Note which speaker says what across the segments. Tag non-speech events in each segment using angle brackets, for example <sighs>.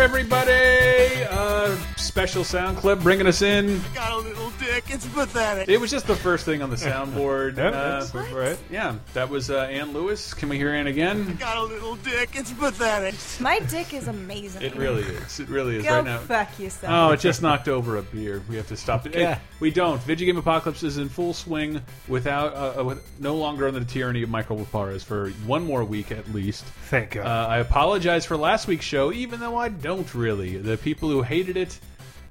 Speaker 1: everybody? Uh, special sound clip bringing us in.
Speaker 2: Got a little dick. It's pathetic.
Speaker 1: It was just the first thing on the soundboard.
Speaker 3: Yeah,
Speaker 1: uh,
Speaker 3: that's right.
Speaker 1: yeah, that was uh, Ann Lewis. Can we hear Ann again?
Speaker 2: Got a little dick. It's pathetic.
Speaker 4: My dick is amazing.
Speaker 1: It really is. <laughs> It really is
Speaker 4: Go
Speaker 1: right now.
Speaker 4: fuck yourself.
Speaker 1: Oh, it just knocked over a beer. We have to stop it.
Speaker 3: Yeah.
Speaker 1: Hey, we don't. Video game apocalypse is in full swing, without uh, uh, with, no longer under the tyranny of Michael Waparas for one more week at least.
Speaker 3: Thank God.
Speaker 1: Uh, I apologize for last week's show, even though I don't really. The people who hated it,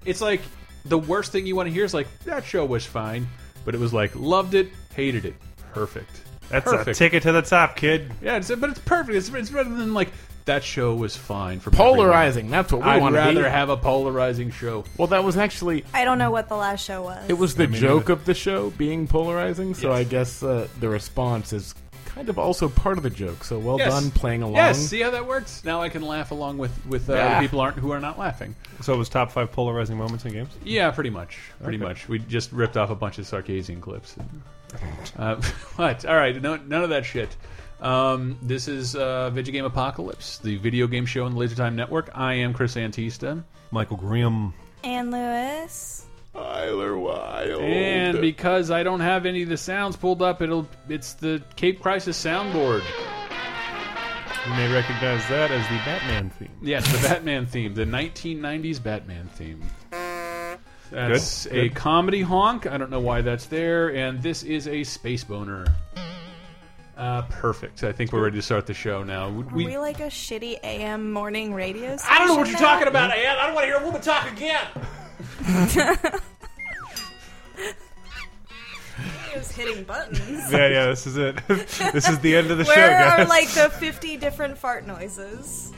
Speaker 1: it's like the worst thing you want to hear is like that show was fine, but it was like loved it, hated it, perfect.
Speaker 3: That's a
Speaker 1: perfect.
Speaker 3: ticket to the top, kid.
Speaker 1: Yeah, it's, but it's perfect. It's, it's better than like that show was fine for
Speaker 5: Polarizing. That's what we
Speaker 1: I'd
Speaker 5: want to
Speaker 1: rather
Speaker 5: be.
Speaker 1: have a polarizing show.
Speaker 5: well, that was actually
Speaker 4: I don't know what the last show was.
Speaker 5: it was the joke of the show being polarizing. So I guess uh, the response is kind of also part of the joke. So well
Speaker 1: Yes.
Speaker 5: done playing along.
Speaker 1: Yes, see how that works. Now I can laugh along with with uh,
Speaker 5: Yeah.
Speaker 1: people aren't who are not laughing.
Speaker 3: So it was top five polarizing moments in games.
Speaker 1: Yeah, pretty much, pretty much. We just ripped off a bunch of Sarkeesian clips. Uh, <laughs> what? All right, no, none of that shit. Um, this is uh, Video Game Apocalypse, the video game show on the Laser Time Network. I am Chris Antista,
Speaker 3: Michael Grimm.
Speaker 4: Ann Lewis.
Speaker 5: Tyler Wilde.
Speaker 1: and because I don't have any of the sounds pulled up, it'll it's the Cape Crisis soundboard.
Speaker 3: You may recognize that as the Batman theme.
Speaker 1: Yes, the Batman theme, the 1990s Batman theme. That's
Speaker 3: Good,
Speaker 1: a
Speaker 3: good.
Speaker 1: comedy honk. I don't know why that's there. And this is a space boner. Uh, perfect. I think we're ready to start the show now. Would
Speaker 4: We,
Speaker 1: we,
Speaker 4: like a shitty AM morning radio station.
Speaker 1: I don't know what you're
Speaker 4: now?
Speaker 1: talking about, Ann. I don't want to hear a woman talk
Speaker 4: <laughs>
Speaker 1: again.
Speaker 4: He was
Speaker 1: <laughs>
Speaker 4: hitting buttons.
Speaker 3: Yeah, <laughs> yeah, this is it. this is the end of the show,
Speaker 4: Where
Speaker 3: guys.
Speaker 4: are like the 50 different fart noises?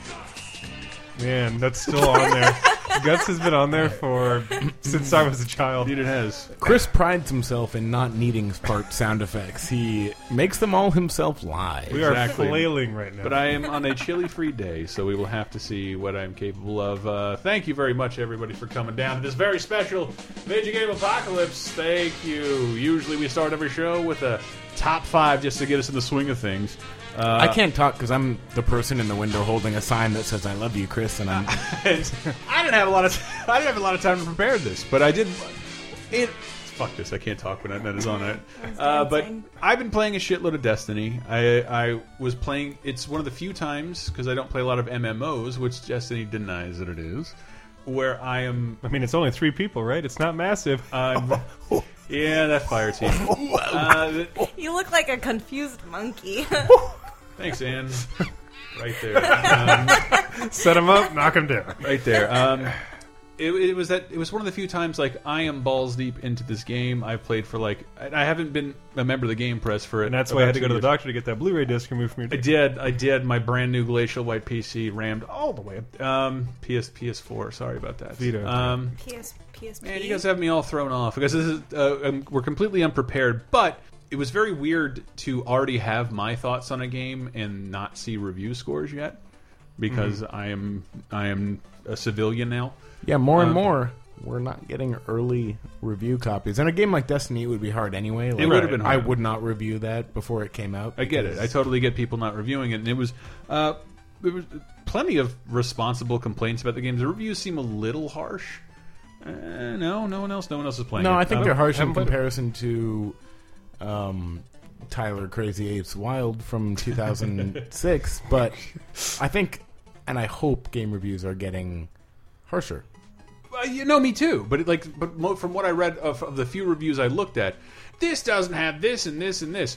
Speaker 3: Man, that's still on
Speaker 4: <laughs>
Speaker 3: there. Guts has been on there <laughs> for since I was a child.
Speaker 1: Dude, it has.
Speaker 5: Chris prides himself in not needing part sound effects. He makes them all himself live.
Speaker 3: We are
Speaker 1: Exactly.
Speaker 3: flailing right now.
Speaker 1: But I am on a chilly free day, so we will have to see what I'm capable of. Uh, thank you very much, everybody, for coming down to this very special Video Game Apocalypse. Thank you. Usually we start every show with a top five just to get us in the swing of things.
Speaker 5: I
Speaker 1: uh,
Speaker 5: can't talk because I'm the person in the window holding a sign that says "I love you, Chris," and I'm
Speaker 1: And I didn't have a lot of <laughs> I didn't have a lot of time to prepare this, but I did. It fuck this. I can't talk when that is on it. Uh, but
Speaker 4: dancing.
Speaker 1: I've been playing a shitload of Destiny. I I was playing. It's one of the few times because I don't play a lot of MMOs, which Destiny denies that it is. Where I am,
Speaker 3: I mean, it's only three people, right? It's not massive.
Speaker 1: I'm yeah, that fire team. Uh, th-
Speaker 4: You look like a confused monkey. <laughs>
Speaker 1: thanks, Anne. Right there. Um,
Speaker 3: Set him up, knock him down.
Speaker 1: right
Speaker 3: <laughs>
Speaker 1: there. Um, it, it was that. It was one of the few times like I am balls deep into this game. I've played for like I I haven't been a member of the game press for it,
Speaker 3: And that's why I had to go to the doctor to get that Blu-ray disc removed from your.
Speaker 1: I did. I did. My brand new glacial white PC rammed all the way up. Um, PS PS4. Sorry about that.
Speaker 3: Vita.
Speaker 1: Um,
Speaker 4: PS, PSP.
Speaker 1: Man, you guys have me all thrown off because this is uh, um, we're completely unprepared. But it was very weird to already have my thoughts on a game and not see review scores yet because
Speaker 3: Mm-hmm.
Speaker 1: I am I am a civilian now.
Speaker 5: yeah. More
Speaker 1: Uh,
Speaker 5: and more, we're not getting early review copies. And a game like Destiny, it would be hard anyway. Like,
Speaker 1: would have been
Speaker 5: I
Speaker 1: hard.
Speaker 5: would not review that before it came out.
Speaker 1: I get it. I totally get people not reviewing it, and it was uh, there was plenty of responsible complaints about the games. The reviews seem a little harsh. Uh, no, no one else, no one else is playing.
Speaker 5: no,
Speaker 1: it.
Speaker 5: I think
Speaker 1: Um,
Speaker 5: they're harsh in
Speaker 3: haven't played it.
Speaker 5: comparison to um, Tyler Crazy Apes Wild from 2006. but I think, and I hope, game reviews are getting harsher.
Speaker 1: Uh, you know me too, but it, like, but mo from what I read of, of the few reviews I looked at, this doesn't have this and this and this,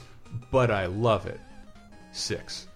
Speaker 1: but I love it. Six.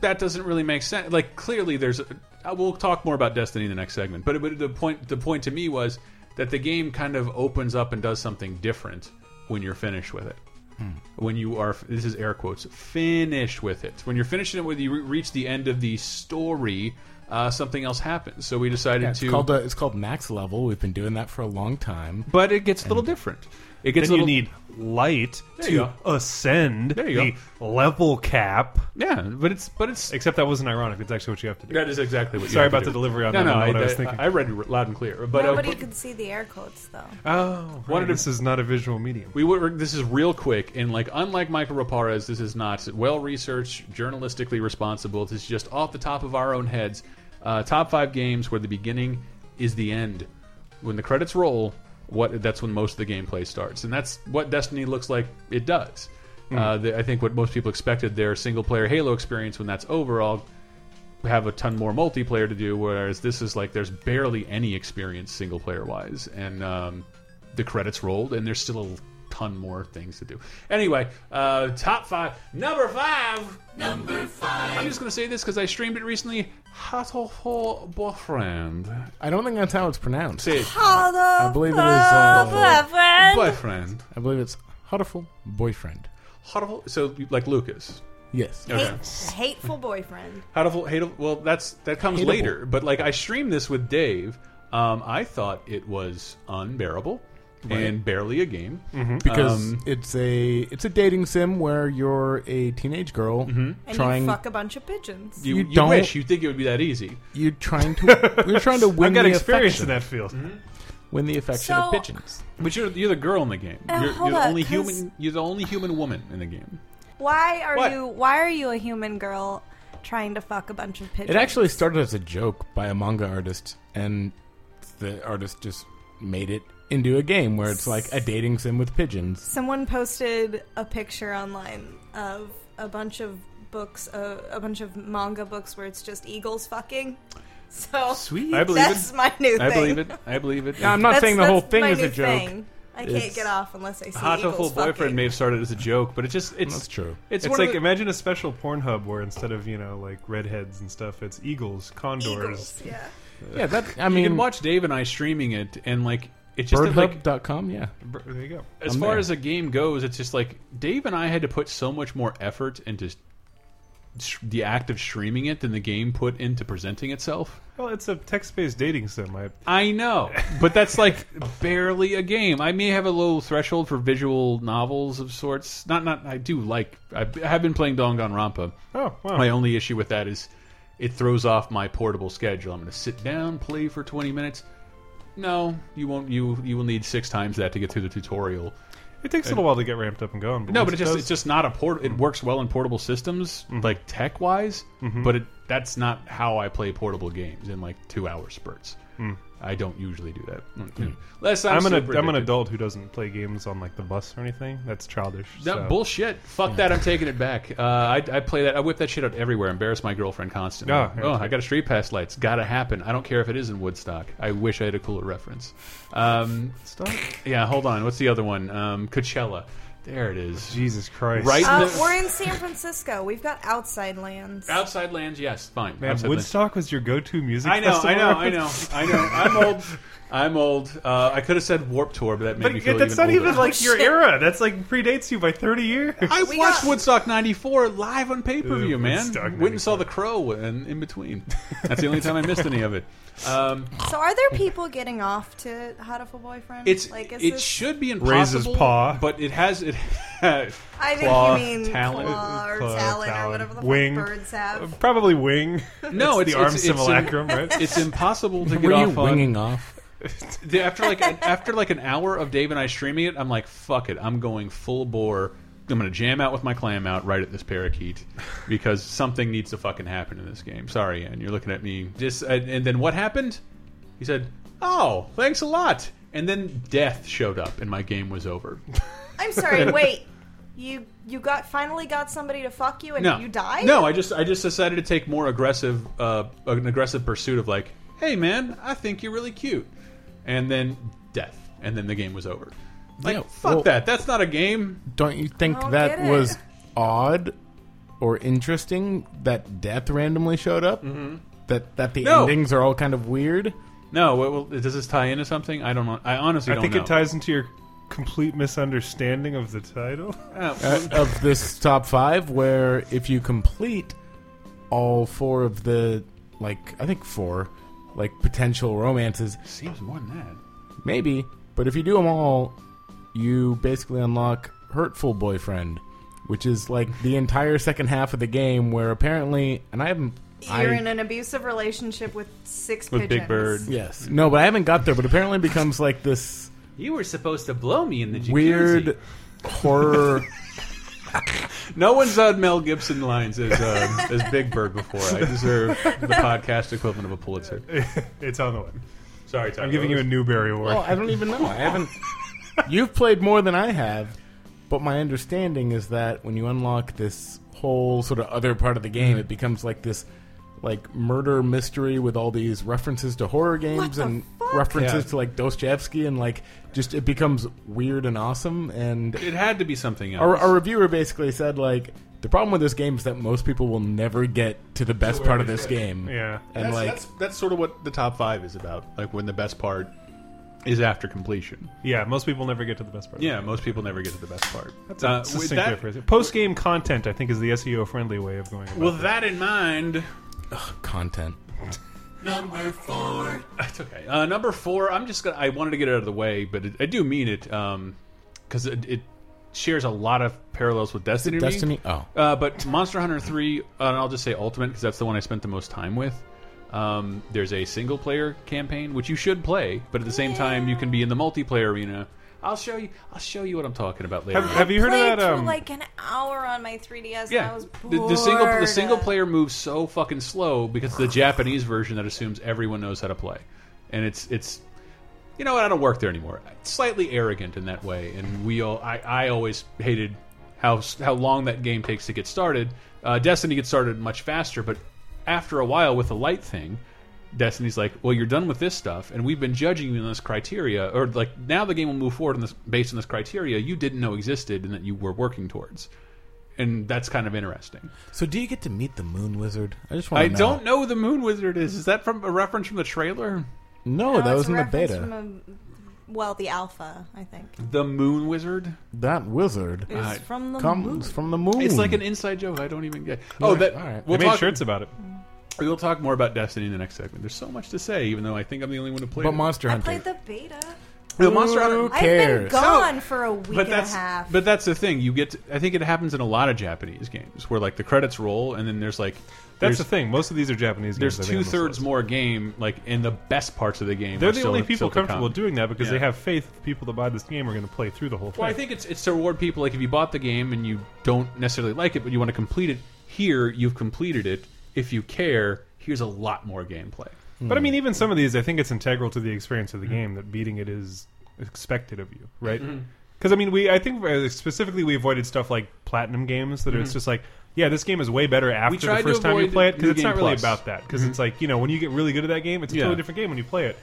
Speaker 1: That doesn't really make sense. Like, clearly, there's. A, uh, we'll talk more about Destiny in the next segment, but, but the point the point to me was that the game kind of opens up and does something different when you're finished with it.
Speaker 5: Hmm.
Speaker 1: When you are, this is air quotes, finished with it. When you're finishing it, when you re- reach the end of the story, uh, something else happens. So we decided
Speaker 5: Yeah, it's
Speaker 1: to
Speaker 5: called uh, it's called Max Level. We've been doing that for a long time.
Speaker 1: but it gets a little different. It gets
Speaker 3: Then
Speaker 1: a little
Speaker 3: you need light
Speaker 1: There you
Speaker 3: to ascend
Speaker 1: There you
Speaker 3: the level cap.
Speaker 1: yeah, but it's but it's
Speaker 3: Except that wasn't ironic. That's actually what you have to do.
Speaker 1: that is exactly what. you
Speaker 3: Sorry
Speaker 1: have to
Speaker 3: about
Speaker 1: do.
Speaker 3: the delivery on
Speaker 1: no,
Speaker 3: that.
Speaker 1: No,
Speaker 3: I don't know what
Speaker 1: I,
Speaker 3: I was
Speaker 1: I-
Speaker 3: thinking.
Speaker 1: I read it loud and clear, but uh,
Speaker 4: Nobody
Speaker 1: but
Speaker 4: could see the air quotes though.
Speaker 3: Oh,
Speaker 1: Wanted
Speaker 3: right.
Speaker 1: to-
Speaker 3: this is not a visual medium.
Speaker 1: we were. This is real quick and like unlike Michael Raparez, this is not well researched, journalistically responsible. This is just off the top of our own heads. Uh, Uh, top five games where the beginning is the end. When the credits roll, what that's when most of the gameplay starts, and that's what Destiny looks like. It does.
Speaker 3: Hmm.
Speaker 1: Uh, the, I think what most people expected their single player Halo experience when that's over, I'll have a ton more multiplayer to do. Whereas this is like there's barely any experience single player wise, and um, the credits rolled, and there's still a ton more things to do. Anyway, uh, top five, number five, number five. I'm just gonna say this because I streamed it recently. Hatoful boyfriend,
Speaker 5: I don't think that's how it's pronounced.
Speaker 1: say it,
Speaker 4: I
Speaker 5: believe it is, uh,
Speaker 1: boyfriend.
Speaker 5: I believe it's Huddleful Boyfriend.
Speaker 1: Hatoful, so like Lucas.
Speaker 5: Yes.
Speaker 4: hateful boyfriend.
Speaker 1: Hateful, hateful. Well, that's that comes
Speaker 5: Hateable.
Speaker 1: later. But like, I streamed this with Dave. Um, I thought it was unbearable and barely a game.
Speaker 5: Mm-hmm. Because
Speaker 3: Um,
Speaker 5: it's a it's a dating sim where you're a teenage girl
Speaker 3: Mm-hmm.
Speaker 4: And
Speaker 5: trying
Speaker 4: you
Speaker 5: you
Speaker 4: fuck a bunch of pigeons.
Speaker 1: You,
Speaker 5: You
Speaker 1: you,
Speaker 5: don't-
Speaker 1: wish you think it would be that easy.
Speaker 5: are
Speaker 3: <laughs>
Speaker 5: trying to you're trying to win
Speaker 3: I've got
Speaker 5: the
Speaker 3: experience
Speaker 5: affection,
Speaker 3: in that field.
Speaker 5: win the affection of
Speaker 4: So-
Speaker 5: pigeons.
Speaker 1: But you're you're the girl in the game.
Speaker 4: Uh,
Speaker 1: you're you're
Speaker 4: hold
Speaker 1: the
Speaker 4: up,
Speaker 1: only
Speaker 4: 'cause-
Speaker 1: human. You're the only human woman in the game.
Speaker 4: Why are
Speaker 1: What?
Speaker 4: you? Why are you a human girl trying to fuck a bunch of pigeons?
Speaker 5: It actually started as a joke by a manga artist, and the artist just made it into a game where it's like a dating sim with pigeons.
Speaker 4: Someone posted a picture online of a bunch of books, uh, a bunch of manga books where it's just eagles fucking. So
Speaker 1: Sweet. I believe
Speaker 4: that's
Speaker 1: it.
Speaker 4: my new thing.
Speaker 1: I believe it. I believe
Speaker 5: <laughs>
Speaker 1: it.
Speaker 5: I'm not
Speaker 4: That's-
Speaker 5: saying the
Speaker 4: that's
Speaker 5: whole thing
Speaker 4: my
Speaker 5: is a
Speaker 4: new
Speaker 5: joke.
Speaker 4: thing. I can't
Speaker 5: It's-
Speaker 4: get off unless I see
Speaker 1: Hot to full
Speaker 4: eagles
Speaker 1: boyfriend
Speaker 4: fucking.
Speaker 1: may have started as a joke, but it just it's
Speaker 5: That's true.
Speaker 1: It's,
Speaker 3: It's,
Speaker 1: one
Speaker 3: like
Speaker 1: of the-
Speaker 3: imagine a special Pornhub where instead of you know like redheads and stuff, it's eagles, condors.
Speaker 4: eagles. Yeah.
Speaker 5: <laughs> Yeah, that I
Speaker 1: you
Speaker 5: mean,
Speaker 1: can watch Dave and I streaming it, and like it just did, like
Speaker 5: birdhub.com, yeah.
Speaker 3: Br- There you go.
Speaker 1: as
Speaker 5: I'm
Speaker 1: far
Speaker 5: there.
Speaker 1: as a game goes, it's just like Dave and I had to put so much more effort into sh- the act of streaming it than the game put into presenting itself.
Speaker 3: Well, it's a text-based dating sim. I, oh,
Speaker 1: I know, but that's
Speaker 5: <laughs>
Speaker 1: like barely a game. I may have a low threshold for visual novels of sorts. Not, not. I do like. I have been playing Danganronpa.
Speaker 3: oh wow.
Speaker 1: My only issue with that is it throws off my portable schedule. I'm going to sit down, play for 20 minutes. No, you won't. You you will need six times that to get through the tutorial.
Speaker 3: It takes a little while to get ramped up and going. But
Speaker 1: No,
Speaker 3: once
Speaker 1: but it just
Speaker 3: does-
Speaker 1: it's just not a port. It works well in portable systems,
Speaker 3: Mm-hmm.
Speaker 1: like tech wise. But it that's not how I play portable games in like two hour spurts. I don't usually do that. Mm. Unless I'm,
Speaker 3: Mm. I'm an
Speaker 1: super
Speaker 3: ad- I'm an
Speaker 1: addicted.
Speaker 3: adult who doesn't play games on like the bus or anything. That's childish.
Speaker 1: No,
Speaker 3: so.
Speaker 1: bullshit. Fuck that. I'm taking it back. Uh, I, I play that. I whip that shit out everywhere. Embarrass my girlfriend constantly.
Speaker 3: Ah, yeah.
Speaker 1: oh, I got a street pass lights. Gotta happen. I don't care if it is in Woodstock. I wish I had a cooler reference. Um, <coughs>
Speaker 3: Stop.
Speaker 1: yeah, hold on. What's the other one? Um, Coachella. There it is.
Speaker 3: Jesus Christ.
Speaker 1: Right?
Speaker 4: Uh,
Speaker 1: No.
Speaker 4: we're in San Francisco. We've got outside lands.
Speaker 1: Outside lands. Yes, fine.
Speaker 3: Man,
Speaker 1: Outside lands.
Speaker 3: Woodstock was your go-to music.
Speaker 1: I know. I
Speaker 3: festival
Speaker 1: know. I
Speaker 3: <laughs>
Speaker 1: know.
Speaker 3: reference?
Speaker 1: I know. I'm old. I'm old. Uh, I could have said Warp Tour, but that made
Speaker 3: But
Speaker 1: me feel
Speaker 3: that's
Speaker 1: even
Speaker 3: not even
Speaker 1: older.
Speaker 3: like
Speaker 1: <laughs>
Speaker 3: your era. That's like predates you by 30 years.
Speaker 1: I
Speaker 4: We
Speaker 1: watched
Speaker 4: got-
Speaker 1: Woodstock '94 live on pay per view,
Speaker 3: Ooh,
Speaker 1: man.
Speaker 3: Woodstock
Speaker 1: Went and saw
Speaker 3: 94.
Speaker 1: The Crow and in between. That's the only time I missed any of it. Um,
Speaker 4: So are there people getting off to Hotiful Boyfriend?
Speaker 1: it's
Speaker 4: like is
Speaker 1: it
Speaker 4: this,
Speaker 1: should be impossible.
Speaker 3: Raises paw.
Speaker 1: but it has it.
Speaker 4: I think
Speaker 1: claw,
Speaker 4: you mean
Speaker 1: talent.
Speaker 4: claw or
Speaker 3: Claw,
Speaker 4: talent or
Speaker 3: talent.
Speaker 4: whatever the
Speaker 3: Wing.
Speaker 4: fuck birds have.
Speaker 3: <laughs>
Speaker 1: Um,
Speaker 3: Probably wing. <laughs>
Speaker 1: No,
Speaker 3: It's
Speaker 1: it's,
Speaker 3: the arm
Speaker 1: it's, it's-
Speaker 3: simulacrum, right?
Speaker 1: It's impossible to get
Speaker 5: Were you
Speaker 1: off on.
Speaker 5: winging off?
Speaker 1: The- after like an, after like an hour of Dave and I streaming it, I'm like, fuck it, I'm going full bore. I'm gonna jam out with my clam out right at this parakeet because something needs to fucking happen in this game. Sorry, Ann, you're looking at me. Just and, and then what happened? He said, "Oh, thanks a lot." And then death showed up, and my game was
Speaker 4: <laughs>
Speaker 1: over.
Speaker 4: I'm
Speaker 1: <laughs>
Speaker 4: sorry. Wait, you you got finally got somebody to fuck you and
Speaker 1: No,
Speaker 4: you died?
Speaker 1: No, I just I just decided to take more aggressive uh, an aggressive pursuit of like, hey man, I think you're really cute, and then death, and then the game was over. Like
Speaker 5: Yeah,
Speaker 1: fuck
Speaker 5: well-
Speaker 1: that, that's not a game.
Speaker 5: Don't you think
Speaker 4: Don't
Speaker 5: that
Speaker 4: get it.
Speaker 5: was odd or interesting that death randomly showed up? Mm-hmm. That that the
Speaker 1: No.
Speaker 5: endings are all kind of weird?
Speaker 1: No, well, well, does this tie into something? I don't know. I honestly
Speaker 3: I
Speaker 1: don't
Speaker 3: think
Speaker 1: know.
Speaker 3: it ties into your complete misunderstanding of the title. <laughs>
Speaker 1: Uh,
Speaker 5: uh, of this top five where if you complete all four of the like i think four like potential romances
Speaker 1: seems more than that.
Speaker 5: maybe but if you do them all you basically unlock hurtful boyfriend which is like the entire second half of the game where apparently and i haven't I-
Speaker 4: You're in an abusive relationship with six
Speaker 1: With Big
Speaker 4: pigeons.
Speaker 1: Bird.
Speaker 5: yes no but i haven't got there but apparently it becomes like this
Speaker 1: You were supposed to blow me in the jacuzzi.
Speaker 5: weird horror
Speaker 1: No one's on Mel Gibson lines as uh, <laughs> as Big Bird before. I deserve the podcast equivalent of a Pulitzer.
Speaker 3: It's on the way.
Speaker 1: Sorry, Tom.
Speaker 3: I'm giving you a Newbery Award.
Speaker 5: Oh, I don't even know. I haven't. <laughs> You've played more than I have, but my understanding is that when you unlock this whole sort of other part of the game, it becomes like this like murder mystery with all these references to horror games
Speaker 4: the
Speaker 5: and
Speaker 4: fuck?
Speaker 5: references
Speaker 1: Yeah.
Speaker 5: to like Dostoevsky and like just it becomes weird and awesome and
Speaker 1: It had to be something else.
Speaker 5: our, our reviewer basically said like the problem with this game is that most people will never get to the best part of this game
Speaker 3: Yeah.
Speaker 5: and
Speaker 1: that's,
Speaker 5: like
Speaker 1: that's that's sort of what the top five is about. Like when the best part is after completion.
Speaker 3: Yeah, most people never get to the best part.
Speaker 1: Yeah, most people never get to the best part. Uh,
Speaker 3: That's a succinct way of phrasing it. Post-game content, I think, is the SEO-friendly way of going about
Speaker 1: with that in mind,
Speaker 5: content
Speaker 1: Number <laughs> four. That's okay. Uh, number four. I'm just gonna. I wanted to get it out of the way, but it, I do mean it because it, it shares a lot of parallels with Destiny. to me.
Speaker 5: Destiny oh
Speaker 1: Uh, but Monster Hunter 3, uh, and I'll just say Ultimate because that's the one I spent the most time with. Um, there's a single player campaign which you should play, but at the same time you can be in the multiplayer arena. I'll show you. I'll show you what I'm talking about later.
Speaker 3: it. Have, have you heard
Speaker 4: Played
Speaker 3: of that?
Speaker 4: for
Speaker 3: Um,
Speaker 4: like an hour on my 3DS. and I was bored.
Speaker 1: the, the single the single player moves so fucking slow because the Japanese version that assumes everyone knows how to play, and it's it's you know what I don't work there anymore. Slightly arrogant in that way, and we all I, I always hated how s- how long that game takes to get started. Uh, Destiny gets started much faster, but after a while with the light thing. Destiny's like, well, you're done with this stuff, and we've been judging you on this criteria, or like now the game will move forward on this, based on this criteria you didn't know existed and that you were working towards and that's kind of interesting.
Speaker 5: so do you get to meet the moon wizard i just
Speaker 3: Oh,
Speaker 5: want
Speaker 1: I
Speaker 5: to
Speaker 1: don't know who the Moon Wizard is. Is that from a reference from the trailer?
Speaker 5: No,
Speaker 4: No,
Speaker 5: Oh, that
Speaker 4: it's
Speaker 5: was
Speaker 4: a
Speaker 5: in the
Speaker 4: reference
Speaker 5: beta.
Speaker 4: From a, well, the alpha, I think.
Speaker 1: The Moon Wizard.
Speaker 5: That wizard
Speaker 4: It was
Speaker 1: Alright.
Speaker 4: from the
Speaker 5: comes
Speaker 4: moon.
Speaker 5: from the moon.
Speaker 1: It's like an inside joke. I don't even get. Oh, that.
Speaker 5: all right.
Speaker 1: We'll
Speaker 3: they made
Speaker 1: talk.
Speaker 3: shirts about it.
Speaker 1: We will talk more about Destiny in the next segment. There's so much to say, even though I think I'm the only one who played.
Speaker 5: but
Speaker 1: it.
Speaker 5: Monster
Speaker 4: I
Speaker 5: Hunter.
Speaker 4: played the beta.
Speaker 1: the Monster Hunter.
Speaker 5: Who
Speaker 4: I've been
Speaker 5: cares?
Speaker 4: gone for a week
Speaker 1: But
Speaker 4: and a
Speaker 1: that's
Speaker 4: half.
Speaker 1: but that's the thing. You get. To, I think it happens in a lot of Japanese games where like the credits roll and then there's like
Speaker 3: That's
Speaker 1: there's,
Speaker 3: the thing. Most of these are Japanese games.
Speaker 1: There's
Speaker 3: I think, on
Speaker 1: two
Speaker 3: this
Speaker 1: thirds
Speaker 3: list.
Speaker 1: more game like in the best parts of the game.
Speaker 3: They're
Speaker 1: are
Speaker 3: the
Speaker 1: still-
Speaker 3: only people
Speaker 1: still to
Speaker 3: comfortable
Speaker 1: come.
Speaker 3: doing that because
Speaker 1: Yeah.
Speaker 3: they have faith that people that buy this game are going to play through the whole thing.
Speaker 1: Well, I think it's it's to reward people. Like if you bought the game and you don't necessarily like it, but you want to complete it, here you've completed it. If you care, here's a lot more gameplay.
Speaker 3: But I mean,
Speaker 1: Hmm.
Speaker 3: even some of these, I think it's integral to the experience of the game that beating it is expected of you, right? Because I mean, we I think uh, specifically we avoided stuff like platinum games that are it's just like, yeah, this game is way better after
Speaker 1: Hmm. tried
Speaker 3: the
Speaker 1: to
Speaker 3: first time you
Speaker 1: avoid
Speaker 3: play it because
Speaker 1: New
Speaker 3: it's
Speaker 1: Game
Speaker 3: not really
Speaker 1: Plus. Hmm.
Speaker 3: about that because it's like you know when you get really good at that game, it's a
Speaker 1: Yeah.
Speaker 3: totally different game when you play it.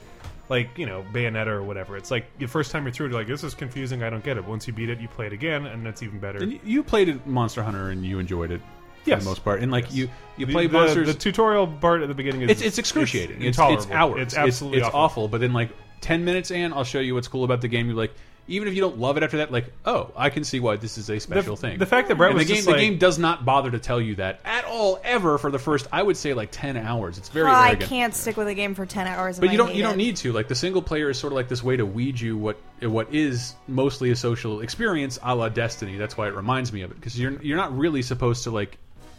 Speaker 3: Like you know Bayonetta or whatever, it's like the first time you're through, it, you're like this is confusing. I don't get it. But once you beat it, you play it again, and it's even better.
Speaker 1: And you, you played it, Monster Hunter and you enjoyed it for
Speaker 3: Yes.
Speaker 1: the most part. And like you you
Speaker 3: The-
Speaker 1: play
Speaker 3: the,
Speaker 1: monsters.
Speaker 3: The tutorial part at the beginning is
Speaker 1: it's it's excruciating. It's, it's,
Speaker 3: intolerable.
Speaker 1: hours.
Speaker 3: It's absolutely
Speaker 1: it's,
Speaker 3: awful.
Speaker 1: awful. But then like ten minutes in, I'll show you what's cool about the game. You're like. Even if you don't love it after that, like, oh, I can see why this is a
Speaker 3: The-
Speaker 1: special thing.
Speaker 3: The fact that Brett
Speaker 1: And the
Speaker 3: was
Speaker 1: game,
Speaker 3: just
Speaker 1: the
Speaker 3: like,
Speaker 1: game does not bother to tell you that at all, ever for the first, I would say, like ten hours. It's very.
Speaker 4: Oh, I
Speaker 1: arrogant.
Speaker 4: can't stick with a game for ten hours.
Speaker 1: But
Speaker 4: and
Speaker 1: you
Speaker 4: I
Speaker 1: don't
Speaker 4: hate
Speaker 1: you don't
Speaker 4: it.
Speaker 1: need to. Like the single player is sort of like this way to weed you what what is mostly a social experience, a la Destiny. That's why it reminds me of it because you're you're not really supposed to like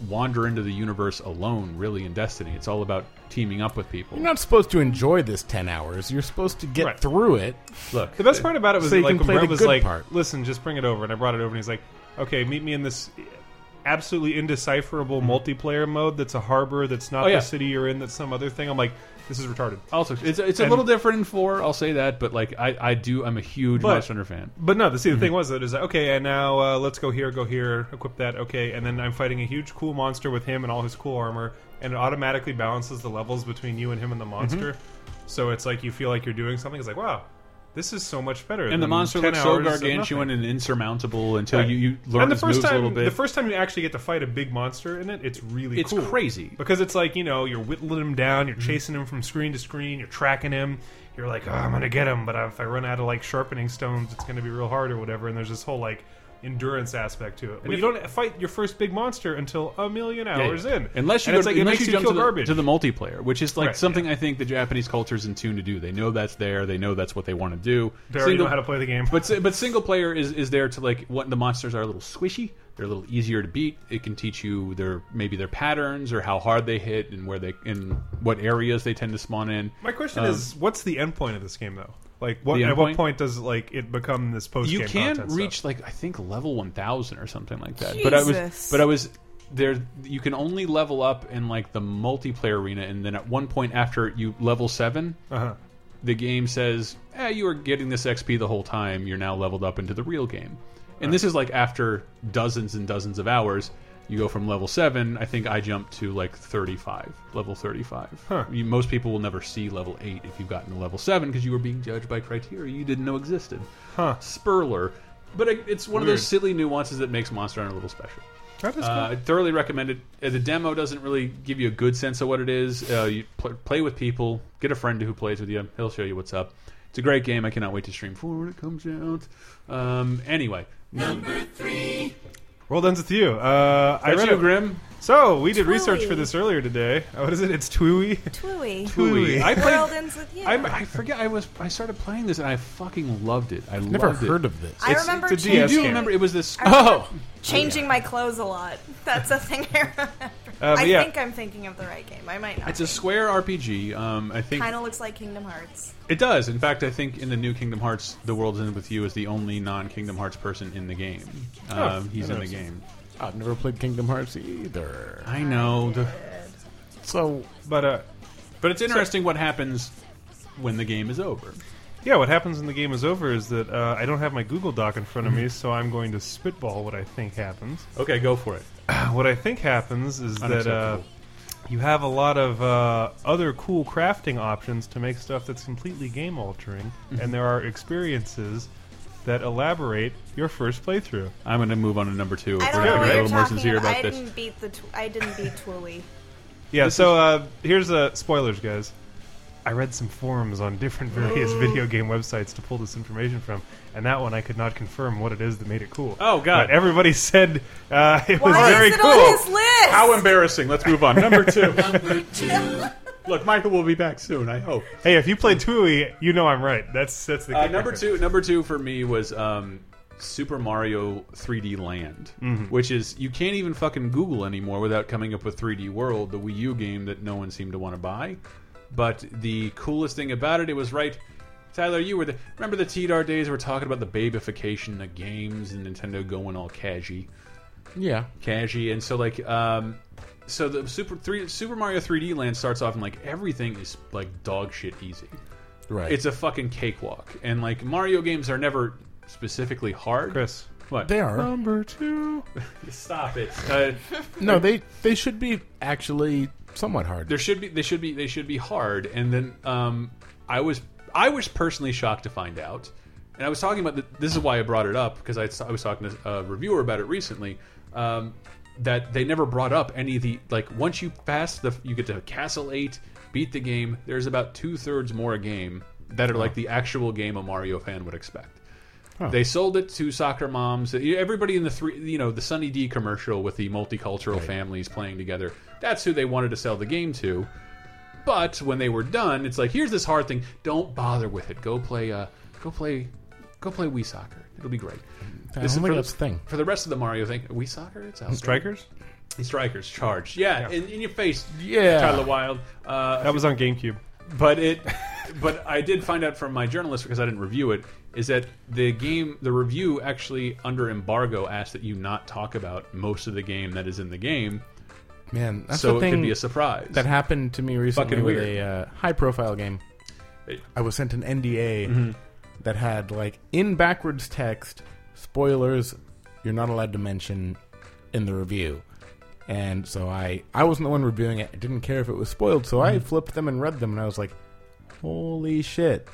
Speaker 1: wander into the universe alone. Really, in Destiny, it's all about teaming up with people.
Speaker 5: You're not supposed to enjoy this ten hours. You're supposed to get
Speaker 3: Right.
Speaker 5: through it.
Speaker 1: Look,
Speaker 3: The best part about it was that,
Speaker 5: So you
Speaker 3: like
Speaker 5: can
Speaker 3: when
Speaker 5: play
Speaker 3: Brett
Speaker 5: the
Speaker 3: was
Speaker 5: good
Speaker 3: like,
Speaker 5: part.
Speaker 3: "Listen, just bring it over," and I brought it over, and he's like, "Okay, meet me in this absolutely indecipherable multiplayer mode that's a harbor that's not
Speaker 1: Oh, yeah.
Speaker 3: the city you're in that's some other thing." I'm like, "This is retarded."
Speaker 1: also it's it's a
Speaker 3: and-
Speaker 1: little different in four. I'll say that, but like I I do I'm a huge
Speaker 3: But-
Speaker 1: Monster Hunter fan.
Speaker 3: But no, the
Speaker 1: Mm-hmm.
Speaker 3: see the thing was that is like, okay, and now uh, let's go here, go here, equip that, okay, and then I'm fighting a huge cool monster with him and all his cool armor, and it automatically balances the levels between you and him and the
Speaker 1: Mm-hmm.
Speaker 3: monster. So it's like you feel like you're doing something. It's like, wow, this is so much better.
Speaker 1: And the
Speaker 3: than
Speaker 1: monster
Speaker 3: 10
Speaker 1: looks so
Speaker 3: hours of
Speaker 1: gargantuan
Speaker 3: nothing.
Speaker 1: and insurmountable until
Speaker 3: Right.
Speaker 1: you, you learn
Speaker 3: and the
Speaker 1: its
Speaker 3: first
Speaker 1: moves a
Speaker 3: time,
Speaker 1: little bit.
Speaker 3: The first time you actually get to fight a big monster in it, it's really
Speaker 1: It's
Speaker 3: cool.
Speaker 1: crazy.
Speaker 3: because it's like you know you're whittling him down,
Speaker 1: Mm-hmm.
Speaker 3: you're chasing him from screen to screen, you're tracking him. You're like, oh, I'm gonna get him, but if I run out of like sharpening stones, it's gonna be real hard or whatever. And there's this whole like endurance aspect to it. But you don't fight your first big monster until a million
Speaker 1: Yeah, yeah.
Speaker 3: hours in,
Speaker 1: Unless you
Speaker 3: and
Speaker 1: go,
Speaker 3: it's like, it
Speaker 1: unless
Speaker 3: makes
Speaker 1: you
Speaker 3: you
Speaker 1: jump
Speaker 3: feel
Speaker 1: to the,
Speaker 3: garbage.
Speaker 1: to the multiplayer, which is like
Speaker 3: Right,
Speaker 1: something I think the Japanese culture is in tune to do. They know that's there. They know that's what they want to do.
Speaker 3: they already know how to play the game.
Speaker 1: But si- but single player is is there to like what the monsters are a little squishy. They're a little easier to beat. It can teach you their maybe their patterns or how hard they hit and where they in what areas they tend to spawn in.
Speaker 3: <laughs> My question
Speaker 1: Um,
Speaker 3: is, what's the end point of this game though? Like what?
Speaker 1: The
Speaker 3: At what
Speaker 1: endpoint?
Speaker 3: point does like it become this post?
Speaker 1: you can
Speaker 3: contest
Speaker 1: reach
Speaker 3: stuff?
Speaker 1: like I think level one thousand or something like that. But I was
Speaker 4: Jesus.
Speaker 1: but I was there. You can only level up in like the multiplayer arena, and then at one point after you level 7 the game says, "Eh, you were getting this XP the whole time. You're now leveled up into the real game." And this is like after dozens and dozens of hours. You go from level seven. I think I jumped to like thirty-five, level thirty-five. You, most people will never see level eight if you've gotten to level seven because you were being judged by criteria you didn't know existed. Huh. Spurler, but it, it's one of
Speaker 3: Weird.
Speaker 1: those silly nuances that makes Monster Hunter a little special.
Speaker 3: That is
Speaker 1: Uh, I thoroughly recommend it. Uh, The demo doesn't really give you a good sense of what it is. Uh, you pl play with people, get a friend who plays with you. He'll show you what's up. It's a great game. I cannot wait to stream for when it comes out. Um, anyway,
Speaker 3: cool. Well done to you. Uh, I
Speaker 1: that's
Speaker 3: read
Speaker 1: you,
Speaker 3: a-
Speaker 1: Grim.
Speaker 3: So we did research
Speaker 4: Tui.
Speaker 3: for this earlier today. <laughs> Oh, what is it? It's Tui.
Speaker 4: Tui.
Speaker 1: <laughs> Tui. I
Speaker 4: World
Speaker 1: played.
Speaker 4: ends with you.
Speaker 1: I'm, I forget. I was. I started playing this and I fucking loved it. I
Speaker 5: Never
Speaker 1: loved
Speaker 5: heard
Speaker 1: it.
Speaker 5: of this.
Speaker 4: I remember
Speaker 3: it's a
Speaker 1: You
Speaker 3: DS
Speaker 1: do
Speaker 4: changing,
Speaker 3: game.
Speaker 1: remember it was this.
Speaker 5: oh,
Speaker 4: <laughs> changing my clothes a lot. That's a thing I remember.
Speaker 3: but
Speaker 4: I
Speaker 3: yeah.
Speaker 4: think I'm thinking of the right game. I might not.
Speaker 1: Uh, It's a Square RPG. Um, I think
Speaker 4: kind of looks like Kingdom Hearts.
Speaker 1: it does. In fact, I think in the new Kingdom Hearts, the world's end with you is the only non-Kingdom Hearts person in the game. Um, he's in the game.
Speaker 5: I've never played Kingdom Hearts either.
Speaker 1: I know. The,
Speaker 5: So
Speaker 3: But uh,
Speaker 1: But it's interesting what happens when the game is over.
Speaker 3: yeah, what happens when the game is over is that uh, I don't have my Google Doc in front of me, so I'm going to spitball what I think happens. <clears throat>
Speaker 1: Okay, go for it.
Speaker 3: What I think happens is that uh,
Speaker 1: Unacceptable.
Speaker 3: you have a lot of uh, other cool crafting options to make stuff that's completely game altering, and there are experiences that elaborate your first playthrough.
Speaker 1: I'm going to move on to number two.
Speaker 4: I
Speaker 1: if
Speaker 4: don't
Speaker 1: gonna be
Speaker 4: know
Speaker 1: a
Speaker 4: what you're
Speaker 1: Oh, little more
Speaker 4: talking
Speaker 1: sincere
Speaker 4: about.
Speaker 1: about
Speaker 4: I
Speaker 1: this.
Speaker 4: didn't beat the. Tw- I didn't beat
Speaker 1: <laughs>
Speaker 4: Twilly.
Speaker 3: Yeah. so uh, here's uh, spoilers, guys. I read some forums on different <laughs> various video game websites to pull this information from, and that one I could not confirm what it is that made it cool.
Speaker 1: Oh, God.
Speaker 3: But everybody <laughs> said uh, it was
Speaker 4: Why
Speaker 3: very
Speaker 4: is it
Speaker 3: cool.
Speaker 4: on his list?
Speaker 1: How
Speaker 4: <laughs>
Speaker 1: embarrassing. Let's move on. Number two. Look, Michael will be back soon, I hope.
Speaker 3: hey, if you played Tui, you know I'm right. That's that's the
Speaker 1: Uh,
Speaker 3: kicker.
Speaker 1: number two, number two for me was um, Super Mario 3D Land, which is you can't even fucking Google anymore without coming up with 3D World, the Wii U game that no one seemed to want to buy. But the coolest thing about it, it was right. Tyler, you were the remember the TDR days. We're talking about the babification of games and Nintendo going all cashy
Speaker 5: yeah,
Speaker 1: cashy and so like um so the super three super mario 3d land starts off and like everything is like dog shit easy
Speaker 5: right.
Speaker 1: it's a fucking cakewalk and like mario games are never specifically hard
Speaker 3: Chris.
Speaker 1: what
Speaker 5: they are.
Speaker 3: Number two.
Speaker 1: stop it uh,
Speaker 5: No, they they should be actually somewhat hard.
Speaker 1: there should be they should be they should be hard and then um i was i was personally shocked to find out and i was talking about the, this is why i brought it up because I, I was talking to a reviewer about it recently um that they never brought up any of the like once you pass the you get to castle 8 beat the game there's about two-thirds more a game that are like the actual game a mario fan would expect They sold it to soccer moms. Everybody in the three, you know, the Sunny D commercial with the multicultural families playing together. That's who they wanted to sell the game to. But when they were done, it's like, here's this hard thing. Don't bother with it. Go play. Uh, go play. Go play Wii Soccer. It'll be great.
Speaker 5: I
Speaker 1: This is
Speaker 5: don't think
Speaker 1: for-
Speaker 5: that's the thing.
Speaker 1: For the rest of the Mario thing, Wii Soccer. It's out.
Speaker 3: Strikers?
Speaker 1: Strikers charged. Yeah, In, in your face.
Speaker 5: Yeah.
Speaker 1: Tyler Wild. Uh,
Speaker 3: That was on GameCube.
Speaker 1: but it but i did find out from my journalist because i didn't review it is that the game the review actually under embargo asked that you not talk about most of the game that is in the game
Speaker 5: Man, that's
Speaker 1: so
Speaker 5: the
Speaker 1: it
Speaker 5: thing
Speaker 1: could be a surprise
Speaker 5: that happened to me recently
Speaker 1: Fucking
Speaker 5: with
Speaker 1: weird.
Speaker 5: a uh, high-profile game.
Speaker 1: It-
Speaker 5: I was sent an NDA
Speaker 1: Mm-hmm.
Speaker 5: that had like in backwards text spoilers you're not allowed to mention in the review. And so I I wasn't the one reviewing it. I didn't care if it was spoiled, so I
Speaker 1: Mm-hmm.
Speaker 5: flipped them and read them and I was like, "Holy shit.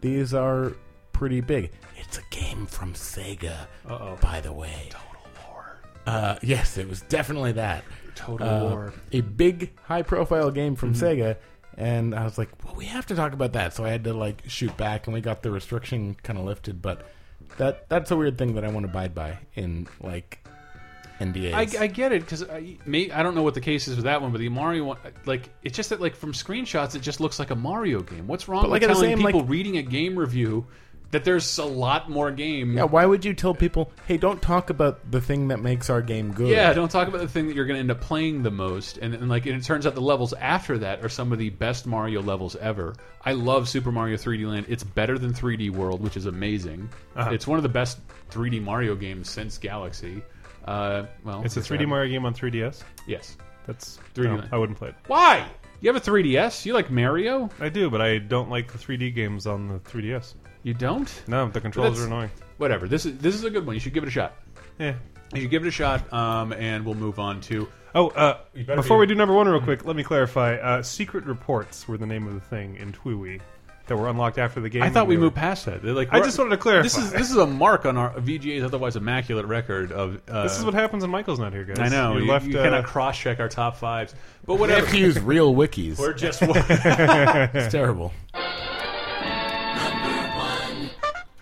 Speaker 5: These are pretty big. It's a game from Sega."
Speaker 1: Uh-oh.
Speaker 5: By the way. Total War. Uh yes, it was definitely that.
Speaker 1: total
Speaker 5: Uh,
Speaker 1: war Mm-hmm.
Speaker 5: a big high profile game from Sega and I was like, "Well, we have to talk about that." So I had to like shoot back and we got the restriction kind of lifted, but that that's a weird thing that I want to abide by in like NDAs.
Speaker 1: I, I get it because I, may- I don't know what the case is with that one, but the Mario one, like it's just that like from screenshots, it just looks like a Mario game. What's wrong
Speaker 5: But,
Speaker 1: with
Speaker 5: like, at the
Speaker 1: telling
Speaker 5: same,
Speaker 1: people
Speaker 5: like-
Speaker 1: reading a game review That there's a lot more game.
Speaker 5: Yeah, why would you tell people, hey, don't talk about the thing that makes our game good?
Speaker 1: Yeah, don't talk about the thing that you're going to end up playing the most, and, and like, and it turns out the levels after that are some of the best Mario levels ever. I love Super Mario 3D Land. It's better than 3D World, which is amazing.
Speaker 3: Uh-huh.
Speaker 1: It's one of the best 3D Mario games since Galaxy. Uh, well,
Speaker 3: It's a
Speaker 1: I guess I
Speaker 3: 3D
Speaker 1: haven't-
Speaker 3: Mario game on 3DS.
Speaker 1: Yes.
Speaker 3: That's
Speaker 1: 3D
Speaker 3: no,
Speaker 1: land.
Speaker 3: I wouldn't play it.
Speaker 1: Why? You have a 3DS. You like Mario?
Speaker 3: I do, but I don't like the 3D games on the 3DS.
Speaker 1: You don't?
Speaker 3: No, the controls
Speaker 1: that's-
Speaker 3: are annoying.
Speaker 1: Whatever. This is this is a good one. You should give it a shot.
Speaker 3: Yeah.
Speaker 1: You should give it a shot, um, and we'll move on to.
Speaker 3: Oh, uh,
Speaker 1: better
Speaker 3: before
Speaker 1: be-
Speaker 3: we do number one, real quick, let me clarify. Uh, secret reports were the name of the thing in Twiwi that were unlocked after the game.
Speaker 1: I thought
Speaker 3: and
Speaker 1: we
Speaker 3: were-
Speaker 1: moved past that. They're like
Speaker 3: I just wanted to clarify.
Speaker 1: This is this is a mark on our VGA's otherwise immaculate record of. Uh,
Speaker 3: This is what happens when Michael's not here, guys.
Speaker 1: I know.
Speaker 3: You,
Speaker 1: You,
Speaker 3: left.
Speaker 1: you
Speaker 3: uh,
Speaker 1: cannot cross check our top fives, but
Speaker 5: We have
Speaker 1: whatever. <laughs>
Speaker 5: to use real wikis.
Speaker 1: We're just
Speaker 5: It's terrible.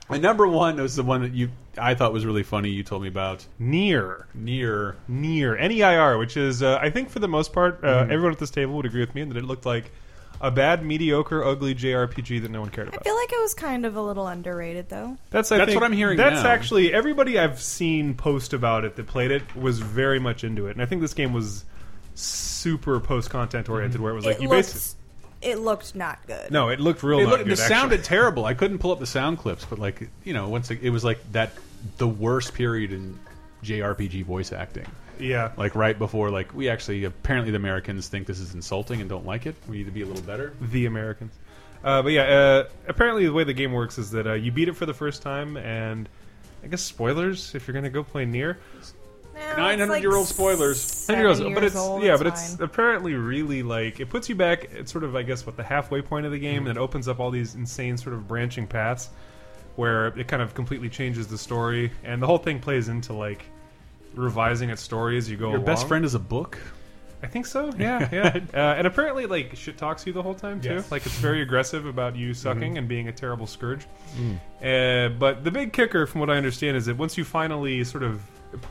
Speaker 1: my number one was the one that you I thought was really funny. You told me about
Speaker 3: near,
Speaker 1: near.
Speaker 3: near NEIR, which is uh, I think for the most part uh, everyone at this table would agree with me in that it looked like a bad, mediocre, ugly JRPG that no one cared
Speaker 4: I
Speaker 3: about.
Speaker 4: feel like it was kind of a little underrated, though.
Speaker 3: That's I
Speaker 1: That's
Speaker 3: think-
Speaker 1: what I'm hearing
Speaker 3: That's
Speaker 1: now.
Speaker 3: actually everybody I've seen post about it that played it was very much into it, and I think this game was super post content oriented, where it was like
Speaker 4: it
Speaker 3: you
Speaker 4: looked,
Speaker 3: basically
Speaker 4: it looked not good.
Speaker 3: no, it looked real.
Speaker 1: It
Speaker 3: not
Speaker 1: looked, it
Speaker 3: good, actually.
Speaker 1: sounded terrible. I couldn't pull up the sound clips, but like you know, once it, it was like that the worst period in JRPG voice acting.
Speaker 3: yeah.
Speaker 1: Like right before, like we actually apparently the Americans think this is insulting and don't like it. We need to be a little better.
Speaker 3: the Americans. Uh, but yeah, uh, apparently the way the game works is that uh, you beat it for the first time, and I guess spoilers if you're going to go play near.
Speaker 4: Now,
Speaker 1: 900-year-old spoilers.
Speaker 4: Seven
Speaker 3: Years
Speaker 4: years
Speaker 3: old,
Speaker 4: old,
Speaker 3: but it's
Speaker 4: old,
Speaker 3: yeah,
Speaker 4: it's
Speaker 3: but it's
Speaker 4: fine.
Speaker 3: apparently really like it puts you back at sort of I guess what the halfway point of the game, and it opens up all these insane sort of branching paths where it kind of completely changes the story, and the whole thing plays into like revising its story as you go.
Speaker 1: Your best
Speaker 3: along.
Speaker 1: friend is a book.
Speaker 3: I think
Speaker 5: <laughs>
Speaker 3: so. Yeah, yeah. uh, and apparently, like shit talks you the whole time too.
Speaker 1: Yes.
Speaker 3: Like it's very aggressive about you
Speaker 5: Mm-hmm.
Speaker 3: sucking and being a terrible scourge.
Speaker 5: Mm.
Speaker 3: Uh, but the big kicker, from what I understand, is that once you finally sort of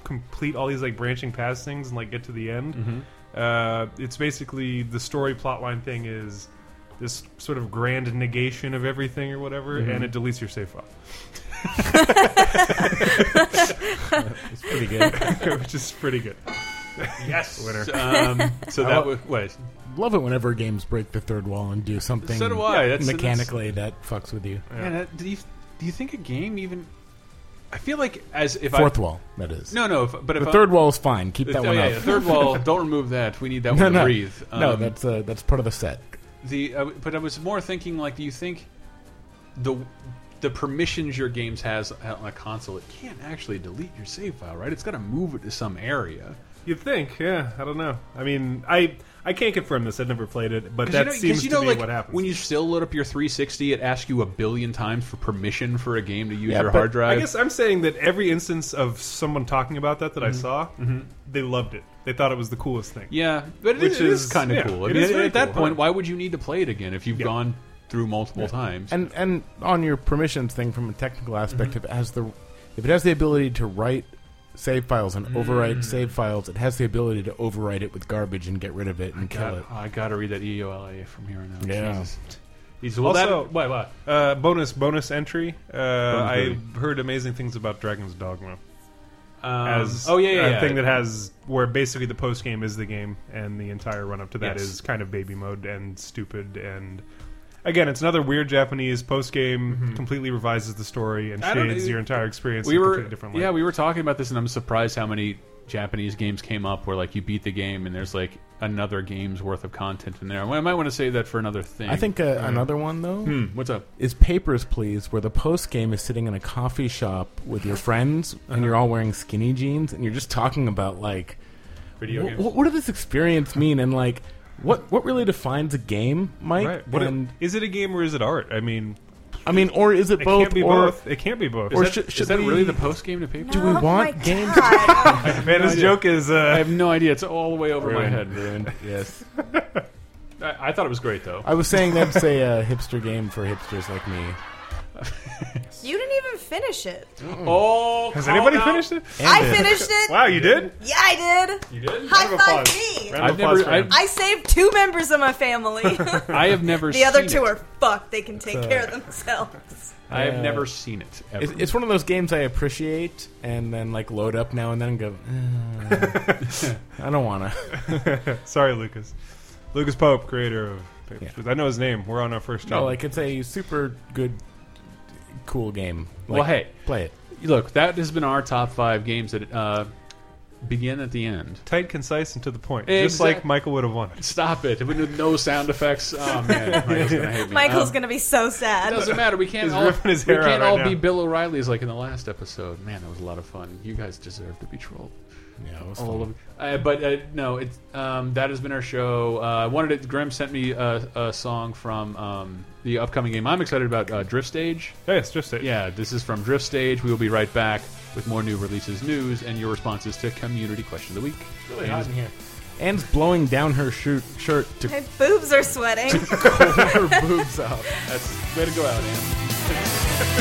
Speaker 3: complete all these like branching paths things and like get to the end,
Speaker 5: Mm-hmm.
Speaker 3: uh, it's basically the story plotline thing is this sort of grand negation of everything or whatever,
Speaker 5: Mm-hmm.
Speaker 3: and it deletes your save
Speaker 5: <laughs>
Speaker 3: file. <laughs>
Speaker 5: It's pretty
Speaker 3: <laughs>
Speaker 5: good.
Speaker 3: which is pretty good.
Speaker 1: Yes,
Speaker 3: Winner.
Speaker 1: <laughs> Um, so that was wait.
Speaker 5: Love it whenever games break the third wall and do something
Speaker 1: So do I. That's-
Speaker 5: mechanically that fucks with you.
Speaker 1: Man, that- do you do you think a game even? I feel like as if
Speaker 5: Fourth
Speaker 1: I,
Speaker 5: wall, that is.
Speaker 1: No, no. If, but if
Speaker 5: the
Speaker 1: I-
Speaker 5: third wall is fine. Keep that
Speaker 1: oh,
Speaker 5: one
Speaker 1: yeah,
Speaker 5: up.
Speaker 1: yeah, third wall. <laughs> Don't remove that. We need that
Speaker 5: no,
Speaker 1: one to
Speaker 5: no.
Speaker 1: breathe.
Speaker 5: no,
Speaker 1: Um,
Speaker 5: that's uh, that's part of the set.
Speaker 1: the. Uh, but I was more thinking like, do you think the the permissions your games has on a console, it can't actually delete your save file, right? It's got to move it to some area.
Speaker 3: You'd think, yeah. I don't know. I mean, I I can't confirm this. I've never played it, but
Speaker 1: 'Cause
Speaker 3: that
Speaker 1: you know, 'cause
Speaker 3: seems
Speaker 1: you
Speaker 3: to
Speaker 1: know,
Speaker 3: be
Speaker 1: like,
Speaker 3: what happens.
Speaker 1: When you still load up your 360, it asks you a billion times for permission for a game to use
Speaker 5: Yeah,
Speaker 1: your
Speaker 5: but
Speaker 1: hard drive.
Speaker 3: I guess I'm saying that every instance of someone talking about that that
Speaker 1: Mm-hmm.
Speaker 3: I saw, they loved it. They thought it was the coolest thing.
Speaker 1: Yeah, but it
Speaker 3: Which
Speaker 1: is, it is
Speaker 3: is-
Speaker 1: kind of
Speaker 3: yeah,
Speaker 1: cool. I
Speaker 3: it
Speaker 1: mean,
Speaker 3: is
Speaker 1: at,
Speaker 3: very
Speaker 1: that
Speaker 3: cool,
Speaker 1: point,
Speaker 3: huh?
Speaker 1: why would you need to play it again if you've
Speaker 3: Yeah.
Speaker 1: gone through multiple times?
Speaker 5: And and on your permissions thing from a technical aspect,
Speaker 1: Mm-hmm.
Speaker 5: if it has the if it has the ability to write save files and overwrite
Speaker 1: Mm.
Speaker 5: save files, it has the ability to overwrite it with garbage and get rid of it and kill
Speaker 1: God,
Speaker 5: it.
Speaker 1: I gotta read that E EOLA from here on out.
Speaker 5: Yeah.
Speaker 1: Jesus. He's, well,
Speaker 3: Also-
Speaker 1: that, why, why?
Speaker 3: Uh, bonus bonus entry. Uh,
Speaker 1: Bonus
Speaker 3: I heard amazing things about Dragon's Dogma
Speaker 1: Um,
Speaker 3: as
Speaker 1: oh yeah, yeah,
Speaker 3: a
Speaker 1: yeah.
Speaker 3: thing that has where basically the post game is the game and the entire run up to that is
Speaker 1: Yes.
Speaker 3: kind of baby mode and stupid and. Again, it's another weird Japanese post game. Completely revises the story and
Speaker 1: Mm-hmm. I don't- e
Speaker 3: shades your entire experience.
Speaker 1: we
Speaker 3: in a
Speaker 1: were
Speaker 3: completely different light.
Speaker 1: yeah we were talking about this, and I'm surprised how many Japanese games came up where like you beat the game and there's like another game's worth of content in there. I might want to save that for another thing.
Speaker 5: I think uh, another one though
Speaker 1: Mm. Hmm, what's up?
Speaker 5: is Papers Please, where the post game is sitting in a coffee shop with your friends and you're all wearing skinny jeans and you're just talking about like
Speaker 1: Video
Speaker 5: wh- wh- what does this experience mean and like what what really defines a game, Mike?
Speaker 3: Right. What
Speaker 5: and
Speaker 3: is it a game or is it art? I mean,
Speaker 5: I mean, or is it,
Speaker 3: it
Speaker 5: both?
Speaker 3: can't be
Speaker 5: or
Speaker 3: both. It can't be both.
Speaker 5: or
Speaker 3: Is
Speaker 5: should-
Speaker 1: Is
Speaker 5: should
Speaker 1: that
Speaker 5: we-
Speaker 1: really the post game to paper?
Speaker 4: <laughs>
Speaker 5: we
Speaker 4: Oh my
Speaker 5: want
Speaker 3: <laughs>
Speaker 5: games-
Speaker 4: God.
Speaker 3: that- man, this
Speaker 1: idea.
Speaker 3: joke is.
Speaker 1: I
Speaker 3: Uh,
Speaker 1: have no idea. It's all the way over my
Speaker 5: Ruined,
Speaker 1: head.
Speaker 5: ruined, Yes,
Speaker 1: I, I thought it was great though.
Speaker 5: I was saying that's a uh, hipster game for hipsters like me.
Speaker 4: you didn't even finish it.
Speaker 1: Oh,
Speaker 3: has anybody finished it?
Speaker 4: I finished it.
Speaker 3: Wow, you did.
Speaker 4: Yeah, I did.
Speaker 1: You did.
Speaker 4: High
Speaker 3: Round of
Speaker 4: five
Speaker 3: applause.
Speaker 4: me.
Speaker 3: Round of
Speaker 1: I've never.
Speaker 3: applause for
Speaker 1: I,
Speaker 3: him.
Speaker 4: I saved two members of
Speaker 3: <laughs>
Speaker 4: my family.
Speaker 1: I have never.
Speaker 4: the other
Speaker 1: seen
Speaker 4: two
Speaker 1: it.
Speaker 4: are fucked. They can
Speaker 3: uh,
Speaker 4: take care of themselves.
Speaker 1: I have
Speaker 5: Yeah.
Speaker 1: never seen it. Ever.
Speaker 5: It's, it's one of those games I appreciate and then like load up now and then and go. "Eh, I don't want to.
Speaker 3: Sorry, Lucas. Lucas Pope, creator of Papers,
Speaker 5: Yeah.
Speaker 3: Please. I know his name. We're on our first job.
Speaker 5: No, like it's a super good, cool game. Like,
Speaker 1: Well, hey.
Speaker 5: play it.
Speaker 1: Look, that has been our top five games that uh, begin at the end.
Speaker 3: Tight, concise, and to the point. Just
Speaker 1: Exact-
Speaker 3: like Michael would have wanted.
Speaker 1: Stop it! With no sound effects. Oh man, Michael's gonna hate me.
Speaker 4: Michael's
Speaker 1: Um,
Speaker 4: gonna be so
Speaker 1: It
Speaker 4: sad.
Speaker 1: doesn't matter. We can't
Speaker 3: He's
Speaker 1: all,
Speaker 3: ripping his hair
Speaker 1: we can't
Speaker 3: out
Speaker 1: all
Speaker 3: right
Speaker 1: be
Speaker 3: now.
Speaker 1: Bill O'Reilly's like in the last episode. Man, that was a lot of fun. You guys deserve to be trolled.
Speaker 5: Yeah, it was
Speaker 1: All
Speaker 5: fun.
Speaker 1: of, uh, but uh, no, it's um, that has been our show. Uh, I wanted to, Graham sent me a, a song from um, the upcoming game. I'm excited about uh, Drift Stage.
Speaker 3: Hey, it's just it.
Speaker 1: Yeah, this is from Drift Stage. We will be right back with more new releases, news, and your responses to community question of the week. Really hot in here.
Speaker 5: Anne's blowing down her shoot, shirt
Speaker 4: <laughs>
Speaker 5: to
Speaker 4: My boobs
Speaker 3: <laughs>
Speaker 4: are sweating.
Speaker 5: her boobs out.
Speaker 1: That's way to go out, Ann.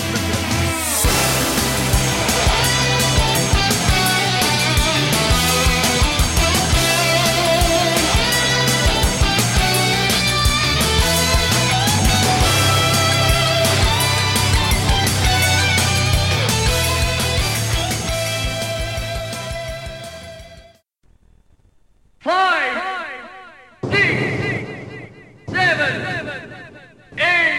Speaker 6: five, six, seven, eight.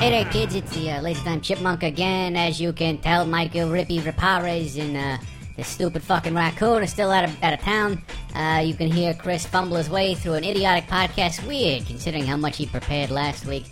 Speaker 7: Hey there, kids, it's the uh, Lazytime Chipmunk again. As you can tell, Michael Rippy Rapares and uh, the stupid fucking raccoon are still out of, out of town. Uh, you can hear Chris fumble his way through an idiotic podcast. Weird, considering how much he prepared last week.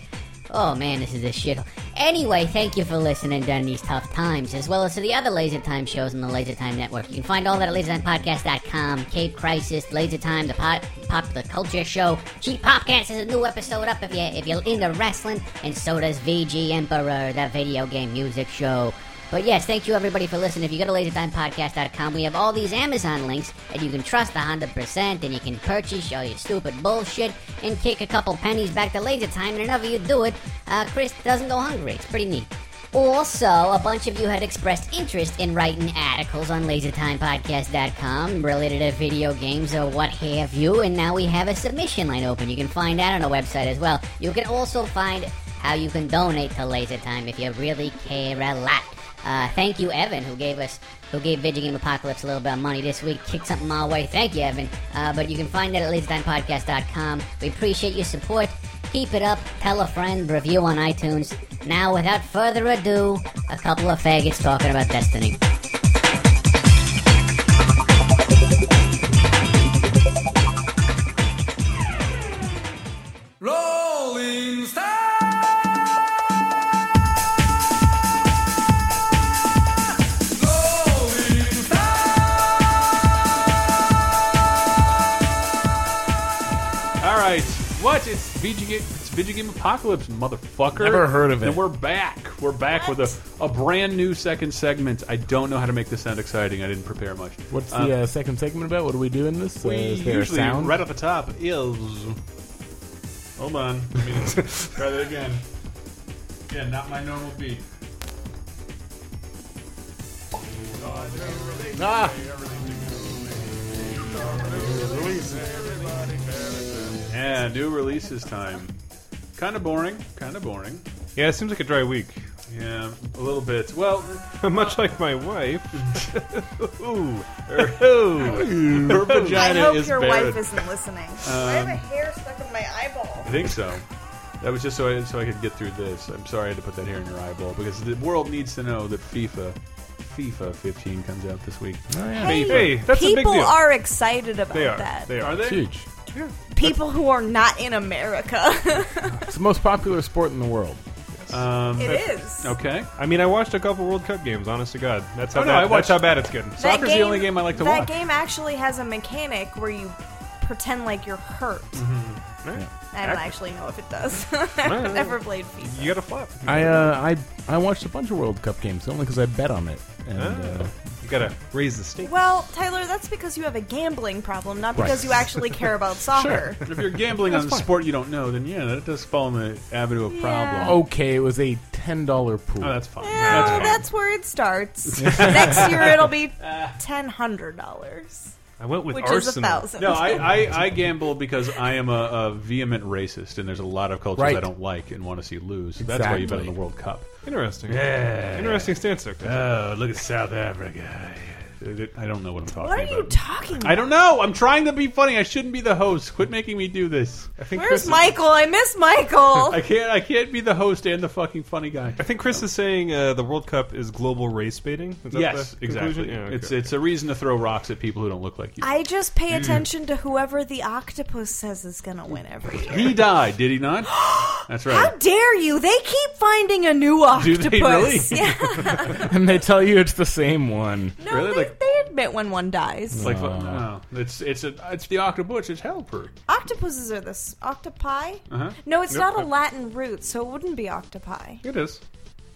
Speaker 7: Oh man, this is a shithole. Anyway, thank you for listening during these tough times, as well as to the other Laser Time shows on the Laser Time Network. You can find all that at lasertimepodcast.com, Cape Crisis, Laser Time, the pop, popular culture show. Cheap Popcast is a new episode up if, you, if you're into wrestling, and so does VG Emperor, that video game music show. But yes, thank you everybody for listening. If you go to lasertimepodcast.com, we have all these Amazon links and you can trust 100% and you can purchase all your stupid bullshit and kick a couple pennies back to Laser Time. And whenever you do it, uh, Chris doesn't go hungry. It's pretty neat. Also, a bunch of you had expressed interest in writing articles on lasertimepodcast.com related to video games or what have you, and now we have a submission line open. You can find that on our website as well. You can also find how you can donate to Laser Time if you really care a lot. Uh, thank you, Evan, who gave us who gave Video Game Apocalypse a little bit of money this week. Kicked something our way. Thank you, Evan. Uh, but you can find that at lasertimepodcast.com. We appreciate your support. Keep it up. Tell a friend. Review on iTunes. Now, without further ado, a couple of faggots talking about Destiny.
Speaker 8: Rolling Stone! Rolling Stone!
Speaker 1: All right, what? It's video game, it's video game apocalypse, motherfucker.
Speaker 5: Never heard of it.
Speaker 1: And we're back. We're back with a, a brand new second segment. I don't know how to make this sound exciting. I didn't prepare much.
Speaker 5: What's
Speaker 1: Um,
Speaker 5: the uh, second segment about? What do we do in this? uh,
Speaker 1: we
Speaker 5: is there a
Speaker 1: usually
Speaker 5: sound?
Speaker 1: right off the top is. Hold on. Let
Speaker 3: <laughs>
Speaker 1: me try that again. Yeah, not my normal beat.
Speaker 5: ah,
Speaker 1: Yeah, new releases time. Kind of boring. Kind of boring.
Speaker 3: Yeah, it seems like a dry week. <laughs>
Speaker 1: Yeah, a little bit. Well,
Speaker 3: Much like my wife. Ooh.
Speaker 1: her
Speaker 4: I
Speaker 1: vagina
Speaker 4: hope
Speaker 1: is
Speaker 4: your
Speaker 1: barren.
Speaker 4: wife isn't listening.
Speaker 3: Um,
Speaker 4: I have a hair stuck in my eyeball.
Speaker 1: I think so. That was just so I, so I could get through this. I'm sorry I had to put that hair in your eyeball because the world needs to know that FIFA, FIFA 15 comes out this week.
Speaker 3: Hey, that's a big
Speaker 4: People
Speaker 3: deal.
Speaker 4: are excited about
Speaker 3: they are.
Speaker 4: that.
Speaker 3: They are.
Speaker 1: Are they?
Speaker 5: huge.
Speaker 4: People who are not in America. <laughs>
Speaker 5: It's the most popular sport in the world.
Speaker 1: Um,
Speaker 4: it is.
Speaker 1: okay.
Speaker 3: I mean, I watched a couple World Cup games, honest to God. That's how,
Speaker 1: Oh, no,
Speaker 3: bad,
Speaker 1: I watched-
Speaker 3: that's how bad it's getting.
Speaker 4: That
Speaker 1: Soccer's the only game I like to
Speaker 4: that
Speaker 1: watch.
Speaker 4: game actually has a mechanic where you pretend like you're hurt.
Speaker 1: Mm-hmm.
Speaker 4: I don't actually know if it does. <laughs> I've never played FIFA.
Speaker 3: You got to flop.
Speaker 5: I uh, I I watched a bunch of World Cup games only because I bet on it. And uh,
Speaker 3: You got to raise the stake.
Speaker 4: Well, Tyler, that's because you have a gambling problem, not because you actually
Speaker 1: <laughs>
Speaker 4: care about soccer.
Speaker 1: If you're gambling on a sport you don't know, then yeah, that does fall in the avenue of
Speaker 4: Yeah. Oh.
Speaker 1: problem.
Speaker 5: uh, okay, it was a ten dollar pool.
Speaker 3: Oh,
Speaker 5: <laughs>
Speaker 3: that's fine.
Speaker 4: No,
Speaker 3: That's fine.
Speaker 4: that's where
Speaker 1: <laughs>
Speaker 4: it starts. Next year it'll be ten hundred dollars,
Speaker 3: I went with
Speaker 4: which is a
Speaker 3: Arsenal.
Speaker 4: thousand.
Speaker 1: No, I, I, I gamble because I am a, a vehement racist, and there's a lot of cultures
Speaker 5: Right.
Speaker 1: I don't like and want to see lose. So That's why you bet on the
Speaker 5: Exactly.
Speaker 1: World Cup.
Speaker 3: Interesting. Interesting stance there. Chris.
Speaker 1: Oh, look at South Africa. I don't know what I'm talking
Speaker 4: what are
Speaker 1: about.
Speaker 4: you talking? about?
Speaker 1: I don't know. I'm trying to be funny. I shouldn't be the host. Quit making me do this.
Speaker 3: I think Chris
Speaker 4: Where's
Speaker 3: is-
Speaker 4: Michael? I miss
Speaker 1: <laughs>
Speaker 4: Michael.
Speaker 1: I can't. I can't be the host and the fucking funny guy.
Speaker 3: I think Chris is saying uh, the World Cup is global race baiting. Is that
Speaker 1: Yes,
Speaker 3: the conclusion?
Speaker 1: exactly.
Speaker 3: Yeah, okay.
Speaker 1: It's it's a reason to throw rocks at people who don't look like you.
Speaker 4: I just
Speaker 3: Mm.
Speaker 4: pay attention to whoever the octopus says is gonna win every year.
Speaker 1: he died, did he
Speaker 4: <gasps>
Speaker 1: not? That's right.
Speaker 4: How dare you? They keep finding a new
Speaker 1: Do
Speaker 4: octopus.
Speaker 1: they really?
Speaker 4: <laughs> Yeah.
Speaker 5: and they tell you it's the same one.
Speaker 4: No,
Speaker 1: Really?
Speaker 4: they,
Speaker 1: Like-
Speaker 4: they admit when one dies.
Speaker 1: It's like fuck-
Speaker 3: Uh,
Speaker 1: no. It's it's a, it's the octopus. It's helper.
Speaker 4: Octopuses are this octopi.
Speaker 1: Uh-huh.
Speaker 4: No, it's
Speaker 3: Nope.
Speaker 4: not a Latin root, so it wouldn't be octopi.
Speaker 3: It is.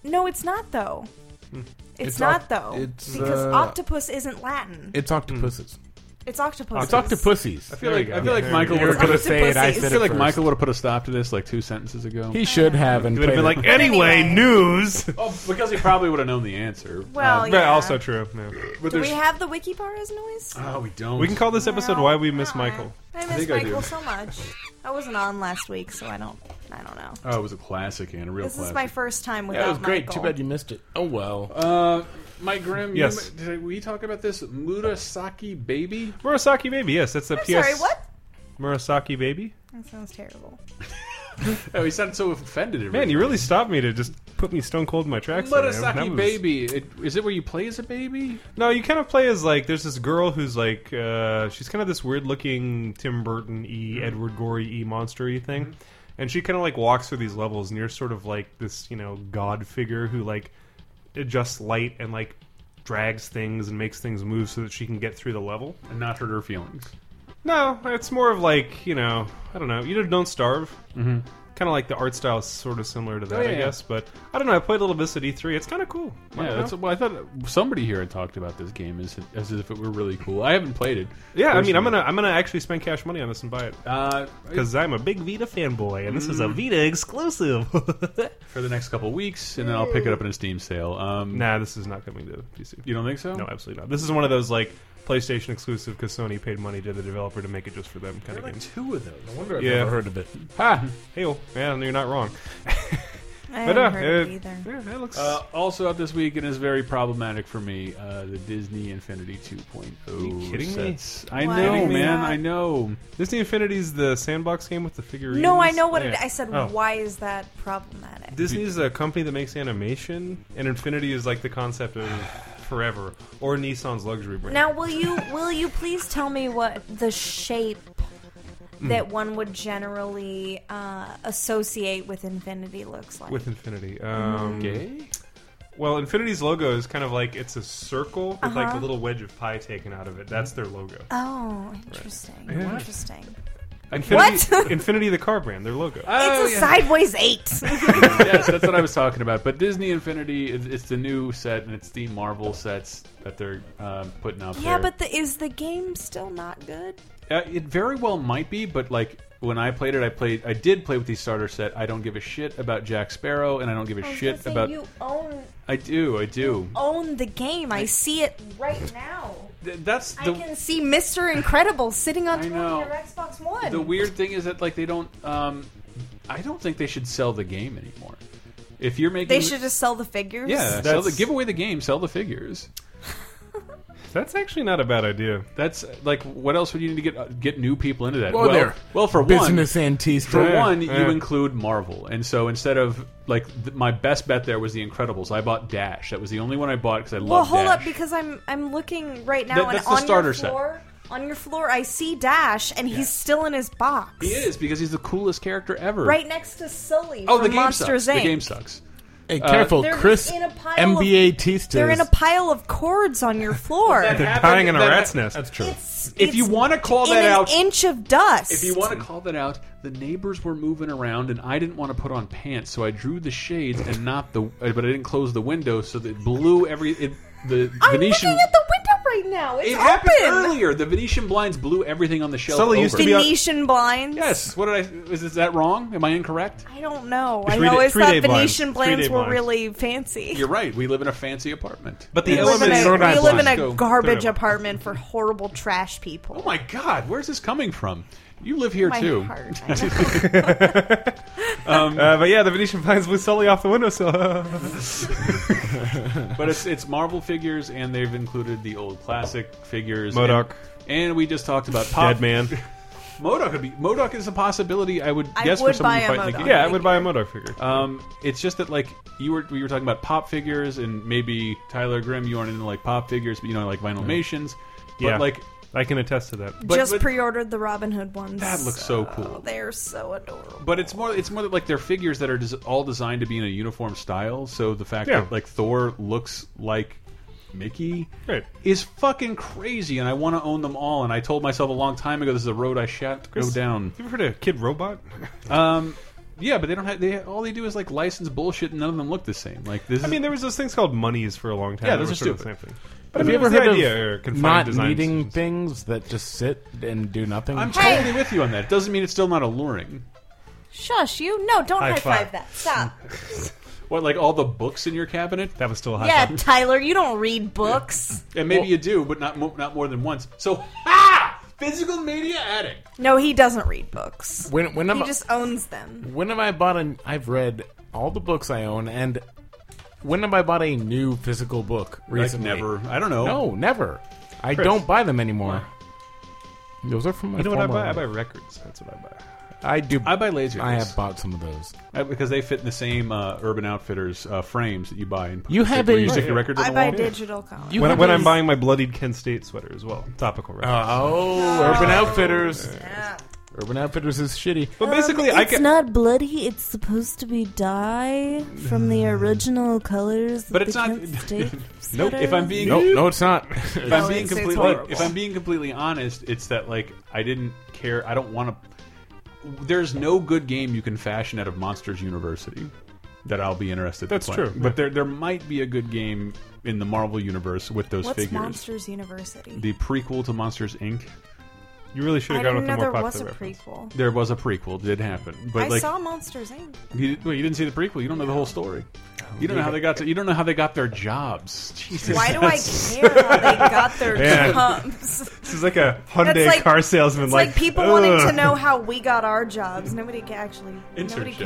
Speaker 4: No, it's not though. It's,
Speaker 5: It's
Speaker 4: not
Speaker 5: oc-
Speaker 4: though.
Speaker 5: it's,
Speaker 4: because
Speaker 5: uh,
Speaker 4: octopus isn't Latin.
Speaker 5: It's octopuses.
Speaker 4: It's octopus.
Speaker 5: It's octopussies.
Speaker 1: I feel
Speaker 3: There
Speaker 1: like
Speaker 3: you
Speaker 1: I
Speaker 3: go.
Speaker 1: feel like
Speaker 3: There
Speaker 1: Michael
Speaker 3: you
Speaker 5: You were
Speaker 1: would
Speaker 5: going
Speaker 1: have
Speaker 5: to
Speaker 1: put a,
Speaker 5: say it. I
Speaker 4: Octopussies.
Speaker 5: said
Speaker 1: I
Speaker 5: it
Speaker 1: feel like
Speaker 5: first.
Speaker 1: Michael would have put a stop to this like two sentences ago.
Speaker 5: He should have and
Speaker 3: It would have
Speaker 5: played
Speaker 3: been like
Speaker 5: it.
Speaker 3: anyway, <laughs>
Speaker 4: Anyway.
Speaker 3: news.
Speaker 1: oh, because he probably would have known the answer. Uh,
Speaker 4: Well,
Speaker 3: But
Speaker 4: yeah.
Speaker 3: also true. yeah.
Speaker 1: but
Speaker 4: Do
Speaker 1: there's
Speaker 4: we have the wiki bar as noise?
Speaker 1: oh, we don't.
Speaker 3: We can call this episode
Speaker 4: No.
Speaker 3: "Why We Miss
Speaker 4: Uh-uh.
Speaker 3: Michael."
Speaker 4: I miss
Speaker 1: think I do.
Speaker 4: Michael so much. I wasn't on last week, so I don't. I don't know.
Speaker 1: Oh, it was a classic and a real
Speaker 4: This
Speaker 1: classic.
Speaker 4: is my first time without
Speaker 5: That was great. Too
Speaker 4: Michael.
Speaker 5: bad you missed it. Oh well.
Speaker 1: Uh, Mike Grimm, you
Speaker 3: Yes.
Speaker 1: m- did we talk about this Murasaki baby?
Speaker 3: Murasaki Baby. Yes, that's the
Speaker 4: I'm
Speaker 3: PS.
Speaker 4: sorry. What?
Speaker 3: Murasaki Baby.
Speaker 4: That sounds terrible.
Speaker 1: Oh, he sounded so offended. at
Speaker 3: Man,
Speaker 1: me.
Speaker 3: you really stopped me to just put me stone cold in my tracks. there, man. That
Speaker 1: Murasaki
Speaker 3: was-
Speaker 1: baby. It, is it where you play as a baby?
Speaker 3: No, you kind of play as like there's this girl who's like uh, she's kind of this weird looking Tim Burton
Speaker 1: Mm-hmm.
Speaker 3: e Edward Gorey e monstery thing, and she kind of like walks through these levels and you're sort of like this you know god figure who like adjusts light and like drags things and makes things move so that she can get through the level.
Speaker 1: And not hurt her feelings.
Speaker 3: No, it's more of like you know I don't know you know don't starve. Mm-hmm. Kind of like the art style is sort of similar to that,
Speaker 1: Oh, yeah,
Speaker 3: I
Speaker 1: yeah.
Speaker 3: guess. But I don't know. I played a little bit at E3. It's kind of cool. I
Speaker 1: Yeah,
Speaker 3: don't
Speaker 1: that's,
Speaker 3: know.
Speaker 1: well, I thought somebody here had talked about this game as, as if it were really cool. I haven't played it.
Speaker 3: yeah. I mean,
Speaker 1: personally.
Speaker 3: I'm gonna I'm gonna actually spend cash money on this and buy it.
Speaker 1: Uh,
Speaker 3: Because I'm a big Vita fanboy, and this is a Vita exclusive. <laughs>
Speaker 1: for the next couple weeks, and then I'll pick it up in a Steam sale. Um,
Speaker 3: nah, this is not coming to PC.
Speaker 1: You don't think so?
Speaker 3: No, absolutely not. This is one of those like PlayStation exclusive because Sony paid money to the developer to make it just for them kind of games.
Speaker 1: two of those. I wonder.
Speaker 3: Yeah.
Speaker 5: Never heard of it.
Speaker 3: <laughs>
Speaker 1: Ha!
Speaker 3: Hey, well, yeah, you're not wrong.
Speaker 4: I
Speaker 3: But
Speaker 4: haven't
Speaker 3: uh,
Speaker 4: heard of
Speaker 3: it-
Speaker 4: it either.
Speaker 3: yeah, it looks.
Speaker 1: Uh, also out this week and is very problematic for me. Uh, the Disney Infinity 2.0.
Speaker 3: Are you kidding me?
Speaker 1: sets. I
Speaker 4: Why
Speaker 1: know,
Speaker 4: is
Speaker 1: man.
Speaker 4: that?
Speaker 1: I know.
Speaker 3: Disney Infinity's the sandbox game with the figurines.
Speaker 4: No, I know what
Speaker 3: Yeah.
Speaker 4: it. I said.
Speaker 3: Oh.
Speaker 4: Why is that problematic?
Speaker 3: Disney's a company that makes animation, and Infinity is like the concept of forever or Nissan's luxury brand.
Speaker 4: Now, will you will you please tell me what the shape that one would generally uh, associate with infinity looks like?
Speaker 3: with Infinity,
Speaker 4: Mm-hmm.
Speaker 3: um,
Speaker 1: Okay.
Speaker 3: Well, Infinity's logo is kind of like it's a circle with like
Speaker 4: Uh-huh.
Speaker 3: a little wedge of pie taken out of it. That's their logo.
Speaker 4: oh, interesting. Interesting.
Speaker 3: Infinity,
Speaker 4: What?
Speaker 3: Infinity, the car brand, their logo.
Speaker 1: Oh,
Speaker 4: it's a sideways eight.
Speaker 1: <laughs> yes, that's what I was talking about. But Disney Infinity, it's, it's the new set, and it's the Marvel sets that they're um, putting out
Speaker 4: yeah,
Speaker 1: there.
Speaker 4: but the, is the game still not good?
Speaker 1: Uh, it very well might be, but like when I played it, I played, I did play with the starter set. I don't give a shit about Jack Sparrow, and I don't give a
Speaker 4: I was gonna
Speaker 1: shit
Speaker 4: say,
Speaker 1: about.
Speaker 4: you own
Speaker 1: I do, I do.
Speaker 4: own the game. I see it right now.
Speaker 1: Th- That's
Speaker 4: I
Speaker 1: the
Speaker 4: can see Mr. Incredible sitting on
Speaker 1: I
Speaker 4: top
Speaker 1: know.
Speaker 4: of your Xbox One.
Speaker 1: the weird thing is that like they don't. Um, I don't think they should sell the game anymore. If you're making,
Speaker 4: they should just sell the figures.
Speaker 1: yeah, sell
Speaker 3: That's-
Speaker 1: the, give away the game, sell the figures.
Speaker 3: That's actually not a bad idea.
Speaker 1: That's like what else would you need to get uh, get new people into that?
Speaker 5: Whoa there.
Speaker 1: well for one,
Speaker 5: Business antiques.
Speaker 1: For
Speaker 3: Yeah,
Speaker 1: one,
Speaker 3: yeah.
Speaker 1: you include Marvel, and so instead of like th- my best bet there was The Incredibles. I bought Dash. That was the only one I bought because I
Speaker 4: Well,
Speaker 1: love.
Speaker 4: hold
Speaker 1: Dash.
Speaker 4: up, because I'm I'm looking right now,
Speaker 1: That-
Speaker 4: and
Speaker 1: that's the
Speaker 4: on
Speaker 1: starter
Speaker 4: your
Speaker 1: set.
Speaker 4: floor, on your floor, I see Dash, and he's still in his box.
Speaker 1: he is because he's the coolest character ever.
Speaker 4: right next to Sully.
Speaker 1: Oh, the
Speaker 4: from
Speaker 1: game
Speaker 4: Monsters
Speaker 1: sucks.
Speaker 4: Inc.
Speaker 1: The game sucks.
Speaker 5: Hey, careful,
Speaker 4: They're
Speaker 5: Chris.
Speaker 4: in a pile of-
Speaker 5: MBA Tistas.
Speaker 4: They're in a pile of cords on your floor.
Speaker 1: They're
Speaker 3: Tying in a rat's nest. That's true.
Speaker 4: It's-
Speaker 1: If you
Speaker 4: it's
Speaker 1: want to call
Speaker 4: in
Speaker 1: that
Speaker 4: an
Speaker 1: out,
Speaker 4: inch of dust.
Speaker 1: if you want to call that out, the neighbors were moving around, and I didn't want to put on pants, so I drew the shades and not the, uh, but I didn't close the window, so that it blew every it, the
Speaker 4: I'm
Speaker 1: Venetian.
Speaker 4: looking at the window right right now. It's
Speaker 1: It happened
Speaker 4: open.
Speaker 1: earlier. The Venetian blinds blew everything on the shelf.
Speaker 3: Sully
Speaker 1: over.
Speaker 3: used to be-
Speaker 4: Venetian blinds.
Speaker 1: Yes. What did I? Is, is that wrong? Am I incorrect?
Speaker 4: I don't know. I
Speaker 3: Three-day-
Speaker 4: always thought
Speaker 3: three-day blinds. Three-day
Speaker 4: Venetian blinds were
Speaker 3: blinds.
Speaker 4: really fancy.
Speaker 1: You're right. We live in a fancy apartment.
Speaker 3: But the
Speaker 1: And
Speaker 4: we live in
Speaker 3: elements
Speaker 4: a,
Speaker 1: it's-
Speaker 3: Rhode
Speaker 4: we live in
Speaker 1: Go-
Speaker 4: a garbage
Speaker 3: Third.
Speaker 4: apartment for horrible trash people.
Speaker 1: Oh my God! Where's this coming from? You live here
Speaker 4: My
Speaker 1: too.
Speaker 4: heart. I know.
Speaker 3: Uh, but yeah, the Venetian <laughs> finds Blue Sully off the <laughs> uh, windowsill.
Speaker 1: But it's it's Marvel figures, and they've included the old classic figures.
Speaker 3: MODOK.
Speaker 1: And, and we just talked about pop.
Speaker 3: Dead man.
Speaker 1: Modok would be Modok is a possibility. I would
Speaker 4: I
Speaker 1: guess for
Speaker 4: would
Speaker 1: someone who
Speaker 4: buy a
Speaker 1: fight in the
Speaker 4: MODOK.
Speaker 1: game.
Speaker 3: Yeah, I would buy a Modok figure.
Speaker 1: Um, it's just that like you were we were talking about pop figures and maybe Tyler Grimm. You aren't into like pop figures, but you know like Vinylmations. But
Speaker 3: yeah,
Speaker 1: like
Speaker 3: I can attest to that.
Speaker 1: but-
Speaker 4: Just
Speaker 1: but-
Speaker 4: pre-ordered the Robin Hood ones.
Speaker 1: That looks so cool.
Speaker 4: They're so adorable.
Speaker 1: But it's more it's more that like they're figures that are des all designed to be in a uniform style. So the fact
Speaker 3: Yeah.
Speaker 1: that like Thor looks like Mickey
Speaker 3: Right.
Speaker 1: is fucking crazy, and I want to own them all. And I told myself a long time ago this is a road I shan't go down.
Speaker 3: You ever heard of Kid Robot?
Speaker 1: Yeah, but they don't have they all they do is like license bullshit, and none of them look the same. Like this.
Speaker 3: I
Speaker 1: is-
Speaker 3: mean, there was those things called monies for a long time.
Speaker 1: Yeah,
Speaker 3: that
Speaker 1: those
Speaker 3: were
Speaker 1: are
Speaker 3: sort of the
Speaker 1: stupid.
Speaker 3: same thing. But
Speaker 5: Have
Speaker 3: I
Speaker 5: you
Speaker 3: mean,
Speaker 5: ever
Speaker 3: it was
Speaker 5: heard
Speaker 3: the
Speaker 5: of
Speaker 3: idea, or confined
Speaker 5: not
Speaker 3: design
Speaker 5: needing
Speaker 3: decisions.
Speaker 5: things that just sit and do nothing?
Speaker 1: I'm
Speaker 4: Hey!
Speaker 1: totally with you on that. It doesn't mean it's still not alluring.
Speaker 4: Shush, you! No, don't
Speaker 3: High
Speaker 4: high, five.
Speaker 3: five.
Speaker 4: that. Stop.
Speaker 1: What like all the books in your cabinet?
Speaker 3: That was still a high
Speaker 4: yeah,
Speaker 3: five.
Speaker 4: Tyler, you don't read books.
Speaker 1: And maybe you do, but not mo not more than once. So <laughs> ah, physical media addict.
Speaker 4: No, he doesn't read books.
Speaker 5: when when I'm
Speaker 4: he just owns them.
Speaker 5: when have I bought an? I've read all the books I own, and when have I bought a new physical book
Speaker 1: Like
Speaker 5: recently?
Speaker 1: never. I don't know.
Speaker 5: No, never. I don't buy them anymore. Those are from my
Speaker 3: You know what I
Speaker 5: former
Speaker 3: buy? I buy
Speaker 5: life.
Speaker 3: records. That's what I buy.
Speaker 5: I do.
Speaker 1: I buy laser.
Speaker 5: I have bought some of those.
Speaker 1: Uh, because they fit in the same uh, Urban Outfitters uh, frames that you buy. And
Speaker 5: You have
Speaker 1: where
Speaker 5: a-
Speaker 1: you stick your records on
Speaker 4: I
Speaker 1: the
Speaker 4: buy
Speaker 1: wall.
Speaker 4: digital comics.
Speaker 5: You
Speaker 3: When,
Speaker 5: have
Speaker 3: when
Speaker 5: a-
Speaker 3: I'm buying my bloodied Kent State sweater as well. Topical reference.
Speaker 5: Oh, Urban Outfitters. Urban Outfitters is shitty.
Speaker 3: but basically, I can.
Speaker 9: not bloody. It's supposed to be dye from
Speaker 1: <sighs>
Speaker 9: the original colors.
Speaker 1: But it's not. <laughs> nope. If I'm being
Speaker 5: No, no, it's not.
Speaker 1: if I'm
Speaker 4: No,
Speaker 1: being
Speaker 4: it's- it's
Speaker 1: completely
Speaker 4: horrible.
Speaker 1: if I'm being completely honest, it's that like I didn't care. I don't want to. There's no good game you can fashion out of Monsters University that I'll be interested.
Speaker 3: That's
Speaker 1: in playing.
Speaker 3: true, yeah.
Speaker 1: But there there might be a good game in the Marvel universe with those
Speaker 4: What's
Speaker 1: figures.
Speaker 4: Monsters University?
Speaker 1: The prequel to Monsters Inc. Oh.
Speaker 3: You really should
Speaker 4: I
Speaker 3: have gone
Speaker 4: didn't
Speaker 3: with the
Speaker 4: know
Speaker 3: more
Speaker 4: there was a
Speaker 3: popular reference.
Speaker 4: prequel.
Speaker 1: There was a prequel. Did happen, but
Speaker 4: I
Speaker 1: like
Speaker 4: saw Monsters Inc.
Speaker 1: You, well, you didn't see the prequel. You don't know the whole story. You don't know how they got. To, you don't know how they got their jobs. Oh, <laughs> Jesus.
Speaker 4: Why do I care how they got their
Speaker 3: Yeah.
Speaker 4: jobs? <laughs>
Speaker 3: This is like a Hyundai
Speaker 4: like-
Speaker 3: car salesman.
Speaker 4: It's
Speaker 3: like,
Speaker 4: like, people
Speaker 3: "Ugh."
Speaker 4: wanting to know how we got our jobs. Nobody ca- actually. Nobody
Speaker 1: Internships.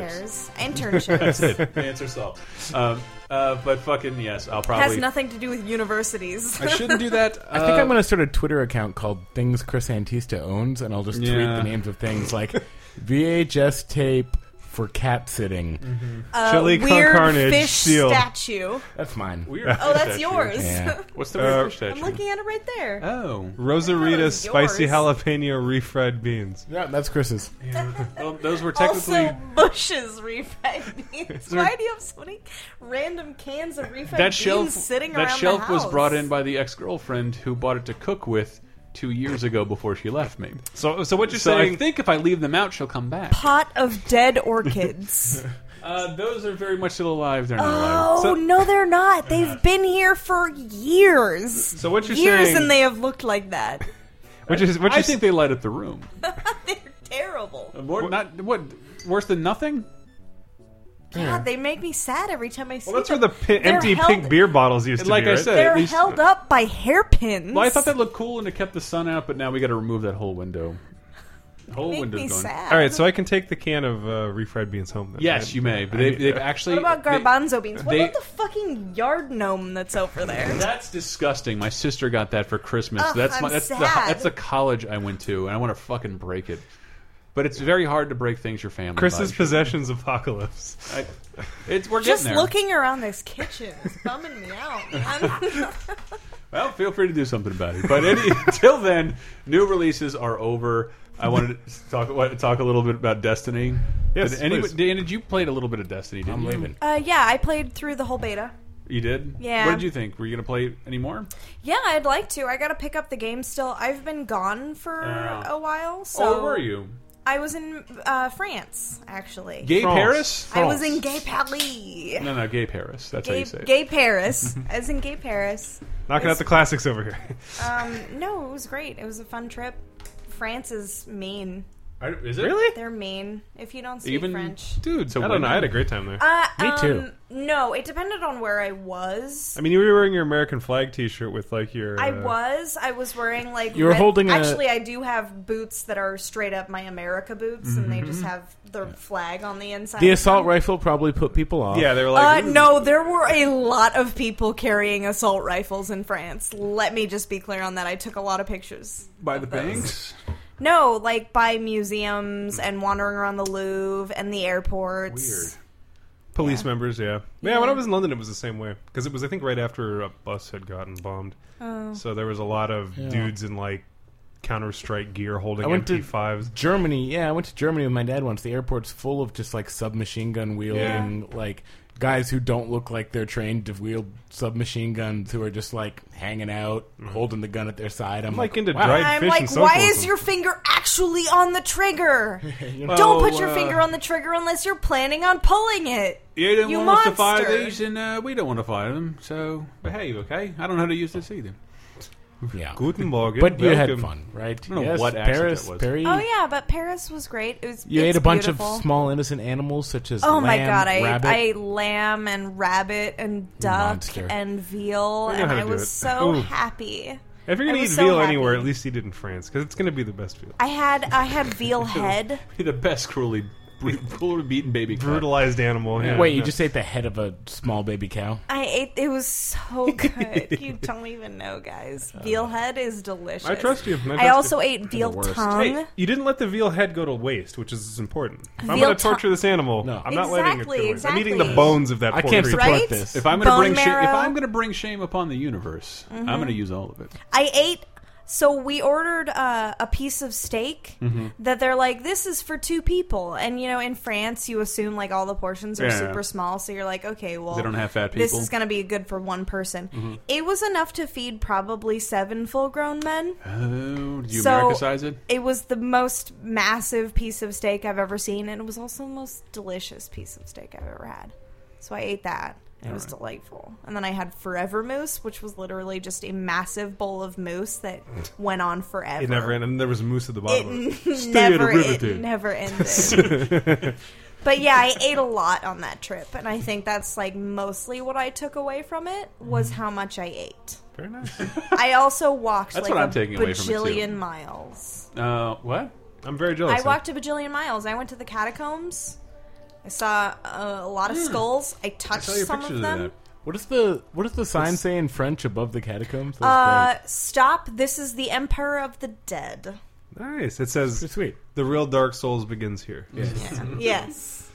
Speaker 1: <laughs>
Speaker 4: cares. Internships
Speaker 1: Answer solved. Um, uh, but fucking yes, I'll
Speaker 4: has
Speaker 1: probably.
Speaker 4: nothing to do with universities.
Speaker 1: <laughs> I shouldn't do that. Uh,
Speaker 5: I think I'm going to start a Twitter account called Things Chris Antista Owns, and I'll just tweet
Speaker 1: Yeah.
Speaker 5: the names of things like VHS tape for cat sitting.
Speaker 4: Uh,
Speaker 3: Chili con
Speaker 4: weird
Speaker 3: carnage
Speaker 4: fish
Speaker 3: sealed.
Speaker 4: statue.
Speaker 5: That's mine.
Speaker 1: Weird
Speaker 4: Oh, that's
Speaker 1: statue.
Speaker 4: yours.
Speaker 5: Yeah.
Speaker 1: What's the weird fish
Speaker 4: <laughs> I'm
Speaker 1: statue?
Speaker 4: looking at it right there.
Speaker 1: Oh,
Speaker 3: Rosarita
Speaker 4: was yours.
Speaker 3: spicy jalapeno refried beans.
Speaker 5: Yeah, that's Chris's.
Speaker 1: well, those were technically.
Speaker 4: Also, bushes refried
Speaker 1: <laughs>
Speaker 4: beans. <laughs> Why do you have so many random cans of refried
Speaker 1: that
Speaker 4: beans
Speaker 1: shelf.
Speaker 4: sitting around
Speaker 1: that shelf
Speaker 4: the
Speaker 1: was
Speaker 4: house?
Speaker 1: brought in by the ex-girlfriend who bought it to cook with two years ago before she left me.
Speaker 3: So, so what you're
Speaker 1: So I
Speaker 3: saying?
Speaker 1: think if I leave them out, she'll come back.
Speaker 4: pot of dead
Speaker 1: <laughs>
Speaker 4: orchids.
Speaker 1: Uh, those are very much still alive. They're not alive.
Speaker 4: oh
Speaker 3: So-
Speaker 4: no, they're
Speaker 1: Uh-huh.
Speaker 4: not. They've been here for years.
Speaker 3: So what you're
Speaker 4: years,
Speaker 3: saying?
Speaker 4: and they have looked like that. <laughs>
Speaker 3: what you're, what
Speaker 1: I
Speaker 3: you're,
Speaker 1: think they light up the room.
Speaker 4: they're terrible.
Speaker 1: More, not what worse than nothing.
Speaker 4: God, they make me sad every time I see
Speaker 3: well, that's where
Speaker 4: them.
Speaker 3: the pi-
Speaker 4: They're
Speaker 3: empty
Speaker 4: held-
Speaker 3: pink beer bottles used to
Speaker 1: Like
Speaker 3: be.
Speaker 1: I
Speaker 3: right?
Speaker 1: said,
Speaker 4: They're
Speaker 1: at least- uh,
Speaker 4: held up by hairpins.
Speaker 1: Well, I thought that looked cool and it kept the sun out, but now we got to remove that whole window. Whole
Speaker 4: make
Speaker 1: window's
Speaker 4: me
Speaker 1: gone.
Speaker 4: sad.
Speaker 3: All right, so I can take the can of uh, refried beans home. Then,
Speaker 1: Yes,
Speaker 3: right?
Speaker 1: you may, but
Speaker 3: I
Speaker 1: they,
Speaker 3: need-
Speaker 1: they've
Speaker 3: <laughs>
Speaker 1: actually.
Speaker 4: What about
Speaker 1: they-
Speaker 4: garbanzo beans? What
Speaker 1: they-
Speaker 4: about the fucking yard gnome that's over there?
Speaker 1: That's disgusting. My sister got that for Christmas.
Speaker 4: Ugh,
Speaker 1: that's my,
Speaker 4: I'm
Speaker 1: that's the
Speaker 4: sad.
Speaker 1: that's the college I went to, and I want to fucking break it. But it's very hard to break things your family.
Speaker 3: Chris's
Speaker 1: buys.
Speaker 3: possessions <laughs> apocalypse.
Speaker 1: I, it's we're
Speaker 4: Just
Speaker 1: getting there.
Speaker 4: looking around this kitchen is bumming me out.
Speaker 1: <laughs>
Speaker 4: I'm-
Speaker 1: Well, feel free to do something about it. But any, <laughs> until then, new releases are over. I wanted to talk what- talk a little bit about Destiny.
Speaker 3: Yes,
Speaker 1: did, anybody,
Speaker 3: please.
Speaker 1: Dan, did you played a little bit of Destiny? Didn't I'm leaving.
Speaker 4: uh, yeah, I played through the whole beta.
Speaker 1: You, did.
Speaker 4: Yeah.
Speaker 1: What did you think? Were you gonna play any more?
Speaker 4: Yeah, I'd like to. I gotta pick up the game still. I've been gone for
Speaker 1: Yeah.
Speaker 4: a while, so
Speaker 1: or were you?
Speaker 4: I was in uh, France actually.
Speaker 1: Gay
Speaker 3: France.
Speaker 1: Paris?
Speaker 4: I was in Gay Paris.
Speaker 1: No, no, Gay Paris. That's how
Speaker 4: Gay,
Speaker 1: you say it.
Speaker 4: gay Paris. I was in Gay Paris.
Speaker 3: Knocking out the classics over <laughs> here.
Speaker 4: Um, no, it was great. It was a fun trip. France is mean.
Speaker 1: I, is it
Speaker 3: really?
Speaker 4: They're mean if you don't speak
Speaker 1: even
Speaker 4: French.
Speaker 1: dude? So
Speaker 3: I don't know. I had a great time there.
Speaker 4: Uh,
Speaker 5: Me too.
Speaker 4: um, No, it depended on where I was.
Speaker 3: I mean, you were wearing your American flag T-shirt with like your.
Speaker 4: I
Speaker 3: uh,
Speaker 4: was. I was wearing like.
Speaker 5: You were holding a-
Speaker 4: Actually, I do have boots that are straight up my America boots, and they just have the flag on the inside.
Speaker 5: The
Speaker 4: of
Speaker 5: assault
Speaker 4: them.
Speaker 5: rifle probably put people off.
Speaker 3: Yeah, they were
Speaker 4: Uh,
Speaker 3: like. "Ooh."
Speaker 4: no, there were a lot of people carrying assault rifles in France. Let me just be clear on that. I took a lot of pictures.
Speaker 1: by the
Speaker 3: <laughs>
Speaker 1: banks.
Speaker 4: No, like by museums and wandering around the Louvre and the airports.
Speaker 1: Weird.
Speaker 3: Police members, yeah. yeah. when I was in London, it was the same way. Because it was, I think, right after a bus had gotten bombed. Oh. So there was a lot of dudes in, like, Counter Strike gear holding
Speaker 5: I went to-
Speaker 3: MP5s.
Speaker 5: Germany, yeah, I went to Germany with my dad once. The airport's full of just like submachine gun wielding, like guys who don't look like they're trained to wield submachine guns who are just like hanging out,
Speaker 1: Mm-hmm.
Speaker 5: holding the gun at their side. I'm
Speaker 3: Like
Speaker 5: like,
Speaker 3: into
Speaker 5: wow.
Speaker 3: dried
Speaker 4: I'm
Speaker 3: fish
Speaker 4: like,
Speaker 3: and so
Speaker 4: why
Speaker 3: forth.
Speaker 4: is your finger actually on the trigger? <laughs> Don't put your
Speaker 1: uh,
Speaker 4: finger on the trigger unless you're planning on pulling it.
Speaker 1: You didn't
Speaker 4: You
Speaker 1: want us to fire
Speaker 4: monster.
Speaker 1: these, and uh, we don't want to fire them. So behave, okay? I don't know how to use this either.
Speaker 5: yeah.
Speaker 3: Guten Morgen.
Speaker 5: But you had
Speaker 3: welcome.
Speaker 5: fun, right?
Speaker 1: don't know what accent
Speaker 5: Paris,
Speaker 1: that was.
Speaker 5: Paris.
Speaker 4: Oh yeah, but Paris was great. It was.
Speaker 5: You
Speaker 4: it's
Speaker 5: ate a bunch
Speaker 4: beautiful.
Speaker 5: of small innocent animals such as
Speaker 4: Oh my
Speaker 5: lamb,
Speaker 4: god, I
Speaker 5: rabbit.
Speaker 4: ate, I ate lamb and rabbit and duck
Speaker 5: monster.
Speaker 4: and veal,
Speaker 3: I know
Speaker 4: and
Speaker 3: how to
Speaker 4: I
Speaker 3: do
Speaker 4: was
Speaker 3: it.
Speaker 4: so
Speaker 3: Ooh.
Speaker 4: happy.
Speaker 3: If you're going
Speaker 4: I
Speaker 3: to eat
Speaker 4: was so
Speaker 3: veal anywhere,
Speaker 4: happy.
Speaker 3: at least eat it in France. Because it's going to be the best veal.
Speaker 4: I had
Speaker 3: <laughs>
Speaker 4: I had veal head.
Speaker 1: the best cruelly, <laughs> cruelly beaten baby. cut.
Speaker 3: Brutalized animal. Yeah.
Speaker 5: Wait, you
Speaker 3: Yeah.
Speaker 5: just ate the head of a small baby cow?
Speaker 4: I ate it
Speaker 3: <laughs>
Speaker 4: was so good. you don't even know, guys. Veal head is delicious.
Speaker 3: Uh, I trust you. I, trust
Speaker 4: I
Speaker 3: you.
Speaker 4: also ate veal
Speaker 5: worst.
Speaker 3: <laughs>
Speaker 4: tongue.
Speaker 3: Hey, you didn't let the veal head go to waste, which is important. If I'm
Speaker 4: Veal
Speaker 3: going to
Speaker 4: to-
Speaker 3: torture this animal.
Speaker 5: No.
Speaker 3: I'm not letting it go to waste.
Speaker 4: Exactly,
Speaker 3: I'm eating the
Speaker 4: exactly.
Speaker 3: bones of that
Speaker 5: I
Speaker 3: poor
Speaker 5: can't
Speaker 3: creature.
Speaker 5: support
Speaker 4: Right?
Speaker 5: this.
Speaker 1: If I'm gonna
Speaker 4: Bone
Speaker 1: bring shame, if
Speaker 4: marrow. Mm-hmm.
Speaker 1: I'm gonna bring shame upon the universe, I'm gonna use all of it.
Speaker 4: I ate. So we ordered uh, a piece of steak
Speaker 3: Mm-hmm.
Speaker 4: that they're like, this is for two people, and you know, in France, you assume like all the portions are
Speaker 1: Yeah.
Speaker 4: super small, so you're like, okay, well,
Speaker 1: They don't have fat
Speaker 4: This
Speaker 1: people.
Speaker 4: is going to be good for one person.
Speaker 3: Mm-hmm.
Speaker 4: It was enough to feed probably seven full-grown men.
Speaker 1: Oh, do you
Speaker 4: So-
Speaker 1: Americanize it?
Speaker 4: It was the most massive piece of steak I've ever seen, and it was also the most delicious piece of steak I've ever had. So I ate that. and It was delightful. And then I had Forever Moose, which was literally just a massive bowl of moose
Speaker 3: <laughs>
Speaker 4: that went on forever.
Speaker 3: It never ended. And there was a moose at the bottom. of it.
Speaker 4: <laughs>
Speaker 1: <laughs>
Speaker 4: It
Speaker 1: at a
Speaker 4: never,
Speaker 1: river,
Speaker 4: it
Speaker 1: dude. <laughs>
Speaker 4: never ended. but yeah, I ate a lot on that trip, and I think that's like mostly what I took away from it was
Speaker 1: Mm-hmm.
Speaker 4: how much I ate.
Speaker 3: Very nice.
Speaker 4: I also walked
Speaker 1: That's
Speaker 4: like
Speaker 1: what
Speaker 4: a
Speaker 1: I'm taking away from it, too. Oh,
Speaker 4: bajillion miles.
Speaker 1: Uh, what?
Speaker 3: I'm very
Speaker 4: I
Speaker 3: jealous.
Speaker 4: walked a bajillion miles. I went to the catacombs. I saw uh, a lot of skulls. I touched
Speaker 1: Show Hmm. your
Speaker 4: some
Speaker 1: pictures of
Speaker 4: of them.
Speaker 1: that.
Speaker 5: What does the what does the sign say in French above the catacombs? That was
Speaker 4: Uh, stop! This is the Emperor of the Dead.
Speaker 3: Nice. It
Speaker 5: great.
Speaker 3: says
Speaker 5: sweet.
Speaker 3: the real Dark Souls begins here.
Speaker 4: <laughs> yes.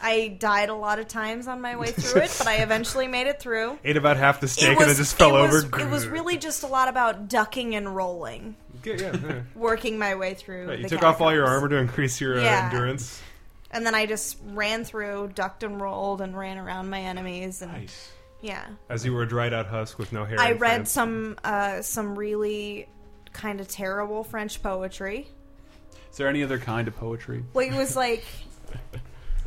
Speaker 4: I died a lot of times on
Speaker 3: <laughs>
Speaker 4: my way through it, but I eventually made it through.
Speaker 3: Ate about half the steak and it just fell
Speaker 4: it was-
Speaker 3: over.
Speaker 4: it was really just a lot about ducking and rolling,
Speaker 3: Yeah, yeah,
Speaker 4: <laughs>
Speaker 3: yeah.
Speaker 4: working my way through.
Speaker 3: Right, you
Speaker 4: the
Speaker 3: took off all your
Speaker 4: catacombs.
Speaker 3: armor to increase your uh,
Speaker 4: Yeah.
Speaker 3: endurance.
Speaker 4: and then I just ran through, ducked and rolled, and ran around my enemies. And
Speaker 1: Nice.
Speaker 4: yeah,
Speaker 3: As you were a dried out husk with no hair.
Speaker 4: I
Speaker 3: in
Speaker 4: read
Speaker 3: France.
Speaker 4: some uh, some really kind of terrible French poetry.
Speaker 1: Is there any other kind of poetry?
Speaker 4: Like it was like,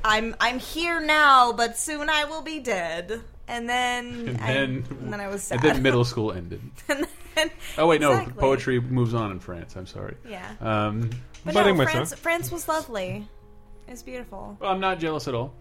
Speaker 4: I'm I'm here now, but soon I will be dead. And then
Speaker 1: And
Speaker 4: I,
Speaker 1: then,
Speaker 4: and then I was sad.
Speaker 1: And then middle school ended.
Speaker 4: <laughs> And then-
Speaker 1: Oh wait, no.
Speaker 4: Exactly.
Speaker 1: Poetry moves on in France. I'm sorry.
Speaker 4: Yeah,
Speaker 1: Um,
Speaker 4: but
Speaker 3: letting
Speaker 4: no,
Speaker 3: my
Speaker 4: France,
Speaker 3: son-
Speaker 4: France was lovely. It was beautiful.
Speaker 1: well, I'm not jealous at all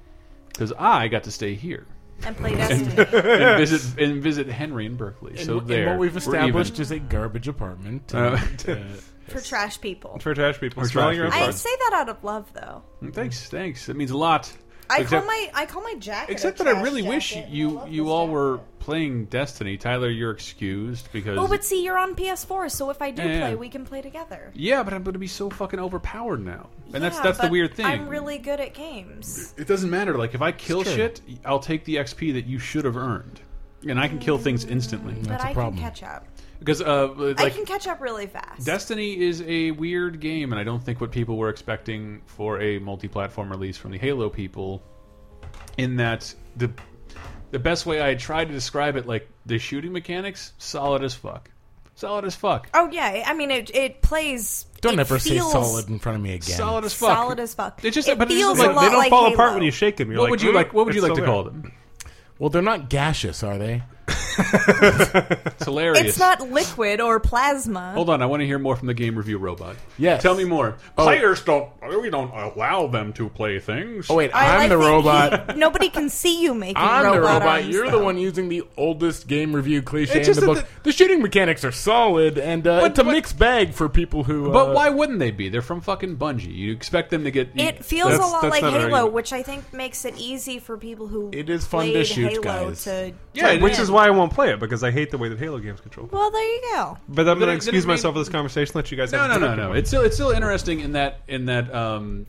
Speaker 1: because I got to stay here
Speaker 4: And
Speaker 1: <laughs>
Speaker 4: play Destiny.
Speaker 1: and visit and visit Henry in Berkeley. so
Speaker 5: and,
Speaker 1: there,
Speaker 5: what we've
Speaker 1: we're
Speaker 5: established
Speaker 1: even.
Speaker 5: is a garbage apartment.
Speaker 1: Uh,
Speaker 5: <laughs>
Speaker 1: <laughs>
Speaker 4: for trash people.
Speaker 3: for trash people.
Speaker 1: For trash
Speaker 3: smelling your own
Speaker 1: people.
Speaker 4: I
Speaker 3: farts.
Speaker 4: say that out of love, though.
Speaker 1: thanks, thanks. That means a lot.
Speaker 4: I
Speaker 1: Except-
Speaker 4: call my I call my jacket.
Speaker 1: Except
Speaker 4: a
Speaker 1: that I
Speaker 4: trash
Speaker 1: really wish
Speaker 4: jacket.
Speaker 1: you you all were playing Destiny. Tyler, you're excused because.
Speaker 4: Oh, but see, you're on PS4, so if I do
Speaker 1: Yeah, yeah.
Speaker 4: play, we can play together.
Speaker 1: yeah, but I'm going to be so fucking overpowered now, and that's
Speaker 4: Yeah,
Speaker 1: that's the
Speaker 4: but
Speaker 1: weird thing.
Speaker 4: I'm really good at games.
Speaker 1: It doesn't matter. Like if I kill
Speaker 5: true.
Speaker 1: shit, I'll take the XP that you should have earned, and I can kill things instantly
Speaker 5: That's
Speaker 4: but
Speaker 5: a
Speaker 4: I
Speaker 5: problem.
Speaker 4: can catch up.
Speaker 1: because uh,
Speaker 4: I
Speaker 1: like
Speaker 4: can catch up really fast.
Speaker 1: Destiny is a weird game, and I don't think what people were expecting for a multi-platform release from the Halo people. In that the the best way I tried to describe it, like the shooting mechanics, solid as fuck, solid as fuck,
Speaker 4: oh yeah, I mean it. It plays.
Speaker 5: Don't
Speaker 4: it
Speaker 5: ever say
Speaker 4: feels
Speaker 5: solid in front of me again.
Speaker 1: solid as fuck,
Speaker 4: Solid as fuck.
Speaker 1: It's just,
Speaker 4: It
Speaker 1: but it's just
Speaker 4: feels
Speaker 3: They,
Speaker 1: like,
Speaker 4: a lot
Speaker 3: they don't
Speaker 4: like
Speaker 3: fall apart
Speaker 4: Halo.
Speaker 3: when you shake them. You're
Speaker 1: what
Speaker 3: like,
Speaker 1: would
Speaker 3: "Mm,
Speaker 1: you
Speaker 3: "Ooh,
Speaker 1: like? What would
Speaker 3: it's
Speaker 1: you like
Speaker 3: still
Speaker 1: to
Speaker 3: there."
Speaker 1: call them?
Speaker 5: Well, they're not gaseous, are they?
Speaker 1: It's hilarious.
Speaker 4: It's not liquid or plasma.
Speaker 1: Hold on, I want to hear more from the game review robot.
Speaker 5: Yes. Oh.
Speaker 1: Tell me more. Players don't. We don't allow them to play things.
Speaker 5: Oh wait,
Speaker 4: I like
Speaker 5: I'm the
Speaker 4: that
Speaker 5: <laughs> robot.
Speaker 4: he- nobody can see you making
Speaker 5: I'm
Speaker 4: robot
Speaker 5: the robot.
Speaker 4: arms,
Speaker 5: You're
Speaker 4: though.
Speaker 5: the one using the oldest game review cliche
Speaker 1: It's
Speaker 5: in
Speaker 1: just
Speaker 5: the book.
Speaker 1: that
Speaker 5: The, shooting mechanics are solid, and uh,
Speaker 1: But-
Speaker 5: it's a
Speaker 1: but-
Speaker 5: mixed bag for people who.
Speaker 1: But
Speaker 5: uh,
Speaker 1: why wouldn't they be? They're from fucking Bungie. You expect them to get.
Speaker 4: It feels a
Speaker 3: That's-
Speaker 4: lot
Speaker 3: that's
Speaker 4: like
Speaker 3: not an
Speaker 4: Halo,
Speaker 3: argument.
Speaker 4: which I think makes it easy for people who
Speaker 5: It is fun to
Speaker 4: played
Speaker 5: shoot,
Speaker 4: Halo
Speaker 5: guys.
Speaker 4: to
Speaker 1: Yeah,
Speaker 4: to
Speaker 1: it
Speaker 3: Which
Speaker 4: win.
Speaker 3: is why I won't play it because I hate the way that Halo games control.
Speaker 4: Well, there you go.
Speaker 3: But
Speaker 1: Then
Speaker 3: I'm
Speaker 1: it-
Speaker 3: going to
Speaker 1: then it
Speaker 3: excuse
Speaker 1: made-
Speaker 3: myself of this conversation. Let you guys.
Speaker 1: No,
Speaker 3: have
Speaker 1: no,
Speaker 3: a
Speaker 1: no,
Speaker 3: different
Speaker 1: no.
Speaker 3: one.
Speaker 1: It's still it's still interesting in that in that um,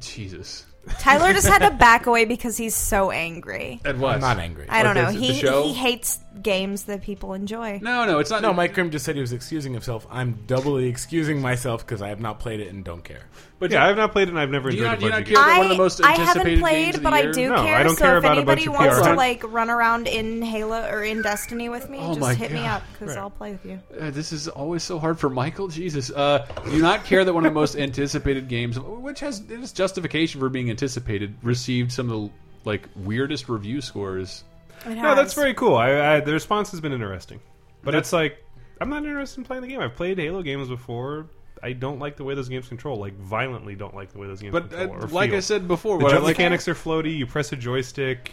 Speaker 1: Jesus.
Speaker 4: Tyler just had to back away because he's so angry.
Speaker 1: At what?
Speaker 5: I'm not angry.
Speaker 4: I don't
Speaker 1: Like
Speaker 4: know.
Speaker 1: the- the
Speaker 4: He
Speaker 1: show?
Speaker 4: he hates games that people enjoy.
Speaker 1: No, no, it's not.
Speaker 5: no, Mike Grimm just said he was excusing himself. I'm doubly excusing myself because I have not played it and don't care.
Speaker 1: But
Speaker 3: yeah, I've not played it and I've never
Speaker 1: Do you
Speaker 3: enjoyed
Speaker 1: not-
Speaker 3: a
Speaker 1: do you not
Speaker 3: Bungie
Speaker 1: care-
Speaker 3: game.
Speaker 1: one of the most
Speaker 4: I haven't
Speaker 1: anticipated games
Speaker 4: played,
Speaker 1: of
Speaker 4: but
Speaker 1: the
Speaker 4: I
Speaker 1: year?
Speaker 4: do
Speaker 3: No, I
Speaker 4: care.
Speaker 3: don't
Speaker 4: so
Speaker 3: care
Speaker 4: if
Speaker 3: about a
Speaker 4: anybody
Speaker 3: bunch of
Speaker 4: wants
Speaker 3: PR.
Speaker 4: to like run around in Halo or in Destiny with me,
Speaker 1: Oh my
Speaker 4: just hit me
Speaker 1: God.
Speaker 4: up because I'll play with you.
Speaker 1: Uh, this is always so hard for Michael. Jesus, uh, do you not care that one of the most anticipated games, which has its justification for being anticipated, received some of the like weirdest review scores.
Speaker 3: No, that's very cool. I, I, the response has been interesting, but it's like I'm not interested in playing the game. I've played Halo games before. I don't like the way those games control. Like violently, don't like the way those games
Speaker 1: But uh,
Speaker 3: control. or
Speaker 1: like I
Speaker 3: feel.
Speaker 1: said before,
Speaker 3: the
Speaker 1: what I
Speaker 3: jump
Speaker 1: like,
Speaker 3: mechanics are floaty. You press a joystick.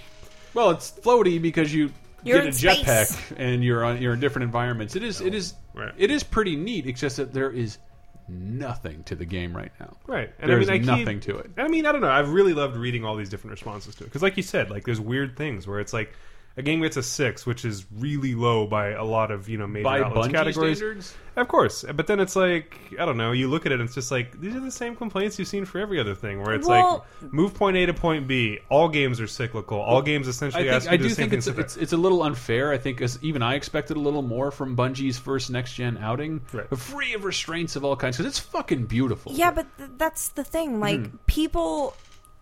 Speaker 1: well, it's floaty because you
Speaker 4: You're
Speaker 1: get a
Speaker 4: in space.
Speaker 1: jetpack and you're on you're in different environments. It is it is
Speaker 3: Right.
Speaker 1: it is pretty neat. It's just that there is nothing to the game right now.
Speaker 3: Right. And
Speaker 1: There's
Speaker 3: I mean, I keep-
Speaker 1: nothing to it.
Speaker 3: I mean, I don't know. I've really loved reading all these different responses to it because, like you said, like there's weird things where it's like a game gets a six, which is really low by a lot of you know major
Speaker 1: By
Speaker 3: outlets
Speaker 1: Bungie
Speaker 3: categories.
Speaker 1: standards?
Speaker 3: Of course, but then it's like I don't know. You look at it, and it's just like these are the same complaints you've seen for every other thing. Where it's
Speaker 4: Well-
Speaker 3: like move point A to point B. All games are cyclical. All games
Speaker 1: I
Speaker 3: essentially
Speaker 1: think
Speaker 3: ask you
Speaker 1: I
Speaker 3: to
Speaker 1: do
Speaker 3: the same
Speaker 1: think it's,
Speaker 3: things.
Speaker 1: it's it's a little unfair. I think as even I expected a little more from Bungie's first next gen outing,
Speaker 3: Right.
Speaker 1: but free of restraints of all kinds because it's fucking beautiful.
Speaker 4: Yeah, but th- that's the
Speaker 1: Mm-hmm.
Speaker 4: thing. Like people,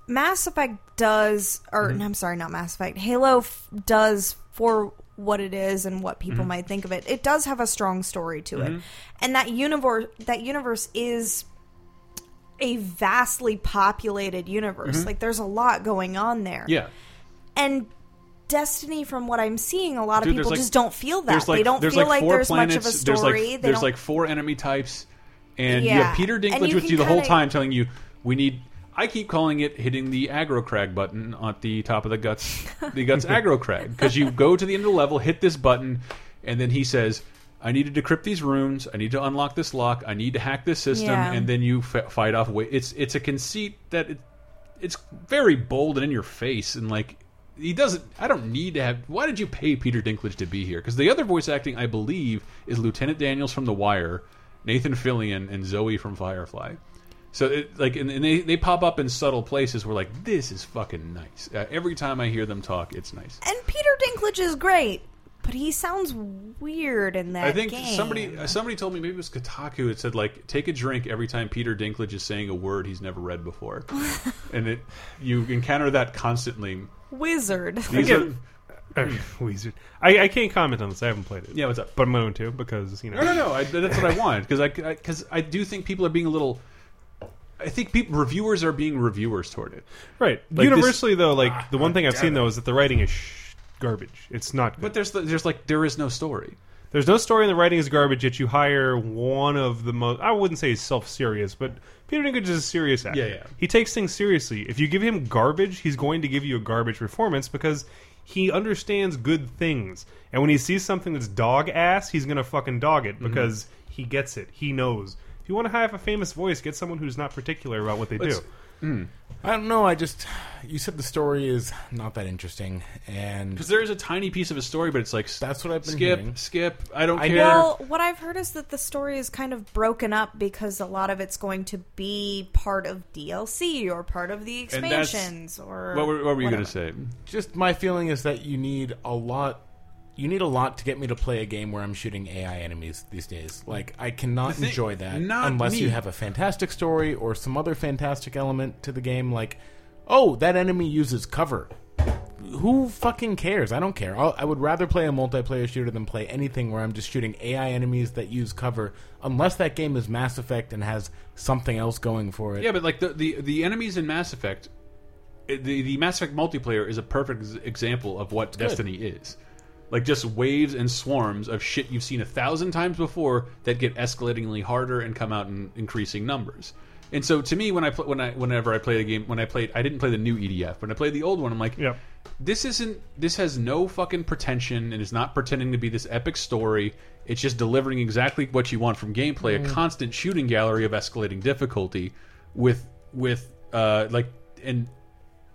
Speaker 4: Mass Effect does, or
Speaker 1: Mm-hmm.
Speaker 4: no, I'm sorry, not Mass Effect. Halo f- does for what it is and what people
Speaker 1: Mm-hmm.
Speaker 4: might think of it. It does have a strong story to it, and that universe, that universe is a vastly populated universe. Like there's a lot going on there.
Speaker 1: Mm-hmm. yeah.
Speaker 4: and. Destiny, from what I'm seeing, a lot of
Speaker 1: Dude, there's
Speaker 4: people
Speaker 1: like-
Speaker 4: just don't feel that.
Speaker 1: There's like
Speaker 4: they don't
Speaker 1: there's
Speaker 4: feel
Speaker 1: like
Speaker 4: like,
Speaker 1: four
Speaker 4: there's
Speaker 1: planets.
Speaker 4: much of a
Speaker 1: there's
Speaker 4: story.
Speaker 1: like
Speaker 4: they
Speaker 1: there's
Speaker 4: don't
Speaker 1: like four enemy types, and you
Speaker 4: Yeah.
Speaker 1: have Peter
Speaker 4: And
Speaker 1: Dinklage
Speaker 4: you
Speaker 1: with
Speaker 4: can
Speaker 1: you the whole
Speaker 4: kinda-
Speaker 1: time telling you we need. I keep calling it hitting the aggro crag button at the top of the guts, the
Speaker 4: <laughs>
Speaker 1: guts aggro crag because you go to the end of the level, hit this button, and then he says. I need to decrypt these rooms. I need to unlock this lock. I need to hack this system,
Speaker 4: Yeah.
Speaker 1: and then you f- fight off. Wa- it's it's a conceit that it, it's very bold and in your face and like he doesn't i don't need to have why did you pay peter dinklage to be here because the other voice acting i believe is lieutenant daniels from the wire nathan fillion and zoe from firefly so it, like and, and they, they pop up in subtle places where like this is fucking nice uh, every time i hear them talk it's nice
Speaker 4: And Peter Dinklage is great, but he sounds weird in that.
Speaker 1: I think
Speaker 4: game.
Speaker 1: somebody somebody told me maybe it was Kotaku. It said like take a drink every time Peter Dinklage is saying a word he's never read
Speaker 4: <laughs>
Speaker 1: before, and it you encounter that constantly.
Speaker 4: wizard.
Speaker 1: These
Speaker 3: Again, uh,
Speaker 1: are-
Speaker 3: <clears throat> Wizard. I, I can't comment on this. I haven't played it.
Speaker 1: Yeah, what's up?
Speaker 3: But I'm going to because you know.
Speaker 1: No, no, no. I, that's what I want because I because I, do think people are being a little. I think peop reviewers are being reviewers toward it,
Speaker 3: Right.
Speaker 1: Like
Speaker 3: Universally, though, like the one thing I've seen though is that the writing is sh- garbage. It's not. Good.
Speaker 1: Ah, but there's the, there's like there is no story.
Speaker 3: There's no story, and the writing is garbage. Yet you hire one of the most. I wouldn't say he's self-serious, but Peter Dinklage is a serious actor.
Speaker 1: Yeah, yeah.
Speaker 3: He takes things seriously. If you give him garbage, he's going to give you a garbage performance because he understands good things. And when he sees something that's dog ass, he's gonna fucking dog it
Speaker 1: Mm-hmm.
Speaker 3: because he gets it. He knows. If you want to have a famous voice, get someone who's not particular about what they
Speaker 1: Let's-
Speaker 3: do.
Speaker 5: I don't know. I just you said the story is not that interesting, and
Speaker 1: Because there is a tiny piece of a story, but it's like s-
Speaker 5: That's what I've been
Speaker 1: skip,
Speaker 5: hearing.
Speaker 1: skip. I don't
Speaker 5: I
Speaker 1: care.
Speaker 5: know.
Speaker 4: Well, what I've heard is that the story is kind of broken up because a lot of it's going to be part of DLC or part of the
Speaker 1: And that's-
Speaker 4: expansions or
Speaker 1: what were, what were you going to
Speaker 4: whatever.
Speaker 1: say?
Speaker 5: just my feeling is that you need a lot. You need a lot to get me to play a game where I'm shooting AI enemies these days. Like I cannot
Speaker 1: thing-
Speaker 5: enjoy that
Speaker 1: not
Speaker 5: unless you
Speaker 1: me.
Speaker 5: have a fantastic story or some other fantastic element to the game. Like, oh, that enemy uses cover. Who fucking cares? I don't care. I'll, I would rather play a multiplayer shooter than play anything where I'm just shooting AI enemies that use cover, unless that game is Mass Effect and has something else going for it.
Speaker 1: Yeah, but like the the, the enemies in Mass Effect, the the Mass Effect multiplayer is a perfect ex- example of what Destiny is. Like just waves and swarms of shit you've seen a thousand times before that get escalatingly harder and come out in increasing numbers. And so to me, when I pl- when I whenever I play the game, when I played, I didn't play the new EDF, when I played the old one, I'm like,
Speaker 3: Yep.
Speaker 1: this isn't this has no fucking pretension and is not pretending to be this epic story it's just delivering exactly what you want from gameplay a constant shooting gallery of escalating difficulty with with uh like and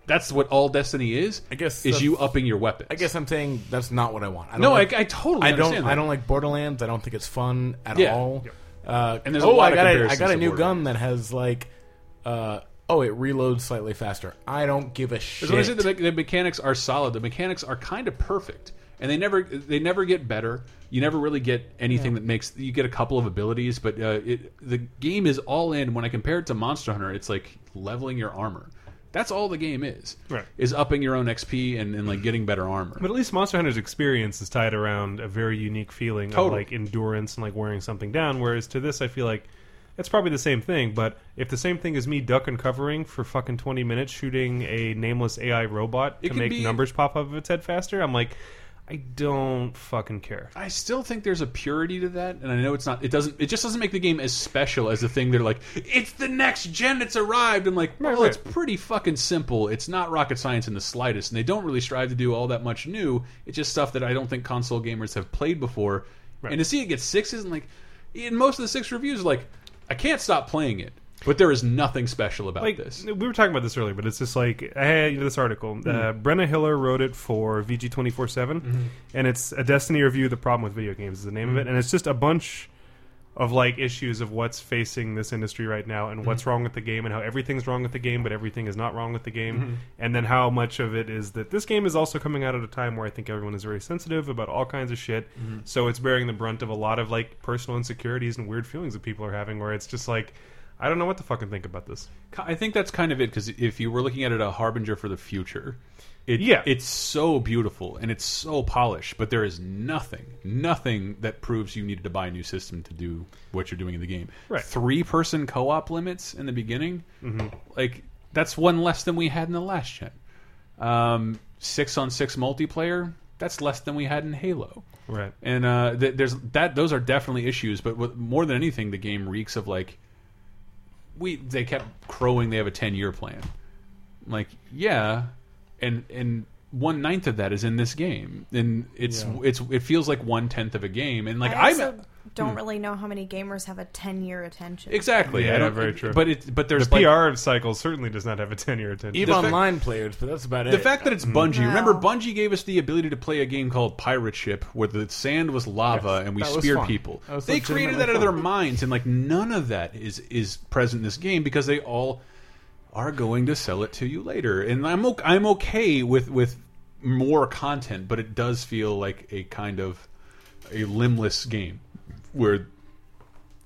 Speaker 1: that's what all destiny is
Speaker 5: I guess
Speaker 1: is
Speaker 5: that's-
Speaker 1: you upping your weapons
Speaker 5: I guess I'm saying that's not what I want. I don't
Speaker 1: no
Speaker 5: like,
Speaker 1: I, I totally
Speaker 5: I don't.
Speaker 1: understand that.
Speaker 5: I don't like Borderlands. I don't think it's fun at
Speaker 1: Yeah.
Speaker 5: all. Uh,
Speaker 1: And there's a
Speaker 5: oh,
Speaker 1: lot
Speaker 5: I
Speaker 1: of
Speaker 5: got a, I
Speaker 1: comparisons
Speaker 5: got a
Speaker 1: to
Speaker 5: new gun that has like, uh, oh, it reloads slightly faster. I don't give a shit.
Speaker 1: As long as the, me- the mechanics are solid, the mechanics are kind of perfect, and they never they never get better. You never really get anything that makes you get a couple of abilities, but uh, it, the game is all in. When I compare it to Monster Hunter, it's like leveling your armor. That's all the game is.
Speaker 3: Right.
Speaker 1: Is upping your own XP and, and like getting better armor.
Speaker 3: But at least Monster Hunter's experience is tied around a very unique feeling of
Speaker 1: Totally.
Speaker 3: like endurance and like wearing something down. Whereas to this, I feel like it's probably the same thing. But if the same thing is me duck and covering for fucking twenty minutes, shooting a nameless AI robot
Speaker 1: It
Speaker 3: to
Speaker 1: can
Speaker 3: make
Speaker 1: be-
Speaker 3: numbers pop up of its head faster, I'm like, I don't fucking care.
Speaker 1: I still think there's a purity to that, and I know it's not. It doesn't. It just doesn't make the game as special as the thing. They're like, it's the next gen. It's arrived. I'm like, well,
Speaker 3: right.
Speaker 1: it's pretty fucking simple. It's not rocket science in the slightest, and they don't really strive to do all that much new. It's just stuff that I don't think console gamers have played before. And to see it get sixes and like, in most of the six reviews, like, I can't stop playing it, but there is nothing special about
Speaker 3: like
Speaker 1: this.
Speaker 3: we were talking about this earlier, but it's just like I had this article. Uh,
Speaker 1: Hmm.
Speaker 3: Brenna Hiller wrote it for VG twenty four
Speaker 1: Mm-hmm.
Speaker 3: seven, and it's a Destiny review. The problem with video games is the name
Speaker 1: Hmm.
Speaker 3: of it, and it's just a bunch of like issues of what's facing this industry right now and
Speaker 1: Mm-hmm.
Speaker 3: what's wrong with the game and how everything's wrong with the game but everything is not wrong with the game
Speaker 1: Mm-hmm.
Speaker 3: and then how much of it is that this game is also coming out at a time where I think everyone is very sensitive about all kinds of shit
Speaker 1: Mm-hmm.
Speaker 3: so it's bearing the brunt of a lot of like personal insecurities and weird feelings that people are having where it's just like I don't know what to fucking think about this
Speaker 1: I think that's kind of it because if you were looking at it a harbinger for the future, it,
Speaker 3: Yeah.
Speaker 1: it's so beautiful and it's so polished, but there is nothing, nothing that proves you needed to buy a new system to do what you're doing in the game.
Speaker 3: Right. Mm-hmm.
Speaker 1: Three person co op limits in the beginning, like that's one less than we had in the last gen. Um, six on six multiplayer, that's less than we had in Halo
Speaker 3: right
Speaker 1: and uh, th- there's that those are definitely issues but what, more than anything the game reeks of like we they kept crowing they have a 10 year plan I'm like yeah and and one ninth of that is in this game and it's it's it feels like one tenth of a game and like
Speaker 4: I
Speaker 1: i'm Hmm.
Speaker 4: also don't really know how many gamers have a 10 year attention.
Speaker 1: exactly
Speaker 3: Yeah,
Speaker 1: I don't,
Speaker 3: very true.
Speaker 1: but it but there's
Speaker 3: the
Speaker 1: like,
Speaker 3: PR cycle certainly does not have a 10 year attention.
Speaker 5: Eve
Speaker 1: the fact-
Speaker 5: online players, but that's about it.
Speaker 1: The fact that it's Bungie.
Speaker 5: Mm.
Speaker 4: No.
Speaker 1: Remember, Bungie gave us the ability to play a game called Pirate Ship, where the sand was lava and we
Speaker 5: that was
Speaker 1: speared
Speaker 5: fun.
Speaker 1: people.
Speaker 5: That was
Speaker 1: They created that out of
Speaker 5: legitimately
Speaker 1: their
Speaker 5: fun.
Speaker 1: minds, and like none of that is is present in this game because they all are going to sell it to you later. And I'm okay, I'm okay with with more content, but it does feel like a kind of a limbless game where.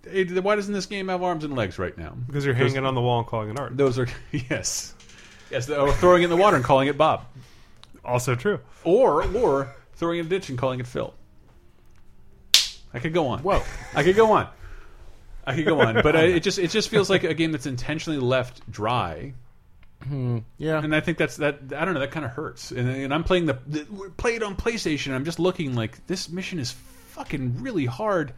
Speaker 1: Hey, why doesn't this game have arms and legs right now?
Speaker 3: because you're hanging on the wall and calling it art.
Speaker 1: Those are <laughs> yes, yes. Or throwing it in the water and calling it Bob
Speaker 3: Also true.
Speaker 1: or or throwing it in a ditch and calling it Phil. I could go on.
Speaker 5: Whoa.
Speaker 1: I could go on. I could go on, but I, it just it just feels like a game that's intentionally left dry,
Speaker 5: yeah,
Speaker 1: and I think that's that. I don't know. That kind of hurts. And, and I'm playing the, the play it on PlayStation. I'm just looking like this mission is fucking really hard.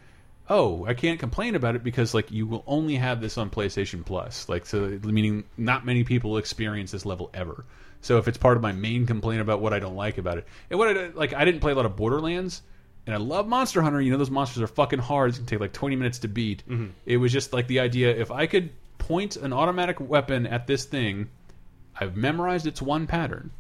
Speaker 1: Oh, I can't complain about it because like you will only have this on PlayStation Plus. Like so, meaning not many people experience this level ever. So if it's part of my main complaint about what I don't like about it, and what I don't- like, I didn't play a lot of Borderlands. And I love Monster Hunter. You know those monsters are fucking hard. It can take like twenty minutes to beat. It was just like the idea: if I could point an automatic weapon at this thing, I've memorized its one pattern,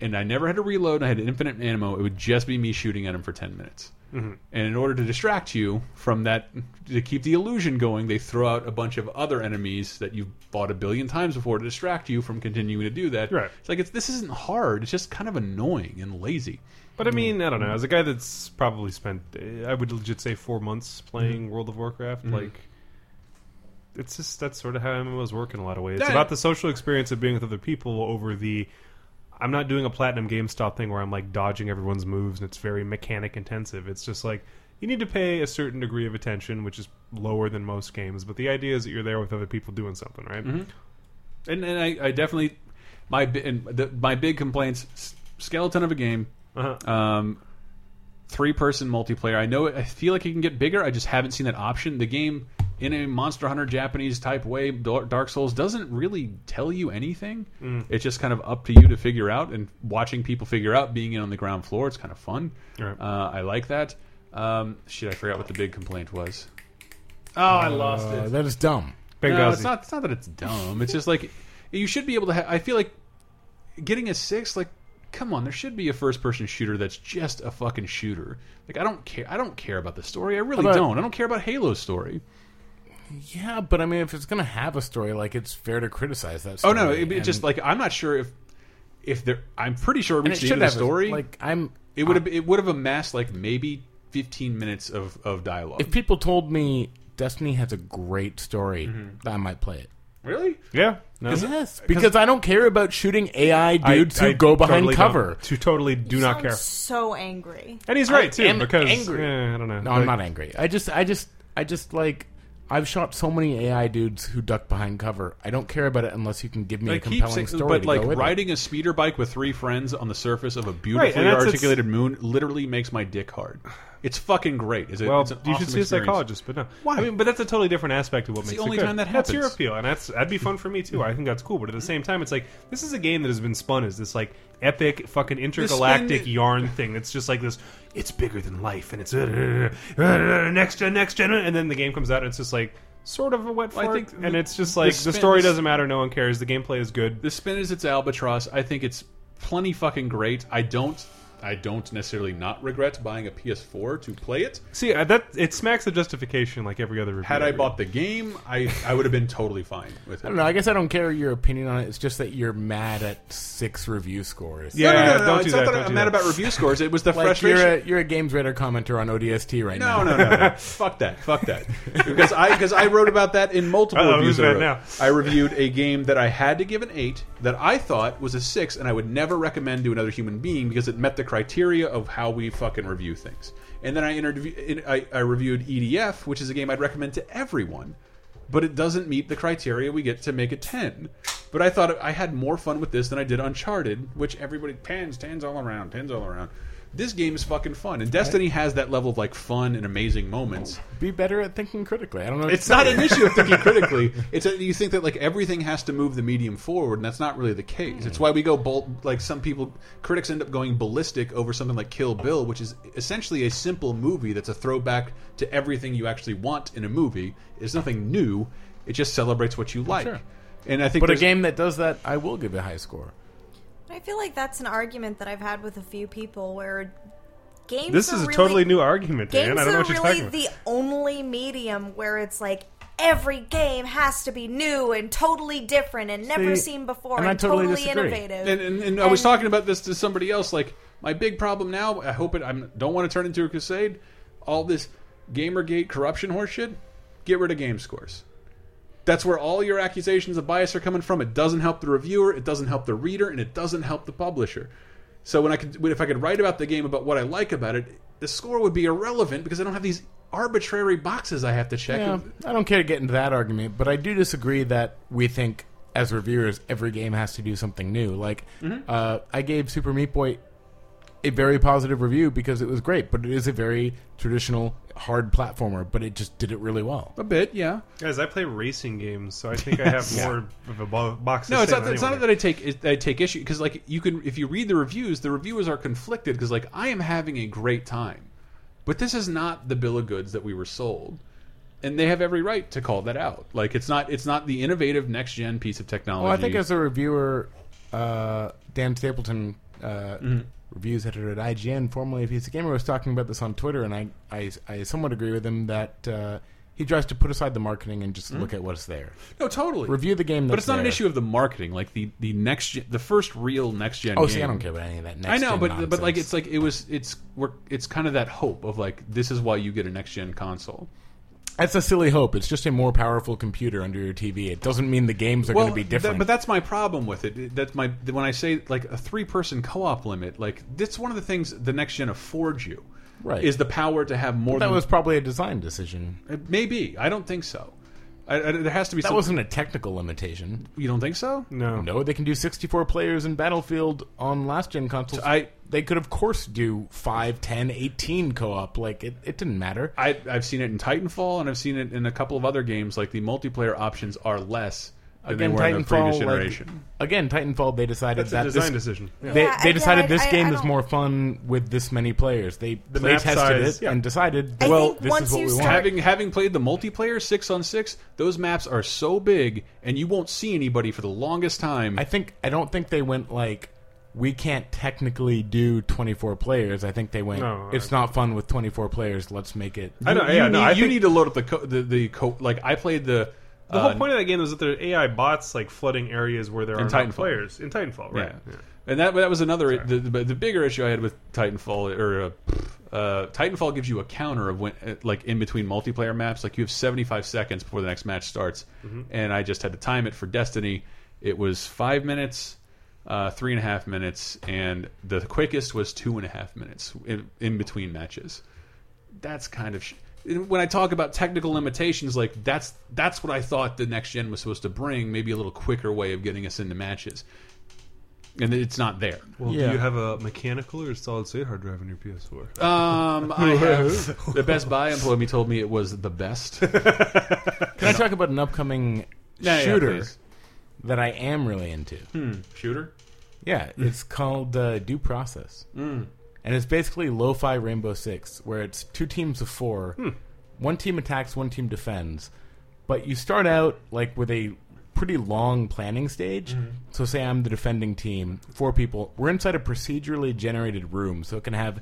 Speaker 1: and I never had to reload. I had infinite ammo. It would just be me shooting at him for ten minutes. And in order to distract you from that, to keep the illusion going, they throw out a bunch of other enemies that you've fought a billion times before to distract you from continuing to do that.
Speaker 3: Right.
Speaker 1: It's like it's, this isn't hard. It's just kind of annoying and lazy.
Speaker 3: But I
Speaker 1: Mm-hmm.
Speaker 3: mean, I don't know. As a guy that's probably spent, uh, I would legit say, four months
Speaker 1: Mm-hmm.
Speaker 3: playing World of Warcraft, like. It's just that's sort of how MMOs work in a lot of ways. It's
Speaker 1: That-
Speaker 3: about the social experience of being with other people over the. I'm not doing a platinum GameStop thing where I'm like dodging everyone's moves and it's very mechanic intensive. It's just like you need to pay a certain degree of attention, which is lower than most games. But the idea is that you're there with other people doing something, right?
Speaker 1: Mm-hmm. And, and I, I definitely my bi- and the, my big complaints: s- skeleton of a game.
Speaker 3: Uh-huh.
Speaker 1: Um, three person multiplayer. I know it, I feel like it can get bigger. I just haven't seen that option. The game in a Monster Hunter Japanese type way, Dar- Dark Souls doesn't really tell you anything.
Speaker 3: Mm.
Speaker 1: It's just kind of up to you to figure out and watching people figure out being in on the ground floor. It's kind of fun.
Speaker 3: Right.
Speaker 1: Uh, I like that. Um, shit, I forgot what the big complaint was.
Speaker 3: Oh, I lost
Speaker 5: Uh, that is dumb.
Speaker 1: No, it's not. It's not that it's dumb. It's just like you should be able to. Ha- I feel like getting a six. Like, come on, there should be a first-person shooter that's just a fucking shooter. Like, I don't care. I don't care about the story. I really
Speaker 5: About-
Speaker 1: don't. I don't care about Halo's story.
Speaker 5: Yeah, but I mean, if it's gonna have a story, like it's fair to criticize that.
Speaker 1: Oh
Speaker 5: Story
Speaker 1: no, it, it just
Speaker 5: and-
Speaker 1: like I'm not sure if if there. I'm pretty sure it
Speaker 5: and it
Speaker 1: reached the
Speaker 5: should
Speaker 1: end of
Speaker 5: have
Speaker 1: the
Speaker 5: a-
Speaker 1: story.
Speaker 5: Like I'm, uh,
Speaker 1: it would have. It would have amassed like maybe 15 minutes of of dialogue.
Speaker 5: if people told me Destiny has a great story,
Speaker 1: Mm-hmm.
Speaker 5: I might play it.
Speaker 1: really?
Speaker 3: Yeah, no.
Speaker 1: Uh,
Speaker 5: Yes, because I don't care about shooting AI
Speaker 3: I-
Speaker 5: dudes who
Speaker 3: I
Speaker 5: go behind
Speaker 3: totally
Speaker 5: cover.
Speaker 3: Don't, to totally do
Speaker 4: You
Speaker 3: not
Speaker 4: sound
Speaker 3: care.
Speaker 4: So angry.
Speaker 3: And he's right too
Speaker 5: am
Speaker 3: because
Speaker 5: angry.
Speaker 3: Eh, I don't know.
Speaker 5: No, I'm not angry. I just, I just, I just like. I've shot so many AI dudes who duck behind cover. I don't care about it unless you can give me
Speaker 1: I
Speaker 5: a
Speaker 1: keep
Speaker 5: compelling
Speaker 1: saying,
Speaker 5: story.
Speaker 1: but
Speaker 5: to
Speaker 1: like
Speaker 5: go with it.
Speaker 1: riding a speeder bike with three friends on the surface of a
Speaker 3: Right,
Speaker 1: beautifully
Speaker 3: and that's-
Speaker 1: articulated moon literally makes my dick hard. It's fucking great. Is it?
Speaker 3: Well,
Speaker 1: it's an
Speaker 3: you
Speaker 1: awesome
Speaker 3: should see
Speaker 1: experience.
Speaker 3: a psychologist, but no.
Speaker 1: Why?
Speaker 3: I mean, but that's a totally different aspect of what
Speaker 1: the
Speaker 3: makes
Speaker 1: only
Speaker 3: it good.
Speaker 1: time that
Speaker 3: That's your
Speaker 1: happens.
Speaker 3: appeal, and that's that'd be fun for me too. I think that's cool. But at the same time, it's like this is a game that has been spun as this like epic fucking intergalactic
Speaker 1: spin-
Speaker 3: yarn thing. That's just like this. It's bigger than life, and it's uh, uh, uh, next gen, next gen, uh," and then the game comes out, and it's just like sort of a wet
Speaker 1: Well, I
Speaker 3: fart,
Speaker 1: think
Speaker 3: and
Speaker 1: the-
Speaker 3: it's just
Speaker 1: the
Speaker 3: like the,
Speaker 1: spin-
Speaker 3: story
Speaker 1: the s-
Speaker 3: doesn't matter. No one cares. The gameplay is good.
Speaker 1: The spin is its albatross. I think it's plenty fucking great. I don't. I don't necessarily not regret buying a PS4 to play it.
Speaker 3: See uh, that it smacks of justification like every other review.
Speaker 1: Had I
Speaker 3: read.
Speaker 1: bought the game, I I would have been totally fine with it.
Speaker 5: I don't know. I guess I don't care your opinion on it. It's just that you're mad at six review scores.
Speaker 1: No,
Speaker 3: yeah,
Speaker 1: no, no, no,
Speaker 3: don't
Speaker 1: it's not
Speaker 3: do that.
Speaker 1: that
Speaker 3: don't
Speaker 1: I'm
Speaker 3: do
Speaker 1: mad
Speaker 3: that.
Speaker 1: about review scores. It was the
Speaker 5: Like you're
Speaker 1: frustration.
Speaker 5: a you're a Games Radar commenter on ODST right now.
Speaker 1: No, no, no, no. Fuck that. Fuck that. Because I because I wrote about that in multiple
Speaker 3: Uh-oh,
Speaker 1: reviews.
Speaker 3: who's
Speaker 1: I, wrote.
Speaker 3: mad now?
Speaker 1: I reviewed a game that I had to give an eight that I thought was a six, and I would never recommend to another human being because it met the criteria of how we fucking review things. And then I interviewed I, I reviewed EDF, which is a game I'd recommend to everyone. But it doesn't meet the criteria we get to make a 10. But I thought I had more fun with this than I did Uncharted, which everybody, 10s, 10s all around, 10s all around this game is fucking fun, and Destiny has that level of like fun and amazing moments.
Speaker 5: Be better at thinking critically. I don't know.
Speaker 1: It's not an issue of thinking critically. It's that you think that like everything has to move the medium forward, and that's not really the
Speaker 5: Mm.
Speaker 1: case. It's why we go bolt like some people critics end up going ballistic over something like Kill Bill, which is essentially a simple movie that's a throwback to everything you actually want in a movie. It's nothing new. It just celebrates what you like.
Speaker 5: Oh, sure.
Speaker 1: And I think
Speaker 5: But a
Speaker 1: there's-
Speaker 5: game that does that, I will give a high score.
Speaker 4: I feel like that's an argument that I've had with a few people where games.
Speaker 3: This
Speaker 4: are
Speaker 3: is a
Speaker 4: really-
Speaker 3: totally new argument,
Speaker 4: Games
Speaker 3: Dan. I don't know
Speaker 4: are
Speaker 3: what you're
Speaker 4: really
Speaker 3: talking about.
Speaker 4: the only medium where it's like every game has to be new and totally different and never
Speaker 5: See,
Speaker 4: seen before
Speaker 5: and
Speaker 4: and,
Speaker 5: I totally
Speaker 4: totally
Speaker 5: disagree.
Speaker 4: innovative.
Speaker 1: and, and, and I was
Speaker 4: And-
Speaker 1: talking about this to somebody else. Like my big problem now, I hope it. I don't want to turn into a crusade. All this GamerGate corruption horseshit. Get rid of game scores. That's where all your accusations of bias are coming from. It doesn't help the reviewer, it doesn't help the reader, and it doesn't help the publisher. So when I could, when- if I could write about the game about what I like about it, the score would be irrelevant because I don't have these arbitrary boxes I have to check.
Speaker 5: Yeah, I don't care to get into that argument, but I do disagree that we think as reviewers every game has to do something new. Like, uh, I gave Super Meat Boy a very positive review because it was great, but it is a very traditional hard platformer, but it just did it really well.
Speaker 1: A bit, yeah.
Speaker 3: Guys, I play racing games, so I think I <laughs> have more of a bo- box. to
Speaker 1: No, it's
Speaker 3: say
Speaker 1: not.
Speaker 3: than
Speaker 1: It's not
Speaker 3: anyone
Speaker 1: that I take it- I take issue because like you can if you read the reviews, the reviewers are conflicted because like I am having a great time, but this is not the bill of goods that we were sold, and they have every right to call that out. Like it's not it's not the innovative next gen piece of technology.
Speaker 5: Well, I think as a reviewer, uh, Dan Stapleton, uh, reviews editor at IGN, formerly of PC Gamer, was talking about this on Twitter, and I, I, I somewhat agree with him that uh, he tries to put aside the marketing and just look at what's there.
Speaker 1: no totally
Speaker 5: Review the game,
Speaker 1: but
Speaker 5: that's
Speaker 1: it's not an
Speaker 5: there.
Speaker 1: issue of the marketing. Like the the next gen, the first real next gen.
Speaker 5: Oh,
Speaker 1: game,
Speaker 5: see, I don't care about any of that. Next
Speaker 1: I know,
Speaker 5: gen
Speaker 1: but
Speaker 5: nonsense.
Speaker 1: but like it's like it was it's we're, it's kind of that hope of like this is why you get a next gen console.
Speaker 5: that's a silly hope. It's just a more powerful computer under your TV. It doesn't mean the games are going to be
Speaker 1: that-
Speaker 5: different.
Speaker 1: but that's my problem with it. That's my when I say like a three-person co-op limit. Like that's one of the things the next gen affords you.
Speaker 5: Right.
Speaker 1: Is the power to have more
Speaker 5: that
Speaker 1: than
Speaker 5: was probably a design decision.
Speaker 1: Maybe I don't think so. I, I, there has to be
Speaker 5: That
Speaker 1: some.
Speaker 5: wasn't a technical limitation.
Speaker 1: you don't think so?
Speaker 3: No.
Speaker 5: No, they can do 64 players in Battlefield on last gen consoles.
Speaker 1: I-
Speaker 5: they could, of course, do 5, 10, 18 co op. Like, it, it didn't matter.
Speaker 1: I, I've seen it in Titanfall, and I've seen it in a couple of other games. Like the multiplayer options are less than
Speaker 5: Again,
Speaker 1: they were in the previous
Speaker 5: Titanfall, like-
Speaker 1: generation.
Speaker 5: again, Titanfall, they decided
Speaker 3: That's a
Speaker 5: that
Speaker 3: design
Speaker 5: this,
Speaker 3: decision.
Speaker 5: They,
Speaker 4: Yeah,
Speaker 5: they
Speaker 4: again,
Speaker 5: decided
Speaker 4: I-
Speaker 5: this
Speaker 4: I-
Speaker 5: game
Speaker 4: I
Speaker 5: is
Speaker 4: don't-
Speaker 5: more fun with this many players. They
Speaker 3: The
Speaker 5: play
Speaker 3: map
Speaker 5: tested
Speaker 3: size,
Speaker 5: it
Speaker 3: yeah.
Speaker 5: and decided,
Speaker 4: I
Speaker 5: well,
Speaker 4: think
Speaker 5: this
Speaker 4: once
Speaker 5: is what
Speaker 4: you
Speaker 5: we
Speaker 4: start-
Speaker 5: want.
Speaker 1: having having played the multiplayer six on six, those maps are so big, and you won't see anybody for the longest time.
Speaker 5: I think I don't think they went like we can't technically do 24 players. I think they went
Speaker 3: No,
Speaker 5: it's not fun with 24 players. Let's make it
Speaker 3: I know. Yeah,
Speaker 1: you need,
Speaker 3: no. I
Speaker 1: you
Speaker 3: think
Speaker 1: need to load up the co the, the co like I played the uh,
Speaker 3: the whole point of that game was that there are AI bots like flooding areas where there are not
Speaker 1: Titanfall.
Speaker 3: players in Titanfall, right?
Speaker 1: yeah. And that that was another the, the the bigger issue I had with Titanfall or uh, uh, Titanfall gives you a counter of when uh, like in between multiplayer maps like you have 75 seconds before the next match starts and I just had to time it for Destiny it was five minutes uh, three and a half minutes and the quickest was two and a half minutes in, in between matches that's kind of sh- when I talk about technical limitations, like that's that's what I thought the next gen was supposed to bring, maybe a little quicker way of getting us into matches, and it's not there.
Speaker 3: Well,
Speaker 5: Yeah.
Speaker 3: do you have a mechanical or solid state hard drive in your PS4?
Speaker 1: <laughs> Um, I have, the Best Buy employee told me it was the
Speaker 5: <laughs>
Speaker 1: best
Speaker 5: Can I talk about an upcoming
Speaker 1: Yeah, yeah,
Speaker 5: shooter
Speaker 1: please.
Speaker 5: that I am really into?
Speaker 1: shooter.
Speaker 5: Yeah,
Speaker 3: <laughs>
Speaker 5: it's called uh, Due Process.
Speaker 3: Mm.
Speaker 5: And it's basically lo fi Rainbow Six, where it's two teams of four.
Speaker 3: Hmm.
Speaker 5: One team attacks, one team defends. But you start out like with a pretty long planning stage.
Speaker 3: Mm-hmm.
Speaker 5: So, say I'm the defending team, four people. We're inside a procedurally generated room, so it can have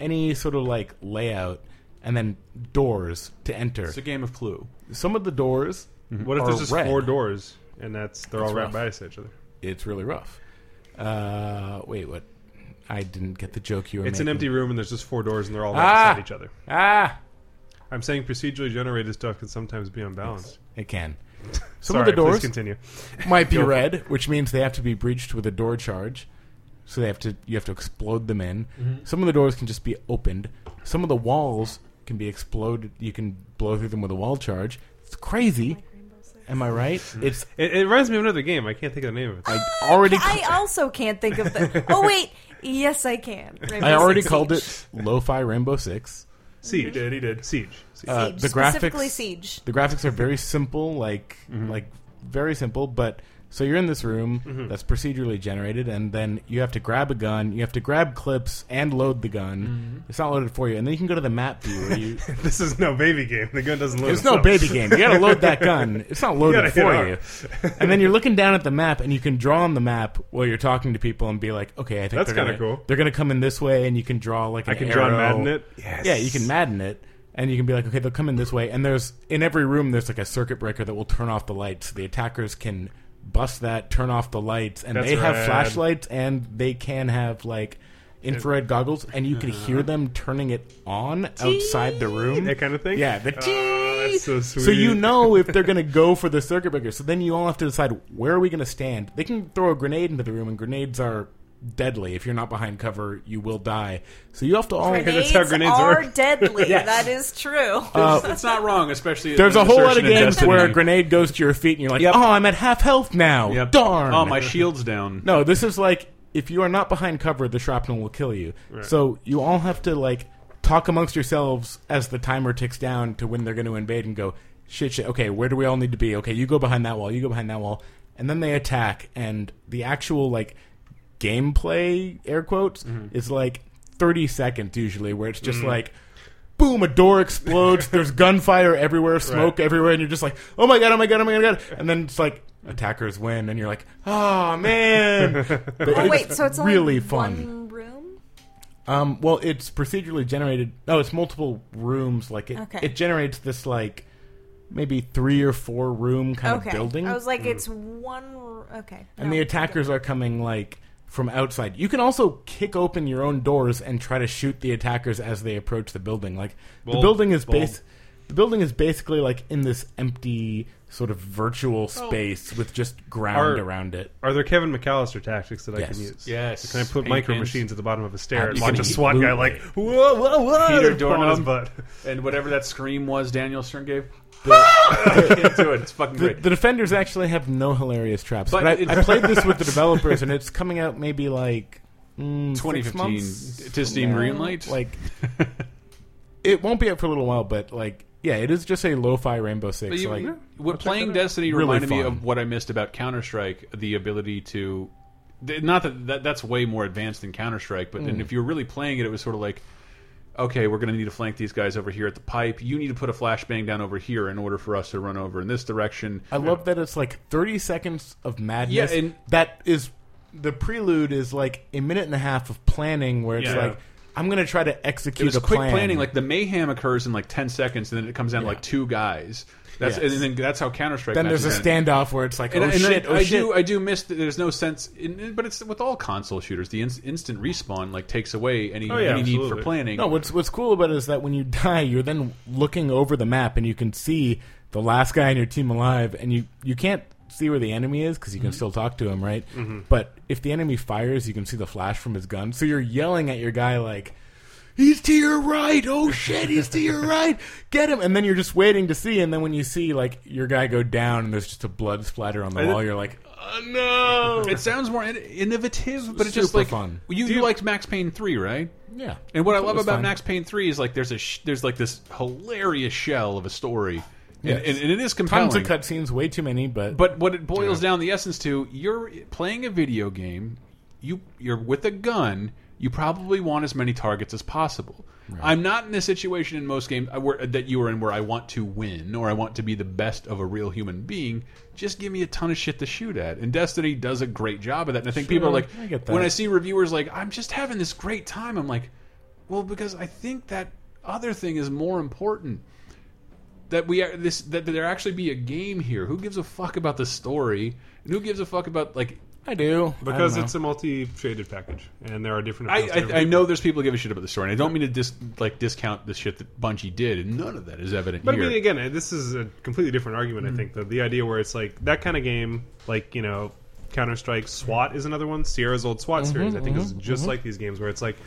Speaker 5: any sort of like layout and then doors to enter.
Speaker 1: It's a game of Clue.
Speaker 5: Some of the doors
Speaker 3: What if
Speaker 5: Or
Speaker 3: there's just
Speaker 5: red.
Speaker 3: four doors and that's they're all wrapped
Speaker 5: rough.
Speaker 3: by each other?
Speaker 5: it's really rough. Uh, wait, what? I didn't get the joke you were
Speaker 3: It's
Speaker 5: making.
Speaker 3: an empty room and there's just four doors and they're all
Speaker 5: Ah!
Speaker 3: wrapped beside each other.
Speaker 5: Ah,
Speaker 3: I'm saying procedurally generated stuff can sometimes be unbalanced.
Speaker 5: it can. Some
Speaker 3: Sorry,
Speaker 5: of the doors
Speaker 3: please continue.
Speaker 5: might be red, which means they have to be breached with a door charge. So they have to you have to explode them in. Some of the doors can just be opened. Some of the walls can be exploded. You can blow through them with a wall charge. It's crazy. Am I right? It's
Speaker 3: It, it reminds me of another game. I can't think of the name of it.
Speaker 5: I already
Speaker 4: <laughs> I also can't think of
Speaker 5: <laughs>
Speaker 4: the. Oh wait, yes I can. Rainbow <laughs>
Speaker 5: I already
Speaker 4: Six
Speaker 5: called
Speaker 4: Siege.
Speaker 5: it Lo-Fi Rainbow Six.
Speaker 3: Siege. He did. He did. Siege. Siege.
Speaker 5: Uh,
Speaker 4: Siege,
Speaker 5: the
Speaker 4: specifically
Speaker 5: graphics
Speaker 4: Siege.
Speaker 5: The graphics are very simple, like like very simple. But so you're in this room that's procedurally generated, and then you have to grab a gun. You have to grab clips and load the gun. It's not loaded for you, and then you can go to the map view. Where you,
Speaker 3: <laughs> this is no baby game. The gun doesn't load.
Speaker 5: there's no
Speaker 3: itself.
Speaker 5: baby game. You got to load
Speaker 3: <laughs>
Speaker 5: that gun. It's not loaded
Speaker 3: You
Speaker 5: for
Speaker 3: gotta
Speaker 5: you.
Speaker 3: hit
Speaker 5: and then you're looking down at the map, and you can draw on the map while you're talking to people and be like, okay, I think
Speaker 3: That's
Speaker 5: they're
Speaker 3: kinda
Speaker 5: gonna-
Speaker 3: cool.
Speaker 5: They're going to come in this way, and you can draw like an
Speaker 3: I can draw and
Speaker 5: arrow.
Speaker 3: Madden it. Yes.
Speaker 5: Yeah, you can madden it, and you can be like, okay, they'll come in this way. And there's in every room there's like a circuit breaker that will turn off the lights. The attackers can bust that, turn off the lights, and
Speaker 3: That's
Speaker 5: they have
Speaker 3: rad.
Speaker 5: flashlights and they can have like infrared goggles, and you can hear them turning it on outside the room.
Speaker 3: Uh-huh. That kind of thing.
Speaker 5: Yeah, the
Speaker 3: Oh, that's so sweet.
Speaker 5: so
Speaker 3: <laughs>
Speaker 5: you know if they're going to go for the circuit breaker. So then you all have to decide where are we going to stand. They can throw a grenade into the room, and grenades are deadly. If you're not behind cover, you will die. So you have to all
Speaker 3: that's
Speaker 4: Grenades,
Speaker 3: how grenades
Speaker 4: are
Speaker 3: work.
Speaker 5: <laughs>
Speaker 4: deadly. That is true.
Speaker 5: Uh,
Speaker 1: it's not wrong, especially
Speaker 5: There's
Speaker 1: when
Speaker 5: a whole lot of
Speaker 1: insertion in
Speaker 5: games
Speaker 1: Destiny.
Speaker 5: where a grenade goes to your feet and you're like, oh, I'm at half health now.
Speaker 1: Yep.
Speaker 5: Darn.
Speaker 1: Oh, my shield's down.
Speaker 5: <laughs> No, this is like if you are not behind cover, the shrapnel will kill you. So you all have to like talk amongst yourselves as the timer ticks down to when they're going to invade and go shit shit. Okay, where do we all need to be? Okay, you go behind that wall. You go behind that wall, and then they attack. And the actual like gameplay air quotes is like 30 seconds usually, where it's just like. Boom! A door explodes. There's gunfire everywhere, smoke everywhere, and you're just like, "Oh my god! Oh my god! Oh my god, oh my god!" And then it's like attackers win, and you're like, "Oh man!" But
Speaker 4: Oh
Speaker 5: it's
Speaker 4: wait, so it's only
Speaker 5: really fun.
Speaker 4: One room.
Speaker 5: Um, well, it's procedurally generated. No, it's multiple rooms. Like it,
Speaker 4: Okay.
Speaker 5: it generates this like maybe three or four room kind
Speaker 4: Okay.
Speaker 5: of building,
Speaker 4: I was like, it's one. r- Okay.
Speaker 5: and
Speaker 4: No.
Speaker 5: the attackers are coming like from outside. You can also kick open your own doors and try to shoot the attackers as they approach the building. Like the
Speaker 3: Bold.
Speaker 5: building is
Speaker 3: Bold.
Speaker 5: based. The building is basically like in this empty sort of virtual space with just ground
Speaker 3: Our-
Speaker 5: around it.
Speaker 3: Are there Kevin McAllister tactics that I
Speaker 5: Yes.
Speaker 3: can use?
Speaker 1: Yes.
Speaker 3: Can I put
Speaker 1: Paint
Speaker 3: micro
Speaker 1: pins.
Speaker 3: machines at the bottom of a stair and watch
Speaker 5: Absolutely.
Speaker 3: a SWAT guy like whoa whoa whoa?
Speaker 1: Peter
Speaker 3: they're falling on his
Speaker 1: Dornum.
Speaker 3: butt.
Speaker 1: And whatever that scream was Daniel Stern
Speaker 5: <laughs>
Speaker 1: gave, <laughs> I can't do it. It's fucking
Speaker 5: The,
Speaker 1: great.
Speaker 5: the defenders actually have no hilarious traps.
Speaker 1: But
Speaker 5: But, I,
Speaker 1: it's-
Speaker 5: I
Speaker 1: <laughs>
Speaker 5: played this with the developers, and it's coming out maybe like mm, six
Speaker 1: 2015
Speaker 5: months
Speaker 1: Disney
Speaker 5: from now.
Speaker 1: Greenlight. <laughs>
Speaker 5: Like it won't be out for a little while, but like yeah, it is just a lo-fi Rainbow Six.
Speaker 1: But you-
Speaker 5: like
Speaker 1: what playing Destiny
Speaker 5: Really
Speaker 1: reminded me
Speaker 5: fun.
Speaker 1: of what I missed about Counter Strike: the ability to, th- not that, that that's way more advanced than Counter Strike, but
Speaker 5: Mm.
Speaker 1: then if you were really playing it, it was sort of like, okay, we're going to need to flank these guys over here at the pipe. You need to put a flashbang down over here in order for us to run over in this direction.
Speaker 5: I love that it's like 30 seconds of madness.
Speaker 1: Yeah, and-
Speaker 5: that is the prelude is like a minute and a half of planning where it's
Speaker 3: Yeah.
Speaker 5: like I'm going to try to
Speaker 1: it
Speaker 5: execute
Speaker 1: was
Speaker 5: a
Speaker 1: quick
Speaker 5: plan.
Speaker 1: planning. Like the mayhem occurs in like ten seconds, and then it comes down to like two guys. That's
Speaker 5: Yes.
Speaker 1: and then that's how Counter Strike.
Speaker 5: then there's a standoff where it's like
Speaker 1: And,
Speaker 5: oh
Speaker 1: and
Speaker 5: shit,
Speaker 1: I,
Speaker 5: oh
Speaker 1: I
Speaker 5: shit.
Speaker 1: do, I do miss that. There's no sense, in, but it's with all console shooters. The ins instant respawn like takes away any,
Speaker 3: Oh, yeah,
Speaker 1: any need for
Speaker 3: absolutely.
Speaker 1: planning.
Speaker 5: no, what's what's cool about it is that when you <laughs> die, you're then looking over the map and you can see the last guy on your team alive, and you you can't see where the enemy is because you can still talk to him, right? But if the enemy fires, you can see the flash from his gun, so you're yelling at your guy like. He's to your right. Oh shit, he's to your right. <laughs> Get him. And then you're just waiting to see. And then when you see like your guy go down and there's just a blood splatter on the wall, you're like, oh no.
Speaker 1: it sounds more in innovative, but it's just
Speaker 5: Super
Speaker 1: like
Speaker 5: fun.
Speaker 1: you, you liked Max Payne three, right?
Speaker 5: Yeah.
Speaker 1: And what I
Speaker 5: It
Speaker 1: love
Speaker 5: was
Speaker 1: about
Speaker 5: fun.
Speaker 1: Max Payne three is like there's a sh there's like this hilarious shell of a story, and,
Speaker 5: Yes.
Speaker 1: and, and it is compelling.
Speaker 5: tons of cutscenes, way too many, but
Speaker 1: But what it boils down the essence to, you're playing a video game. You you're with a gun. You probably want as many targets as possible. I'm not in the situation in most games I- where, uh, that you are in where I want to win or I want to be the best of a real human being. Just give me a ton of shit to shoot at. And Destiny does a great job of that. And I think people are
Speaker 5: Sure,
Speaker 1: like,
Speaker 5: I get that.
Speaker 1: when I see reviewers like, I'm just having this great time. I'm like, well, because I think that other thing is more important that we are this that there actually be a game here. Who gives a fuck about the story? And who gives a fuck about like?
Speaker 5: I do I
Speaker 3: Because
Speaker 5: don't know.
Speaker 3: it's a multi-shaded package, and there are different.
Speaker 1: I,
Speaker 3: accounts
Speaker 1: I, I know there's people who give a shit about the story, and I don't mean to dis, like discount the shit that Bungie did, and none of that is evident
Speaker 3: But I
Speaker 1: here.
Speaker 3: mean, again, uh, this is a completely different argument. I think though the idea where it's like that kind of game, like you know, Counter Strike, SWAT is another one. Sierra's old SWAT series, I think, is just like these games where it's like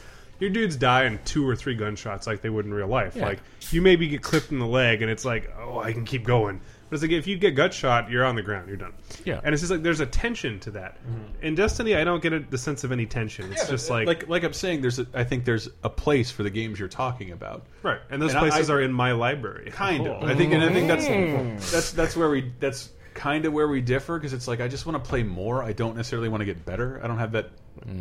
Speaker 3: your dudes die in two or three gunshots, like they would in real life. Like you maybe get clipped in the leg, and it's like, oh, I can keep going. But it's like if you get gut shot, you're on the ground, you're done.
Speaker 5: Yeah.
Speaker 3: and it's just like there's a tension to that. In Destiny, I don't get a, the sense of any tension. It's just like,
Speaker 1: like like I'm saying, there's a, I think there's a place for the games you're talking about.
Speaker 3: right, and those
Speaker 1: and I-
Speaker 3: places
Speaker 1: I-
Speaker 3: are in my library.
Speaker 1: kind of.
Speaker 3: Cool.
Speaker 1: I think, and I think that's
Speaker 5: Mm.
Speaker 1: that's that's where we that's kind of where we differ because it's like I just want to play more. I don't necessarily want to get better. I don't have that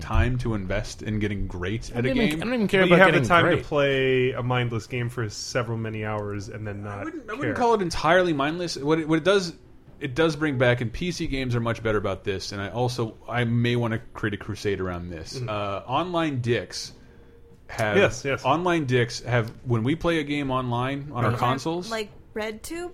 Speaker 1: time to invest in getting great at
Speaker 5: Mm. I
Speaker 1: a
Speaker 5: don't, even,
Speaker 1: game.
Speaker 5: I don't even care
Speaker 3: But
Speaker 5: about
Speaker 3: you have
Speaker 5: getting
Speaker 3: the time
Speaker 5: great.
Speaker 3: to play a mindless game for several many hours and then not.
Speaker 1: I wouldn't, I
Speaker 3: care.
Speaker 1: wouldn't call it entirely mindless. What it, what it does, it does bring back, and PC games are much better about this. And I also, I may want to create a crusade around this. Uh, online dicks have
Speaker 3: Yes, yes.
Speaker 1: Online dicks have when we play a game online on our consoles,
Speaker 4: Like Red Tube?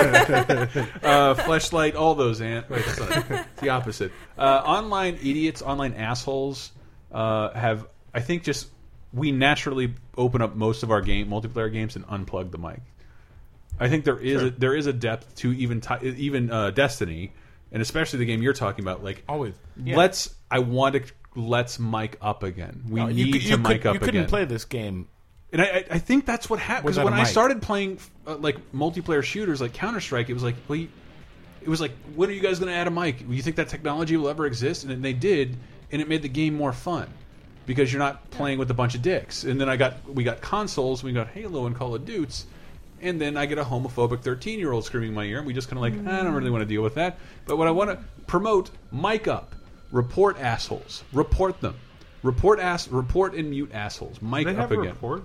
Speaker 1: uh, Fleshlight, all those, Ant. Wait, that's not, the opposite. Uh, online idiots, online assholes uh, have, I think, just we naturally open up most of our game multiplayer games and unplug the mic. I think there is a, there is a depth to even ti even uh, Destiny, and especially the game you're talking about. Like
Speaker 5: Always.
Speaker 1: let's. I want to let's mic up again. We
Speaker 5: You,
Speaker 1: need
Speaker 5: could-
Speaker 1: to
Speaker 5: you
Speaker 1: mic
Speaker 5: could,
Speaker 1: up
Speaker 5: you couldn't
Speaker 1: again.
Speaker 5: play this game.
Speaker 1: And I- I, I think that's what happened because
Speaker 5: Without
Speaker 1: when I
Speaker 5: a mic.
Speaker 1: started playing uh, like multiplayer shooters like Counter Strike, it was like, well, you- it was like, when are you guys going to add a mic? You think that technology will ever exist? And then they did, and it made the game more fun because you're not playing with a bunch of dicks. And then I got we got consoles, we got Halo and Call of Dudes, and then I get a homophobic 13 year old screaming in my ear, and we just kind of like, I don't really want to deal with that. But what I want to promote, mic up, report assholes, report them. Report ass, report and mute assholes. Mic
Speaker 3: They
Speaker 1: up
Speaker 3: have a
Speaker 1: again.
Speaker 3: report.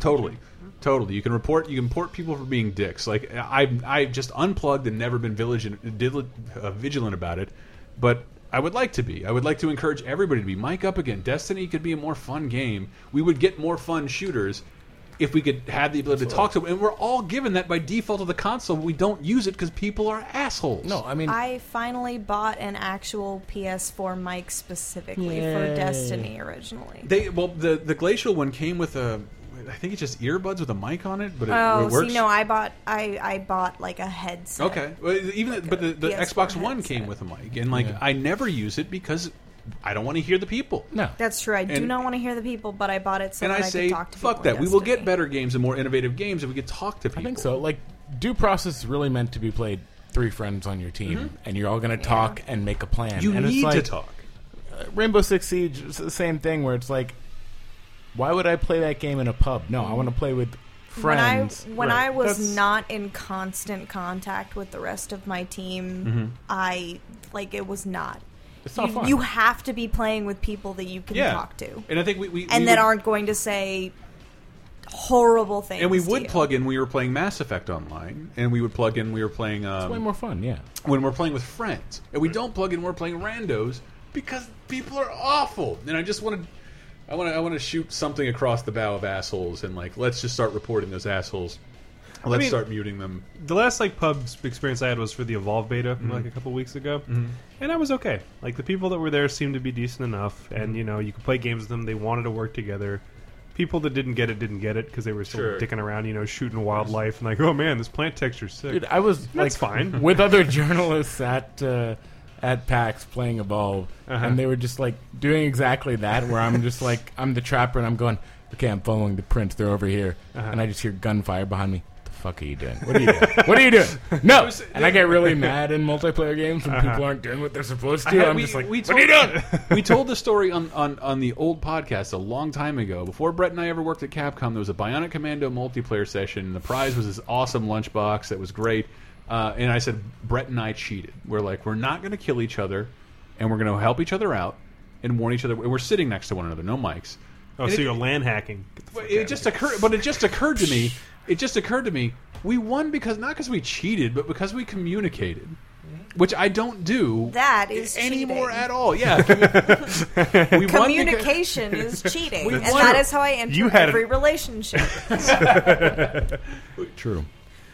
Speaker 1: Totally, totally. You can report. You can report people for being dicks. Like I, I've just unplugged and never been vigilant, dil- uh, vigilant about it. But I would like to be. I would like to encourage everybody to be. Mike up again. Destiny could be a more fun game. We would get more fun shooters if we could have the ability to talk to them. And we're all given that by default of the console. But we don't use it because people are assholes.
Speaker 5: No, I mean,
Speaker 4: I finally bought an actual PS4 mic specifically for
Speaker 5: Yay.
Speaker 4: Destiny originally.
Speaker 1: They well the the glacial one came with a I think it's just earbuds with a mic on it, but it,
Speaker 4: Oh,
Speaker 1: it works.
Speaker 4: see, no, I bought I I bought like a headset.
Speaker 1: Okay, well, even but the, the
Speaker 4: PS4
Speaker 1: Xbox One came
Speaker 4: headset.
Speaker 1: with a mic, and like I never use it because I don't want to hear the people.
Speaker 5: No.
Speaker 4: That's true. I do
Speaker 1: And-
Speaker 4: not want to hear the people, but I bought it so
Speaker 1: and
Speaker 4: that
Speaker 1: I
Speaker 4: I,
Speaker 1: say,
Speaker 4: could talk to
Speaker 1: fuck
Speaker 4: people
Speaker 1: that.
Speaker 4: in
Speaker 1: We will get
Speaker 4: Destiny.
Speaker 1: better games and more innovative games if we could talk to people.
Speaker 5: I think so. Like, due process is really meant to be played three friends on your team, and you're all going to talk and make a plan.
Speaker 1: You
Speaker 5: and
Speaker 1: need
Speaker 5: it's like,
Speaker 1: to talk.
Speaker 5: Rainbow Six Siege is the same thing where it's like, why would I play that game in a pub? No, I want to play with friends.
Speaker 4: When I when
Speaker 3: Right.
Speaker 4: I was
Speaker 3: That's-
Speaker 4: not in constant contact with the rest of my team,
Speaker 1: Mm-hmm.
Speaker 4: I like it was not.
Speaker 5: It's not
Speaker 4: you,
Speaker 5: fun.
Speaker 4: you have to be playing with people that you can
Speaker 1: Yeah,
Speaker 4: talk to,
Speaker 1: and I think we, we
Speaker 4: and
Speaker 1: we
Speaker 4: that
Speaker 1: would-
Speaker 4: aren't going to say horrible things.
Speaker 1: and we
Speaker 4: to
Speaker 1: would
Speaker 4: you.
Speaker 1: plug in. We were playing Mass Effect online, and we would plug in. We were playing um,
Speaker 5: Way more fun, yeah.
Speaker 1: when we're playing with friends, and we don't plug in. We're playing randos because people are awful, and I just want to. I want to. I want to shoot something across the bow of assholes, and like let's just start reporting those assholes. Let's
Speaker 3: mean-
Speaker 1: start muting them.
Speaker 3: the last like pub experience I had was for the Evolve beta from like a couple weeks ago, and I was okay. Like the people that were there seemed to be decent enough, and you know you could play games with them. They wanted to work together. People that didn't get it didn't get it because they were still
Speaker 1: Sure.
Speaker 3: dicking around, you know, shooting wildlife and like, oh man, this plant texture's sick.
Speaker 5: Dude, I was like
Speaker 3: That's
Speaker 5: <laughs>
Speaker 3: fine.
Speaker 5: with other journalists at uh, at PAX playing Evolve,
Speaker 3: Uh-huh.
Speaker 5: and they were just like doing exactly that. Where I'm just like I'm the trapper, and I'm going, okay, I'm following the prints. They're over here,
Speaker 3: Uh-huh.
Speaker 5: and I just hear gunfire behind me. The fuck are you doing? What are you doing?
Speaker 3: <laughs>
Speaker 5: what are you doing? No, and I get really mad in multiplayer games
Speaker 3: Uh-huh.
Speaker 5: when people aren't doing what they're supposed to.
Speaker 1: Yeah,
Speaker 5: I'm
Speaker 1: we-
Speaker 5: just like,
Speaker 1: we
Speaker 5: what are you
Speaker 1: told-
Speaker 5: doing?
Speaker 1: <laughs> we told the story on, on, on the old podcast a long time ago. Before Brett and I ever worked at Capcom, there was a Bionic Commando multiplayer session, and the prize was this awesome lunchbox that was great. Uh, and I said, Brett and I cheated. We're like, we're not going to kill each other, and we're going to help each other out and warn each other. We're sitting next to one another, no mics.
Speaker 3: oh,
Speaker 1: and
Speaker 3: so
Speaker 1: it-
Speaker 3: you're land hacking. Get the
Speaker 1: But
Speaker 3: fuck out
Speaker 1: it
Speaker 3: of
Speaker 1: just
Speaker 3: here.
Speaker 1: occurred. But it just occurred to me. It just occurred to me. We won because not because we cheated, but because we communicated, which I don't do
Speaker 4: That is
Speaker 1: anymore
Speaker 4: cheating.
Speaker 1: at all.
Speaker 5: <laughs>
Speaker 1: Yeah, we won because-
Speaker 4: Communication
Speaker 1: <laughs>
Speaker 4: is cheating,
Speaker 1: won.
Speaker 4: and that is how I enter
Speaker 3: You had-
Speaker 1: <laughs>
Speaker 4: every relationship.
Speaker 5: True.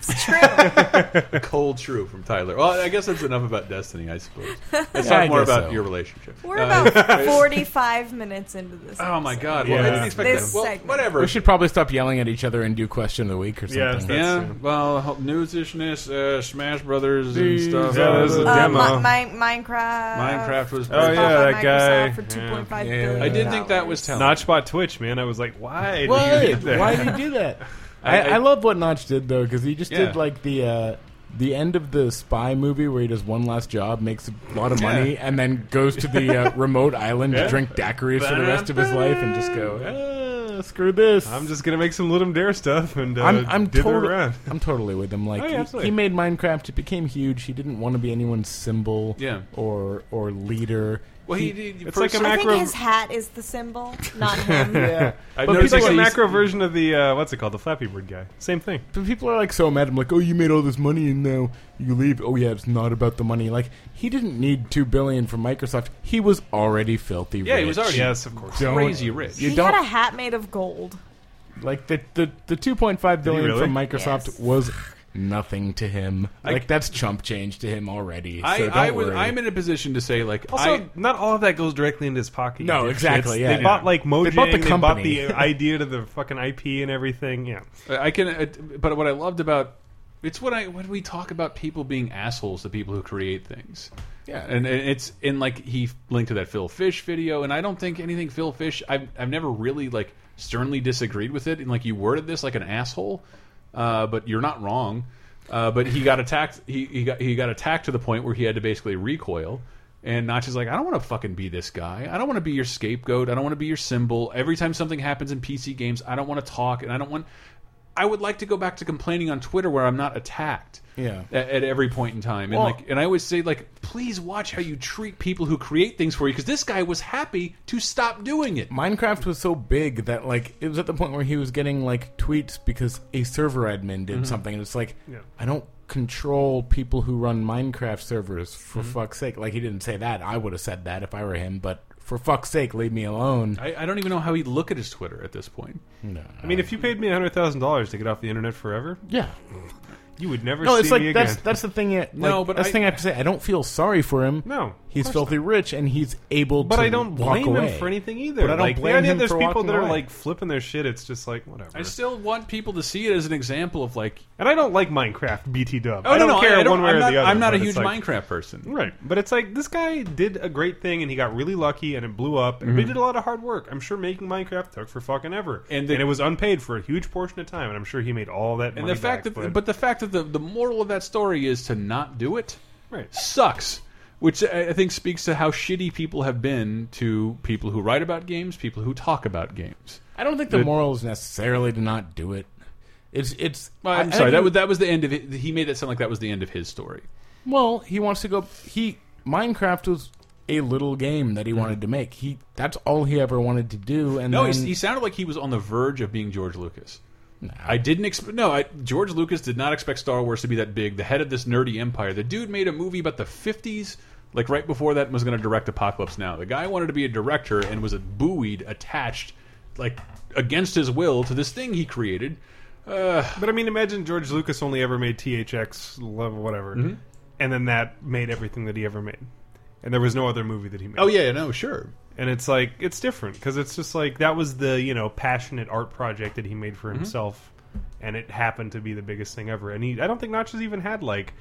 Speaker 4: It's true.
Speaker 1: cold true from Tyler. Well, I guess that's enough about Destiny, I
Speaker 4: <laughs>
Speaker 1: suppose. Let's
Speaker 5: Yeah,
Speaker 1: talk
Speaker 5: I
Speaker 1: more
Speaker 5: guess
Speaker 1: about
Speaker 5: so.
Speaker 1: your relationship.
Speaker 4: We're
Speaker 1: Uh,
Speaker 4: about forty-five minutes into this.
Speaker 1: Oh my
Speaker 4: episode.
Speaker 1: God!
Speaker 3: Yeah.
Speaker 1: Well, I didn't expect
Speaker 4: This
Speaker 1: that. Well,
Speaker 4: segment.
Speaker 1: whatever.
Speaker 5: We should probably stop yelling at each other and do question of the week or
Speaker 3: Yeah,
Speaker 5: something.
Speaker 3: that's-
Speaker 1: yeah. Well, news ishness, uh, Smash Brothers and
Speaker 5: These
Speaker 1: stuff.
Speaker 5: are
Speaker 1: Uh,
Speaker 3: the
Speaker 1: so-
Speaker 4: Uh,
Speaker 3: demo.
Speaker 4: Mi- Mi- Minecraft.
Speaker 1: Minecraft was.
Speaker 3: Oh,
Speaker 4: bought
Speaker 3: yeah,
Speaker 4: by
Speaker 3: that
Speaker 4: Microsoft
Speaker 3: guy.
Speaker 4: For
Speaker 3: Yeah.
Speaker 4: 2.5
Speaker 5: Yeah.
Speaker 4: billion
Speaker 1: I did think that was telling.
Speaker 3: Notchbot Twitch, man. I was like, why?
Speaker 5: Why?
Speaker 3: Do you do that?
Speaker 5: Why do you do
Speaker 3: <laughs>
Speaker 5: that?
Speaker 1: I-
Speaker 5: I,
Speaker 1: I-
Speaker 5: I, love what Notch did though, because he just
Speaker 1: Yeah.
Speaker 5: did like the uh, the end of the spy movie where he does one last job, makes a lot of money, and then goes to the
Speaker 3: <laughs>
Speaker 5: uh, remote island to drink daiquiris for the rest of his life, and just go, "Ah, screw this.
Speaker 3: I'm just gonna make some Ludum Dare stuff and uh,
Speaker 5: I'm I'm
Speaker 3: dither
Speaker 5: totally
Speaker 3: around.
Speaker 5: I'm totally with him. Like
Speaker 3: Oh, yeah,
Speaker 5: he- he,
Speaker 3: absolutely.
Speaker 5: made Minecraft, it became huge. He didn't want to be anyone's symbol,
Speaker 1: Yeah.
Speaker 5: or or leader.
Speaker 1: Well, he, he,
Speaker 3: It's
Speaker 1: first-
Speaker 3: like a
Speaker 4: I
Speaker 3: Macro-
Speaker 4: think his hat is the symbol,
Speaker 1: <laughs>
Speaker 4: not
Speaker 1: I've
Speaker 4: him.
Speaker 5: But
Speaker 1: noticed
Speaker 3: It's
Speaker 5: people
Speaker 3: like a
Speaker 1: that he's-
Speaker 3: macro version of the uh, what's it called, the Flappy Bird guy. Same thing.
Speaker 5: But people are like so mad. I'm like, oh, you made all this money and now you leave. Oh yeah, it's not about the money. Like he didn't need two billion from Microsoft. He was already filthy.
Speaker 1: Yeah, he was already
Speaker 3: Yes, of course.
Speaker 5: Don't-
Speaker 1: crazy rich.
Speaker 5: You
Speaker 4: he
Speaker 5: don't
Speaker 4: had a hat made of gold.
Speaker 5: like the the the two point five billion
Speaker 3: really?
Speaker 5: from Microsoft
Speaker 4: Yes.
Speaker 5: was nothing to him.
Speaker 1: I-
Speaker 5: like that's chump change to him already.
Speaker 1: I,
Speaker 5: so don't
Speaker 1: I was,
Speaker 5: worry.
Speaker 1: I'm in a position to say like
Speaker 3: Also,
Speaker 1: I,
Speaker 3: not all of that goes directly into his pocket. you
Speaker 5: No,
Speaker 3: dipshits.
Speaker 5: exactly, yeah,
Speaker 3: they
Speaker 5: yeah.
Speaker 3: bought like Mojang. They bought the,
Speaker 5: company. <laughs>
Speaker 3: idea to the fucking IP and everything. Yeah,
Speaker 1: I can. uh, But what I loved about it's when I when we talk about people being assholes to people who create things.
Speaker 5: Yeah.
Speaker 1: and, and it's in like he linked to that Phil Fish video, and I don't think anything Phil Fish. I've I've never really like sternly disagreed with it, and like you worded this like an asshole, uh, but you're not wrong. Uh, but he got attacked. He, he got he got attacked to the point where he had to basically recoil. And Notch is like, I don't want to fucking be this guy. I don't want to be your scapegoat. I don't want to be your symbol. Every time something happens in PC games, I don't want to talk, and I don't want. I would like to go back to complaining on Twitter where I'm not attacked.
Speaker 5: Yeah.
Speaker 1: At, at every point in time, and
Speaker 5: Well-
Speaker 1: like, and I always say like, please watch how you treat people who create things for you, because this guy was happy to stop doing it.
Speaker 5: Minecraft was so big that like it was at the point where he was getting like tweets because a server admin
Speaker 3: Mm-hmm.
Speaker 5: did something, and it's like I don't control people who run Minecraft servers for
Speaker 3: Mm-hmm.
Speaker 5: fuck's sake. Like he didn't say that. I would have said that if I were him, but for fuck's sake, leave me alone.
Speaker 1: I, I don't even know how he'd look at his Twitter at this point.
Speaker 5: no,
Speaker 3: I mean, if you paid me hundred thousand dollars to get off the internet forever,
Speaker 5: yeah,
Speaker 3: You would never
Speaker 5: No,
Speaker 3: see
Speaker 5: it's like
Speaker 3: me
Speaker 5: that's
Speaker 3: again.
Speaker 5: that's the thing. It,
Speaker 1: No,
Speaker 5: like,
Speaker 1: but I-
Speaker 5: that's the thing I have to say. I don't feel sorry for him.
Speaker 3: No, of
Speaker 5: he's
Speaker 3: course
Speaker 5: filthy rich and he's able.
Speaker 3: but
Speaker 5: to
Speaker 3: I don't
Speaker 5: walk
Speaker 3: blame
Speaker 5: away.
Speaker 3: him for anything either.
Speaker 5: But I don't
Speaker 3: like,
Speaker 5: blame
Speaker 3: the idea
Speaker 5: him
Speaker 3: there's
Speaker 5: for
Speaker 3: people
Speaker 5: walking
Speaker 3: that are
Speaker 5: away.
Speaker 3: like flipping their shit. It's just like whatever.
Speaker 1: I still want people to see it as an example of like.
Speaker 3: and I don't like Minecraft BT Dub.
Speaker 1: Oh
Speaker 3: I
Speaker 1: no,
Speaker 3: don't
Speaker 1: no,
Speaker 3: care
Speaker 1: I don't,
Speaker 3: one way
Speaker 1: I'm
Speaker 3: or
Speaker 1: not,
Speaker 3: the other.
Speaker 1: I'm not a
Speaker 3: but it's
Speaker 1: huge
Speaker 3: like-
Speaker 1: Minecraft person.
Speaker 3: Right, but it's like this guy did a great thing, and he got really lucky, and it blew up. And he did a lot of hard work. I'm sure making Minecraft took for fucking ever,
Speaker 1: Mm-hmm. And the-
Speaker 3: it was unpaid for a huge portion of time. And I'm sure he made all that.
Speaker 1: And
Speaker 3: money
Speaker 1: the fact
Speaker 3: back,
Speaker 1: that, but the fact that the the moral of that story is to not do it
Speaker 3: right,
Speaker 1: sucks. Which I I think speaks to how shitty people have been to people who write about games, people who talk about games.
Speaker 5: I don't think the moral is necessarily to not do it. It's it's.
Speaker 1: Well, I'm
Speaker 5: I- I
Speaker 1: sorry. That
Speaker 5: think-
Speaker 1: was that was the end of it. He made that sound like that was the end of his story.
Speaker 5: Well, he wants to go. He Minecraft was a little game that he wanted to make. He that's all he ever wanted to do. And
Speaker 1: No,
Speaker 5: then,
Speaker 1: he, he sounded like he was on the verge of being George Lucas. I didn't expect. No, I, George Lucas did not expect Star Wars to be that big. The head of this nerdy empire. The dude made a movie about the fifties, like right before that, and was going to direct Apocalypse Now. The guy wanted to be a director and was buoyed, attached, like against his will, to this thing he created.
Speaker 3: but I mean, imagine George Lucas only ever made THX level whatever,
Speaker 1: Mm-hmm.
Speaker 3: and then that made everything that he ever made, and there was no other movie that he made.
Speaker 1: Oh yeah, no, sure.
Speaker 3: and it's like it's different because it's just like that was the you know passionate art project that he made for
Speaker 5: Mm-hmm.
Speaker 3: himself and it happened to be the biggest thing ever and he i don't think notches even had like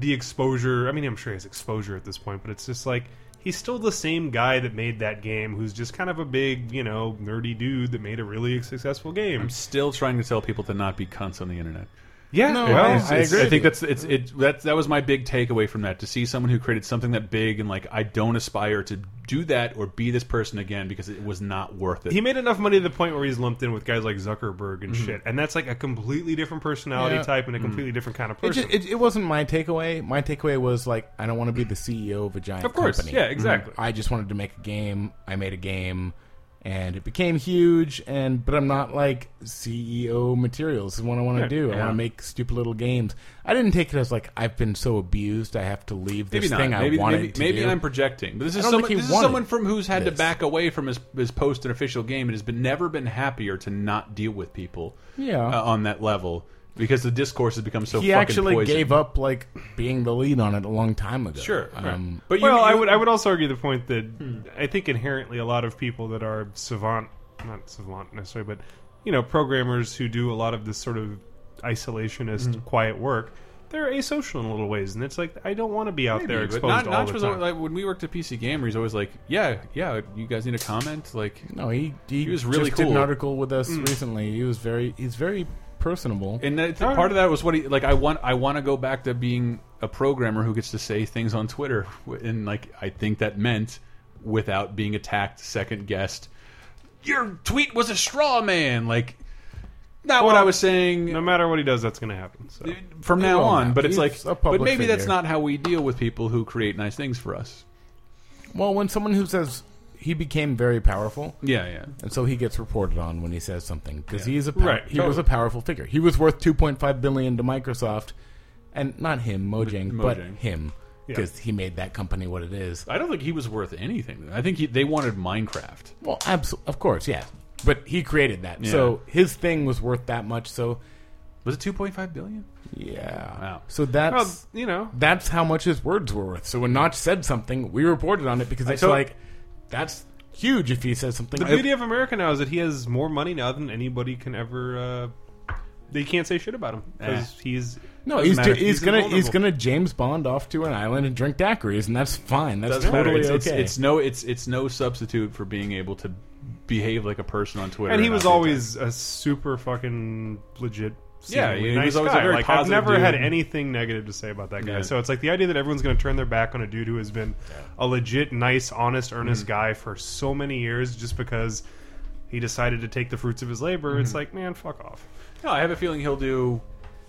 Speaker 3: the exposure i mean i'm sure he has exposure at this point but it's just like he's still the same guy that made that game who's just kind of a big you know nerdy dude that made a really successful game
Speaker 1: I'm still trying to tell people to not be cunts on the internet.
Speaker 3: yeah
Speaker 5: No,
Speaker 3: well,
Speaker 5: I-
Speaker 3: it's-
Speaker 5: I
Speaker 3: it's-
Speaker 5: agree.
Speaker 1: I think
Speaker 5: with
Speaker 1: that's it's it. That that was my big takeaway from that. To see someone who created something that big and like I don't aspire to do that or be this person again because it was not worth it.
Speaker 3: he made enough money to the point where he's lumped in with guys like Zuckerberg
Speaker 5: Mm-hmm.
Speaker 3: and shit, and that's like a completely different personality
Speaker 5: Yeah.
Speaker 3: type and a completely different kind of
Speaker 5: It,
Speaker 3: person.
Speaker 5: ju- it, it wasn't my takeaway. My takeaway was like, I don't want to be the CEO of a giant
Speaker 3: Of course,
Speaker 5: company. Mm-hmm.
Speaker 3: yeah, exactly.
Speaker 5: I just wanted to make a game. I made a game, and it became huge. And but I'm not like E CEO material. This is what I want to
Speaker 3: Yeah,
Speaker 5: do. I
Speaker 3: yeah.
Speaker 5: want to make stupid little games. I didn't take it as like I've been so abused. I have to leave this
Speaker 1: maybe not.
Speaker 5: thing
Speaker 1: maybe
Speaker 5: I wanted
Speaker 1: maybe,
Speaker 5: to
Speaker 1: maybe
Speaker 5: do.
Speaker 1: I'm projecting. But this is
Speaker 5: don't
Speaker 1: someone.
Speaker 5: think he
Speaker 1: This is
Speaker 5: wanted
Speaker 1: someone from who's had to
Speaker 5: this.
Speaker 1: back away from his his post and official game and has been never been happier to not deal with people.
Speaker 5: Yeah.
Speaker 1: uh, on that level because the discourse has become so.
Speaker 5: he
Speaker 1: fucking
Speaker 5: actually
Speaker 1: poison.
Speaker 5: gave up like being the lead on it a long time ago.
Speaker 1: Sure,
Speaker 5: Um,
Speaker 1: right. but you,
Speaker 3: well, I
Speaker 1: you-
Speaker 3: would I would also argue the point that I think inherently a lot of people that are savant, not savant necessarily, but you know, programmers who do a lot of this sort of isolationist, quiet work, they're asocial in little ways, and it's like I don't want to be out there
Speaker 1: Maybe,
Speaker 3: exposed
Speaker 1: but not,
Speaker 3: all
Speaker 1: Notch
Speaker 3: the
Speaker 1: was
Speaker 3: time.
Speaker 1: always, like when we worked at PC Gamer, he's always like, "Yeah, yeah, you guys need a comment." Like,
Speaker 5: No, he he,
Speaker 1: He was really
Speaker 5: just did
Speaker 1: cool. Mm.
Speaker 5: an article with us recently. He was very he's very personable.
Speaker 1: And that, part of that was what he like. I want I want to go back to being a programmer who gets to say things on Twitter, and like I think that meant without being attacked, second guessed. Your tweet was a straw man, like not what I was saying
Speaker 3: no matter what he does, that's going to happen. So.
Speaker 1: from now
Speaker 5: Well,
Speaker 1: on. But it's
Speaker 5: he's
Speaker 1: like,
Speaker 5: a
Speaker 1: but
Speaker 5: public
Speaker 1: maybe that's
Speaker 5: figure.
Speaker 1: not how we deal with people who create nice things for us.
Speaker 5: well, when someone who says he became very powerful,
Speaker 1: Yeah, yeah.
Speaker 5: and so he gets reported on when he says something because he's a pow-
Speaker 3: Right,
Speaker 5: he was a powerful figure. He was worth two point five billion to Microsoft, and not him Mojang, but
Speaker 1: Mojang.
Speaker 5: him because he made that company what it is.
Speaker 1: I don't think he was worth anything. I think he, they wanted Minecraft.
Speaker 5: Well, abso- of course, yeah. But he created that,
Speaker 1: Yeah.
Speaker 5: so his thing was worth that much. So
Speaker 1: Was it two point five billion?
Speaker 5: yeah,
Speaker 1: Wow.
Speaker 5: so that's.
Speaker 3: Well, you know,
Speaker 5: that's how much his words were worth. So when Notch said something, we reported on it because it's
Speaker 3: told-
Speaker 5: like that's huge if he says something.
Speaker 3: the beauty of America now is that he has more money now than anybody can ever. Uh, they can't say shit about him because he's
Speaker 5: no, he's,
Speaker 3: doesn't
Speaker 5: ju-
Speaker 3: matter.
Speaker 5: he's gonna he's
Speaker 3: invulnerable.
Speaker 5: gonna James Bond off to an island and drink daiquiris, and that's fine. That's
Speaker 3: Doesn't matter.
Speaker 5: totally
Speaker 1: it's, it's-
Speaker 5: okay.
Speaker 1: it's no, it's it's no substitute for being able to behave like a person on Twitter.
Speaker 3: and he was
Speaker 1: not be
Speaker 3: always a super fucking legit.
Speaker 1: Yeah,
Speaker 3: seemingly
Speaker 1: he
Speaker 3: nice
Speaker 1: was always a
Speaker 3: guy.
Speaker 1: very
Speaker 3: like,
Speaker 1: positive
Speaker 3: I've never had
Speaker 1: dude.
Speaker 3: anything negative to say about that guy.
Speaker 1: Yeah.
Speaker 3: So it's like the idea that everyone's going to turn their back on a dude who has been a legit, nice, honest,
Speaker 1: Mm.
Speaker 3: earnest guy for so many years just because he decided to take the fruits of his labor.
Speaker 1: Mm-hmm.
Speaker 3: It's like, man, fuck off. <laughs>
Speaker 1: No, I have a feeling he'll do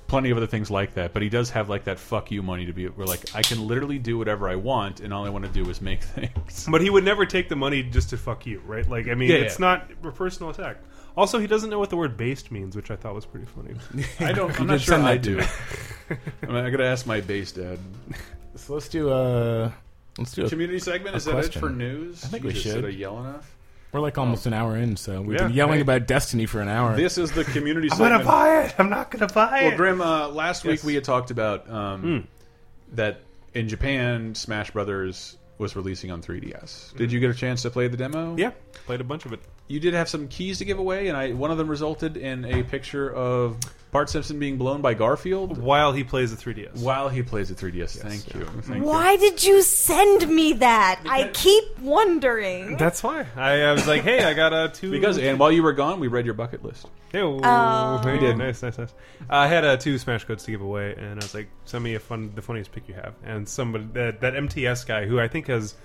Speaker 1: plenty of other things like that, but he does have like that fuck you money to be where like I can literally do whatever I want and all I want to do is make things.
Speaker 3: But he would never take the money just to fuck you, right? Like, I mean,
Speaker 1: Yeah,
Speaker 3: it's
Speaker 1: yeah.
Speaker 3: not a personal attack. Also, he doesn't know what the word "based" means, which I thought was
Speaker 1: <laughs>
Speaker 3: pretty funny.
Speaker 1: I don't I'm
Speaker 5: You
Speaker 1: not
Speaker 5: did
Speaker 1: sure
Speaker 5: send
Speaker 1: I
Speaker 5: that to
Speaker 1: do. <laughs> I mean, I gotta ask my base dad.
Speaker 5: so let's do a let's do a
Speaker 1: Community segment, is that it
Speaker 5: question.
Speaker 1: for news? I
Speaker 5: think we should.
Speaker 1: yell enough.
Speaker 5: We're like almost an hour in, so we've
Speaker 3: Yeah,
Speaker 5: been yelling
Speaker 3: hey.
Speaker 5: about Destiny for an hour.
Speaker 1: This is the <laughs> community
Speaker 3: I'm gonna
Speaker 1: segment.
Speaker 3: buy it. I'm not gonna buy
Speaker 1: Well,
Speaker 3: it.
Speaker 1: Grim, uh, last week
Speaker 3: Yes.
Speaker 1: we had talked about um, that in Japan, Smash Brothers was releasing on 3DS. Did you get a chance to play the demo?
Speaker 3: yeah, played a bunch of it.
Speaker 1: You did have some keys to give away, and I one of them resulted in a picture of Bart Simpson being blown by Garfield
Speaker 3: While he plays the 3ds.
Speaker 1: while he plays the 3DS. Thank you. Thank you.
Speaker 4: Why did you send me that? I keep wondering.
Speaker 3: That's why I, I was like, hey, I got a two
Speaker 1: Because and while you were gone, we read your bucket list.
Speaker 3: Ew. Hey,
Speaker 1: did.
Speaker 3: Nice, nice, nice. I had uh, two Smash codes to give away, and I was like, "Send me a fun, the funniest pick you have." And somebody that, that MTS guy, who I think has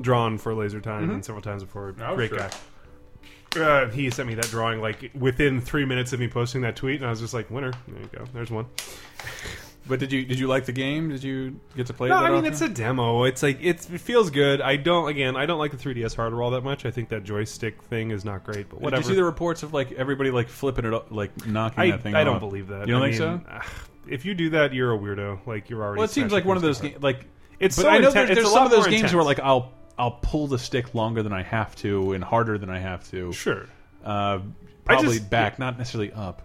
Speaker 3: drawn for Laser Time and several times before,
Speaker 1: Oh,
Speaker 3: great
Speaker 1: sure.
Speaker 3: guy. Uh, he sent me that drawing like within three minutes of me posting that tweet, and I was just like, "Winner! There you go. There's one."
Speaker 1: But did you did you like the game? Did you get to play?
Speaker 3: No,
Speaker 1: it that
Speaker 3: I mean
Speaker 1: often?
Speaker 3: it's a demo. It's like it's, it feels good. I don't again. I don't like the 3DS hardware all that much. I think that joystick thing is not great. But whatever.
Speaker 1: Did you see the reports of like everybody like flipping it, up, like knocking
Speaker 3: I,
Speaker 1: that thing?
Speaker 3: I don't
Speaker 1: off?
Speaker 3: believe that.
Speaker 1: You don't
Speaker 3: I
Speaker 1: think
Speaker 3: mean,
Speaker 1: so?
Speaker 3: ugh, If you do that, you're a weirdo. Like you're already.
Speaker 1: Well, it seems like
Speaker 3: smashing
Speaker 1: one of those
Speaker 3: things too hard.
Speaker 1: games. Like
Speaker 3: It's
Speaker 1: but
Speaker 3: so
Speaker 1: I know
Speaker 3: inten-
Speaker 1: there's,
Speaker 3: it's
Speaker 1: there's
Speaker 3: a
Speaker 1: some
Speaker 3: lot
Speaker 1: of those
Speaker 3: more
Speaker 1: games
Speaker 3: intense.
Speaker 1: where like I'll I'll pull the stick longer than I have to and harder than I have to.
Speaker 3: Sure.
Speaker 1: Uh,
Speaker 3: I
Speaker 1: probably
Speaker 3: just-
Speaker 1: back, not necessarily up.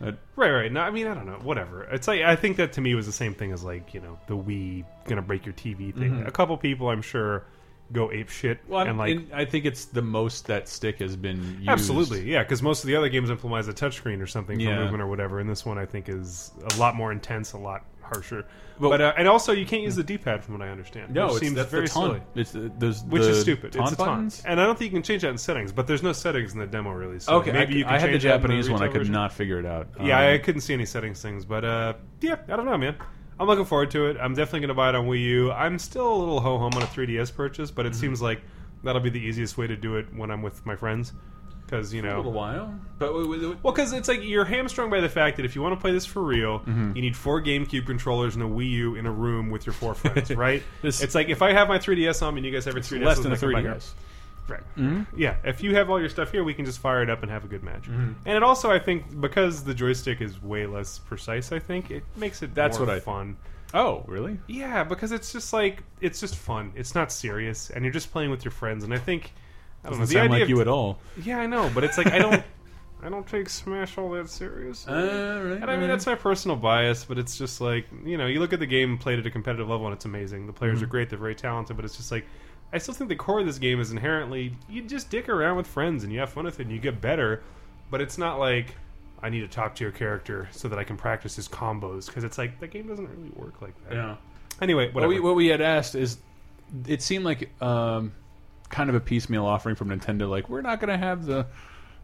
Speaker 1: Uh,
Speaker 3: Right, right. No, I mean, I don't know. Whatever. It's like I think that to me was the same thing as like you know the Wii gonna break your TV thing. A couple people, I'm sure, go ape shit
Speaker 1: well, I'm-
Speaker 3: and like
Speaker 1: and I think it's the most that stick has been used.
Speaker 3: Absolutely, yeah, because most of the other games implements a touchscreen or something
Speaker 1: Yeah.
Speaker 3: for movement or whatever, and this one I think is a lot more intense, a lot harsher.
Speaker 1: But-
Speaker 3: But, uh, and also you can't use the D-pad from what I understand.
Speaker 1: No,
Speaker 3: which
Speaker 1: it's
Speaker 3: seems
Speaker 1: that's
Speaker 3: very
Speaker 1: the taunt.
Speaker 3: silly,
Speaker 1: It's the, there's
Speaker 3: which
Speaker 1: the
Speaker 3: is stupid.
Speaker 1: Taunt
Speaker 3: it's a taunt,
Speaker 1: buttons?
Speaker 3: and I don't think you can change that in settings. But there's no settings in the demo really. So
Speaker 1: Okay,
Speaker 3: maybe
Speaker 1: I,
Speaker 3: you can
Speaker 1: I had the
Speaker 3: change that in
Speaker 1: Japanese one. I
Speaker 3: retail
Speaker 1: could
Speaker 3: version.
Speaker 1: not figure it out.
Speaker 3: Yeah,
Speaker 1: Um,
Speaker 3: I couldn't see any settings things, but uh, yeah, I don't know, man. I'm looking forward to it. I'm definitely going to buy it on Wii U. I'm still a little ho hum on a 3DS purchase, but it
Speaker 1: Mm-hmm.
Speaker 3: seems like that'll be the easiest way to do it when I'm with my friends, because you
Speaker 1: a little
Speaker 3: know.
Speaker 1: while, but we- we- we-
Speaker 3: Well, because it's like you're hamstrung by the fact that if you want to play this for real,
Speaker 1: Mm-hmm.
Speaker 3: you need four GameCube controllers and a Wii U in a room with your
Speaker 1: <laughs>
Speaker 3: four friends, right?
Speaker 1: This-
Speaker 3: it's like if I have my 3DS on me and you guys have your 3DS,
Speaker 1: less than a
Speaker 3: let's make it better.
Speaker 1: 3DS.
Speaker 3: Right.
Speaker 1: Mm-hmm.
Speaker 3: Yeah. If you have all your stuff here, we can just fire it up and have a good match. And it also, I think, because the joystick is way less precise, I think it makes it
Speaker 1: That's
Speaker 3: more
Speaker 1: what I-
Speaker 3: fun.
Speaker 1: Oh, really?
Speaker 3: Yeah, because it's just like it's just fun. It's not serious, and you're just playing with your friends. And I think I don't know
Speaker 1: Doesn't
Speaker 3: the
Speaker 1: sound
Speaker 3: idea
Speaker 1: like
Speaker 3: of-
Speaker 1: you at all.
Speaker 3: Yeah, I know, but it's like
Speaker 1: <laughs>
Speaker 3: I don't. I don't take Smash all that seriously.
Speaker 1: Uh, right,
Speaker 3: and I mean,
Speaker 1: right.
Speaker 3: that's my personal bias, but it's just like, you know, you look at the game played at a competitive level and it's amazing. The players
Speaker 1: Mm.
Speaker 3: are great, they're very talented, but it's just like, I still think the core of this game is inherently you just dick around with friends and you have fun with it and you get better, but it's not like I need a top tier character so that I can practice his combos because it's like, the game doesn't really work like that.
Speaker 1: Yeah.
Speaker 3: Anyway,
Speaker 1: What
Speaker 3: whatever.
Speaker 1: we, what we had asked is, it seemed like um, kind of a piecemeal offering from Nintendo. Like we're not going to have the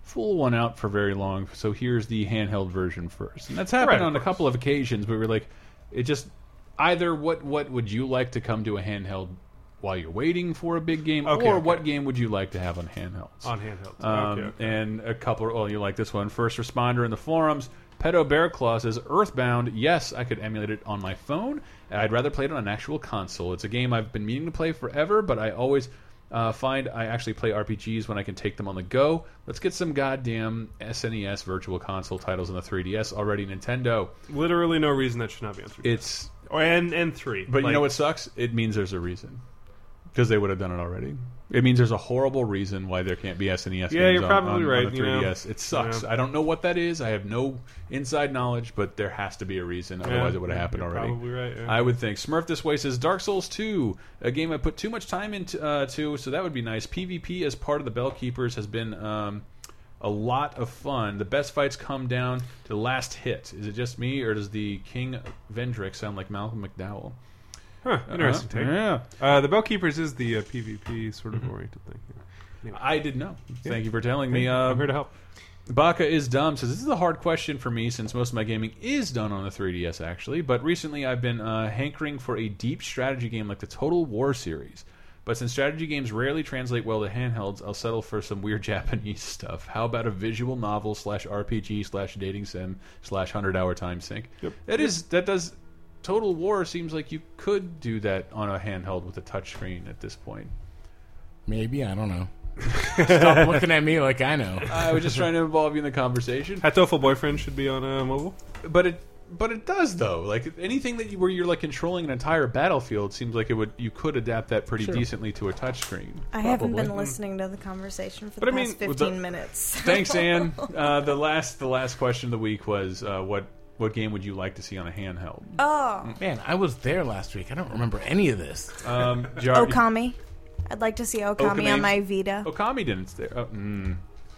Speaker 1: full one out for very long, so here's the handheld version first. And that's happened
Speaker 3: Right, of
Speaker 1: on a
Speaker 3: course.
Speaker 1: couple of occasions. But we were like, it just either what what would you like to come to a handheld while you're waiting for a big game,
Speaker 3: Okay,
Speaker 1: or
Speaker 3: okay.
Speaker 1: what game would you like to have on handhelds?
Speaker 3: on handheld.
Speaker 1: Um,
Speaker 3: okay, okay.
Speaker 1: And a couple. Oh, you like this one? First responder in the forums. Pedo Bear Claw says Earthbound. Yes, I could emulate it on my phone. and I'd rather play it on an actual console. It's a game I've been meaning to play forever, but I always uh, find I actually play RPGs when I can take them on the go. Let's get some goddamn SNES Virtual Console titles on the 3DS already. Nintendo.
Speaker 3: Literally no reason that should not be on 3
Speaker 1: It's
Speaker 3: and, and 3.
Speaker 1: but you know
Speaker 3: Like,
Speaker 1: what sucks? It means there's a reason because they would have done it already. It means there's a horrible reason why there can't be SNES. games
Speaker 3: you're
Speaker 1: on-
Speaker 3: probably
Speaker 1: on- on
Speaker 3: right,
Speaker 1: the
Speaker 3: you know.
Speaker 1: 3DS, it sucks.
Speaker 3: Yeah.
Speaker 1: I don't know what that is. I have no inside knowledge, but there has to be a reason. Otherwise, it would have happened
Speaker 3: you're
Speaker 1: already.
Speaker 3: probably right, yeah.
Speaker 1: I would think. Smurf this way says Dark Souls 2, a game I put too much time into, uh, to, so that would be nice. PvP as part of the Bellkeepers has been. Um, a lot of fun. The best fights come down to the last hit. Is it just me, or does the King Vendrick sound like Malcolm McDowell?
Speaker 3: Huh, interesting
Speaker 1: Uh,
Speaker 3: take.
Speaker 1: yeah. Mm-hmm.
Speaker 3: Uh, the Bellkeepers is the uh, PvP sort of oriented thing.
Speaker 1: I did know. Thank you for telling me.
Speaker 3: I'm
Speaker 1: Uh,
Speaker 3: here to help.
Speaker 1: Baka is dumb says this is a hard question for me since most of my gaming is done on the 3DS actually, but recently I've been uh, hankering for a deep strategy game like the Total War series. But since strategy games rarely translate well to handhelds, I'll settle for some weird <laughs> Japanese stuff. How about a visual novel slash RPG slash dating sim slash hundred hour time sink? That is that does Total War seems like you could do that on a handheld with a touchscreen at this point.
Speaker 5: Maybe I
Speaker 3: <laughs>
Speaker 5: don't know. Stop looking at me like I know.
Speaker 1: I was just trying to involve you in the conversation.
Speaker 3: Hatoful Boyfriend should be on uh, mobile.
Speaker 1: but it but it does though. Like anything that you, where you're like controlling an entire battlefield seems like it would you could adapt that pretty decently to a touchscreen.
Speaker 4: I haven't
Speaker 1: probably.
Speaker 4: been listening to the conversation for
Speaker 1: But
Speaker 4: the
Speaker 1: I mean,
Speaker 4: past
Speaker 1: with
Speaker 4: 15
Speaker 1: the-
Speaker 4: minutes.
Speaker 1: Thanks, Anne. Uh, the last the last question of the week was uh, what what game would you like to see on a handheld?
Speaker 4: <laughs> Oh,
Speaker 5: Man, I was there last week. I don't remember any of this.
Speaker 3: Uh,
Speaker 1: Um, Jar-
Speaker 4: Oh, Okami. I'd like to see Okami,
Speaker 1: Okami.
Speaker 4: on my Vita
Speaker 1: Okami didn't stay. Oh, mm,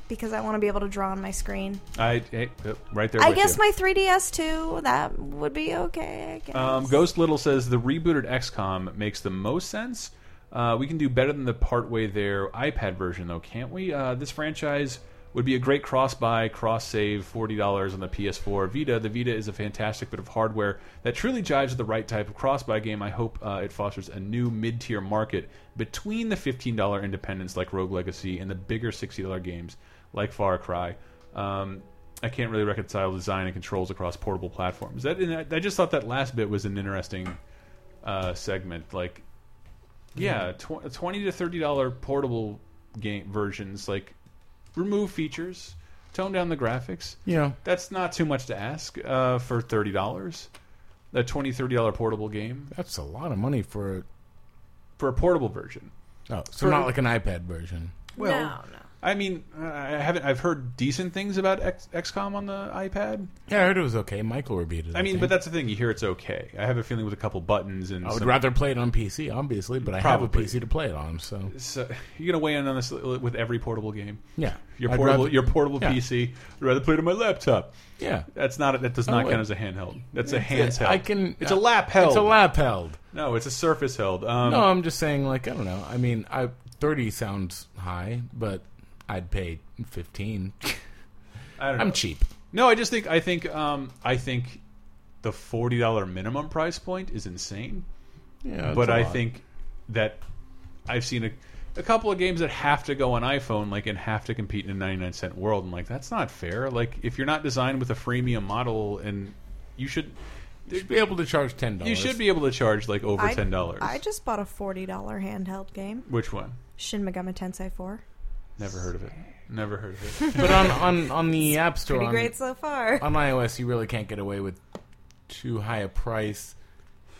Speaker 4: because I want to be able to draw on my screen.
Speaker 1: I, I- uh, right there.
Speaker 4: I
Speaker 1: with
Speaker 4: guess
Speaker 1: you.
Speaker 4: my 3DS too. That would be okay. I guess.
Speaker 1: Um, Ghost Little says the rebooted XCOM makes the most sense. Uh, we can do better than the partway there iPad version, though, can't we? Uh, this franchise would be a great cross buy, cross save, $40 on the PS4 Vita. The Vita is a fantastic bit of hardware that truly jives with the right type of cross buy game. I hope uh, it fosters a new mid tier market between the $15 independents like Rogue Legacy and the bigger $60 games like Far Cry. Um, I can't really reconcile design and controls across portable platforms. That and I, I just thought that last bit was an interesting uh, segment. Like, yeah, tw- uh, twenty to thirty dollar portable game versions. Like, remove features, tone down the graphics.
Speaker 5: You know,
Speaker 1: That's not too much to ask uh, for thirty dollars. A twenty thirty dollar portable game
Speaker 5: that's a lot of money for a.
Speaker 1: for a portable version.
Speaker 5: Oh, so not like an iPad version.
Speaker 1: Well, I mean, I haven't. I've heard decent things about X, XCOM on the iPad.
Speaker 5: Yeah, I heard it was okay. Michael reviewed it.
Speaker 1: I mean,
Speaker 5: think.
Speaker 1: but that's the thing. You hear it's okay. I have a feeling with a couple buttons and
Speaker 5: I would
Speaker 1: some-
Speaker 5: rather play it on PC, obviously, but I
Speaker 1: Probably.
Speaker 5: have a PC to play it on, so
Speaker 1: So, <laughs> you're gonna weigh in on this with every portable game.
Speaker 5: yeah.
Speaker 1: Your
Speaker 5: I'd
Speaker 1: portable,
Speaker 5: rather-
Speaker 1: your portable
Speaker 5: yeah,
Speaker 1: PC. I'd rather play it on my laptop.
Speaker 5: Yeah,
Speaker 1: That's not. That does
Speaker 5: Oh,
Speaker 1: not
Speaker 5: wait.
Speaker 1: count as a handheld. That's a
Speaker 5: It's-
Speaker 1: handheld.
Speaker 5: I can. uh,
Speaker 1: It's a lap held.
Speaker 5: It's a lap held.
Speaker 1: No, it's a surface held. Um,
Speaker 5: No, I'm just saying, like I don't know. I mean, I thirty sounds high, but I'd pay fifteen.
Speaker 1: <laughs> I don't know.
Speaker 5: I'm cheap.
Speaker 1: No, I just think I think um, I think the forty dollar minimum price point is insane.
Speaker 5: Yeah, it's
Speaker 1: but
Speaker 5: a
Speaker 1: I
Speaker 5: lot.
Speaker 1: think that I've seen a, a couple of games that have to go on iPhone, like and have to compete in a 99 cent world. And like that's not fair. Like if you're not designed with a freemium model, and you should
Speaker 5: you should be able to charge ten dollars.
Speaker 1: you should be able to charge like over ten dollars.
Speaker 4: I just bought a $40 handheld game,
Speaker 1: Which one?
Speaker 4: Shin Megami Tensei 4.
Speaker 1: Never heard of it. Never heard of
Speaker 5: <laughs>
Speaker 1: it.
Speaker 5: but on on on the App Store
Speaker 4: Pretty
Speaker 5: on,
Speaker 4: great so far.
Speaker 5: on iOS, you really can't get away with too high a price.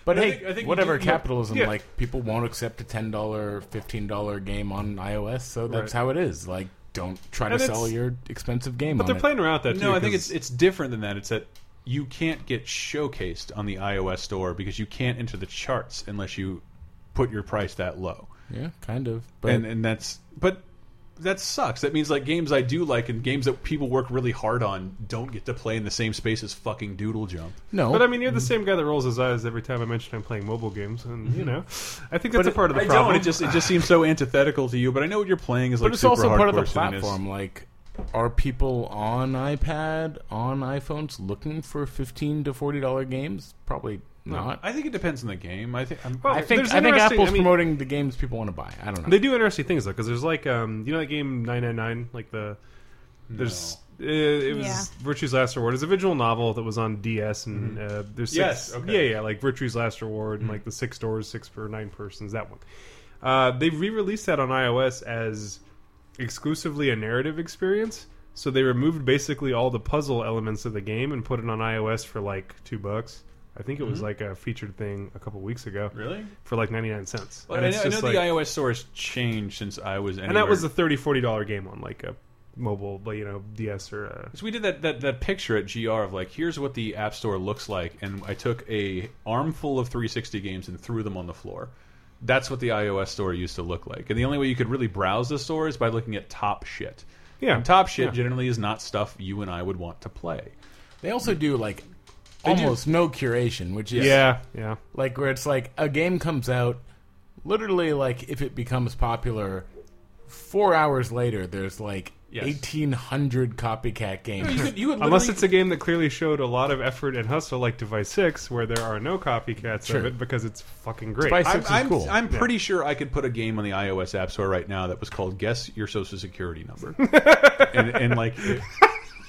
Speaker 5: But
Speaker 1: I
Speaker 5: hey,
Speaker 1: think- I think
Speaker 5: whatever
Speaker 1: you do-
Speaker 5: capitalism,
Speaker 1: yeah.
Speaker 5: like people won't accept a ten dollar, fifteen dollar game on iOS, so that's
Speaker 3: Right.
Speaker 5: how it is. Like, don't try
Speaker 3: And
Speaker 5: to
Speaker 3: it's-
Speaker 5: sell your expensive game.
Speaker 3: But
Speaker 5: on
Speaker 3: they're
Speaker 5: it.
Speaker 3: playing around with that too.
Speaker 1: no, I think
Speaker 3: 'cause-
Speaker 1: it's it's different than that. It's that you can't get showcased on the iOS store because you can't enter the charts unless you put your price that low.
Speaker 5: yeah, kind of. But
Speaker 1: and and that's but that sucks. That means like games I do like and games that people work really hard on don't get to play in the same space as fucking Doodle Jump.
Speaker 5: no,
Speaker 3: But I mean, you're the same guy that rolls his eyes every time I mention I'm playing mobile games, and you know, I think that's a part of the
Speaker 1: Mm-hmm. I
Speaker 3: problem.
Speaker 1: don't. It just it just seems so antithetical to you. But I know what you're playing is like.
Speaker 5: but it's
Speaker 1: super
Speaker 5: also part of the
Speaker 1: hardcore soon is-
Speaker 5: platform. Like, are people on iPad, on iPhones, looking for fifteen to forty dollar games? Probably not.
Speaker 1: I think it depends on the game. I think. I'm,
Speaker 3: Well,
Speaker 5: I think
Speaker 3: there's
Speaker 5: I think
Speaker 3: interesting-
Speaker 5: Apple's
Speaker 3: I mean-
Speaker 5: promoting the games people want to buy. I don't know.
Speaker 3: They do interesting things though, because there's like um, you know that game 999, like the there's uh, it was
Speaker 4: Yeah.
Speaker 3: Virtue's Last Reward. It's a visual novel that was on DS, and uh, there's six,
Speaker 1: Mm-hmm. Yes, okay. Mm-hmm.
Speaker 3: yeah, yeah, like Virtue's Last Reward, and like the six doors, six for nine persons, that one. Uh, they re-released that on iOS as exclusively a narrative experience. So they removed basically all the puzzle elements of the game and put it on iOS for like two bucks. I think it was like a featured thing a couple weeks ago.
Speaker 1: Mm-hmm. Really?
Speaker 3: For like 99 cents.
Speaker 1: But I know, I know the iOS store has changed since I was.
Speaker 3: and that was a 30 40 dollar game on like a mobile like, you know ds or uh, a
Speaker 1: So we did that, that that picture at GR of like here's what the App Store looks like, and I took a armful of 360 games and threw them on the floor. That's what the iOS store used to look like, and the only way you could really browse the store is by looking at top shit.
Speaker 3: Yeah.
Speaker 1: and top shit
Speaker 3: Yeah.
Speaker 1: generally is not stuff you and I would want to play.
Speaker 5: They also do like almost no curation, which is
Speaker 3: yeah yeah
Speaker 5: like where it's like a game comes out, literally like if it becomes popular, four hours later there's like
Speaker 1: Yes.
Speaker 5: eighteen hundred copycat
Speaker 1: You
Speaker 5: games.
Speaker 1: could, you would
Speaker 3: unless
Speaker 1: literally-
Speaker 3: it's a game that clearly showed a lot of effort and hustle like device 6 where there are no copycats of
Speaker 5: Sure.
Speaker 3: it because it's fucking great
Speaker 5: Device
Speaker 1: I'm,
Speaker 5: Six is
Speaker 1: I'm,
Speaker 5: cool.
Speaker 1: I'm pretty sure I could put a game on the iOS
Speaker 5: <laughs>
Speaker 1: App Store right now that was called "Guess Your Social Security Number," and, and like, it-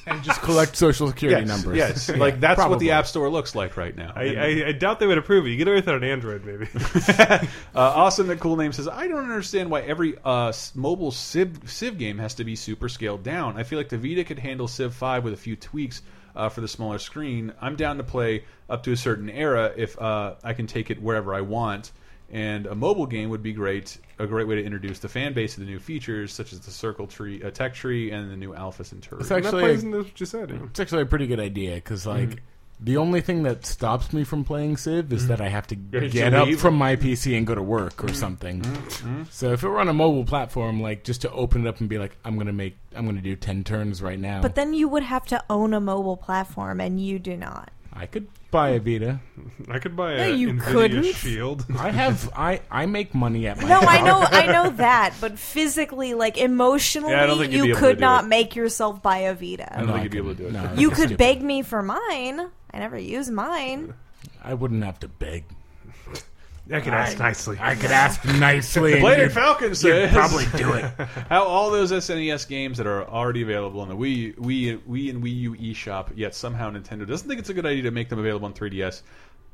Speaker 5: and just collect social security
Speaker 1: yes,
Speaker 5: numbers.
Speaker 1: yes.
Speaker 5: <laughs> Yeah,
Speaker 1: Like that's what
Speaker 5: probably.
Speaker 1: the App Store looks like right now.
Speaker 3: I,
Speaker 1: And-
Speaker 3: I, I doubt they would approve it. You get away with it on Android, maybe. <laughs>
Speaker 1: Uh, awesome that cool name says I don't understand why every uh, s- mobile Civ, Civ game has to be super scaled down. I feel like the Vita could handle Civ 5 with a few tweaks uh, for the smaller screen. I'm down to play up to a certain era if uh, I can take it wherever I want. And a mobile game would be great, a great way to introduce the fan base to the new features such as the circle tree, uh, tech tree, and the new Alpha Centauri.
Speaker 5: It's actually
Speaker 3: that plays into what you said.
Speaker 5: It's actually a pretty good idea because like the only thing that stops me from playing Civ is that I have to
Speaker 1: have to
Speaker 5: get up
Speaker 1: leave. Mm,
Speaker 5: from my PC and go to work or something. So if it were on a mobile platform, like just to open it up and be like, I'm gonna make, I'm gonna do ten turns right now.
Speaker 4: But then you would have to own a mobile platform, and you
Speaker 1: <laughs>
Speaker 4: do not.
Speaker 5: I could buy a Vita.
Speaker 3: I could buy a
Speaker 4: No, you
Speaker 3: Nvidia
Speaker 4: couldn't.
Speaker 3: Shield.
Speaker 5: I have, I, I make money at my.
Speaker 4: No, I
Speaker 5: <laughs> job.
Speaker 4: know,
Speaker 1: <laughs>
Speaker 4: I know that, but physically, like emotionally,
Speaker 1: Yeah, I don't think you'd be
Speaker 4: you
Speaker 1: able to
Speaker 4: could
Speaker 1: do
Speaker 4: not
Speaker 1: it.
Speaker 4: make yourself buy a Vita.
Speaker 1: I don't
Speaker 5: No,
Speaker 1: think
Speaker 5: I
Speaker 1: you'd be able to do it.
Speaker 5: couldn't. No,
Speaker 4: You
Speaker 5: that's
Speaker 4: could
Speaker 5: stupid.
Speaker 4: beg me for mine. I never use mine.
Speaker 5: I wouldn't have to beg.
Speaker 3: I could ask nicely.
Speaker 5: I
Speaker 1: <laughs>
Speaker 5: could ask nicely. and
Speaker 1: Blade
Speaker 5: you'd
Speaker 1: and Falcon says <laughs>
Speaker 5: probably do it.
Speaker 1: How all those SNES games that are already available on the Wii, Wii, Wii and Wii U eShop, yet somehow Nintendo doesn't think it's a good idea to make them available on 3DS.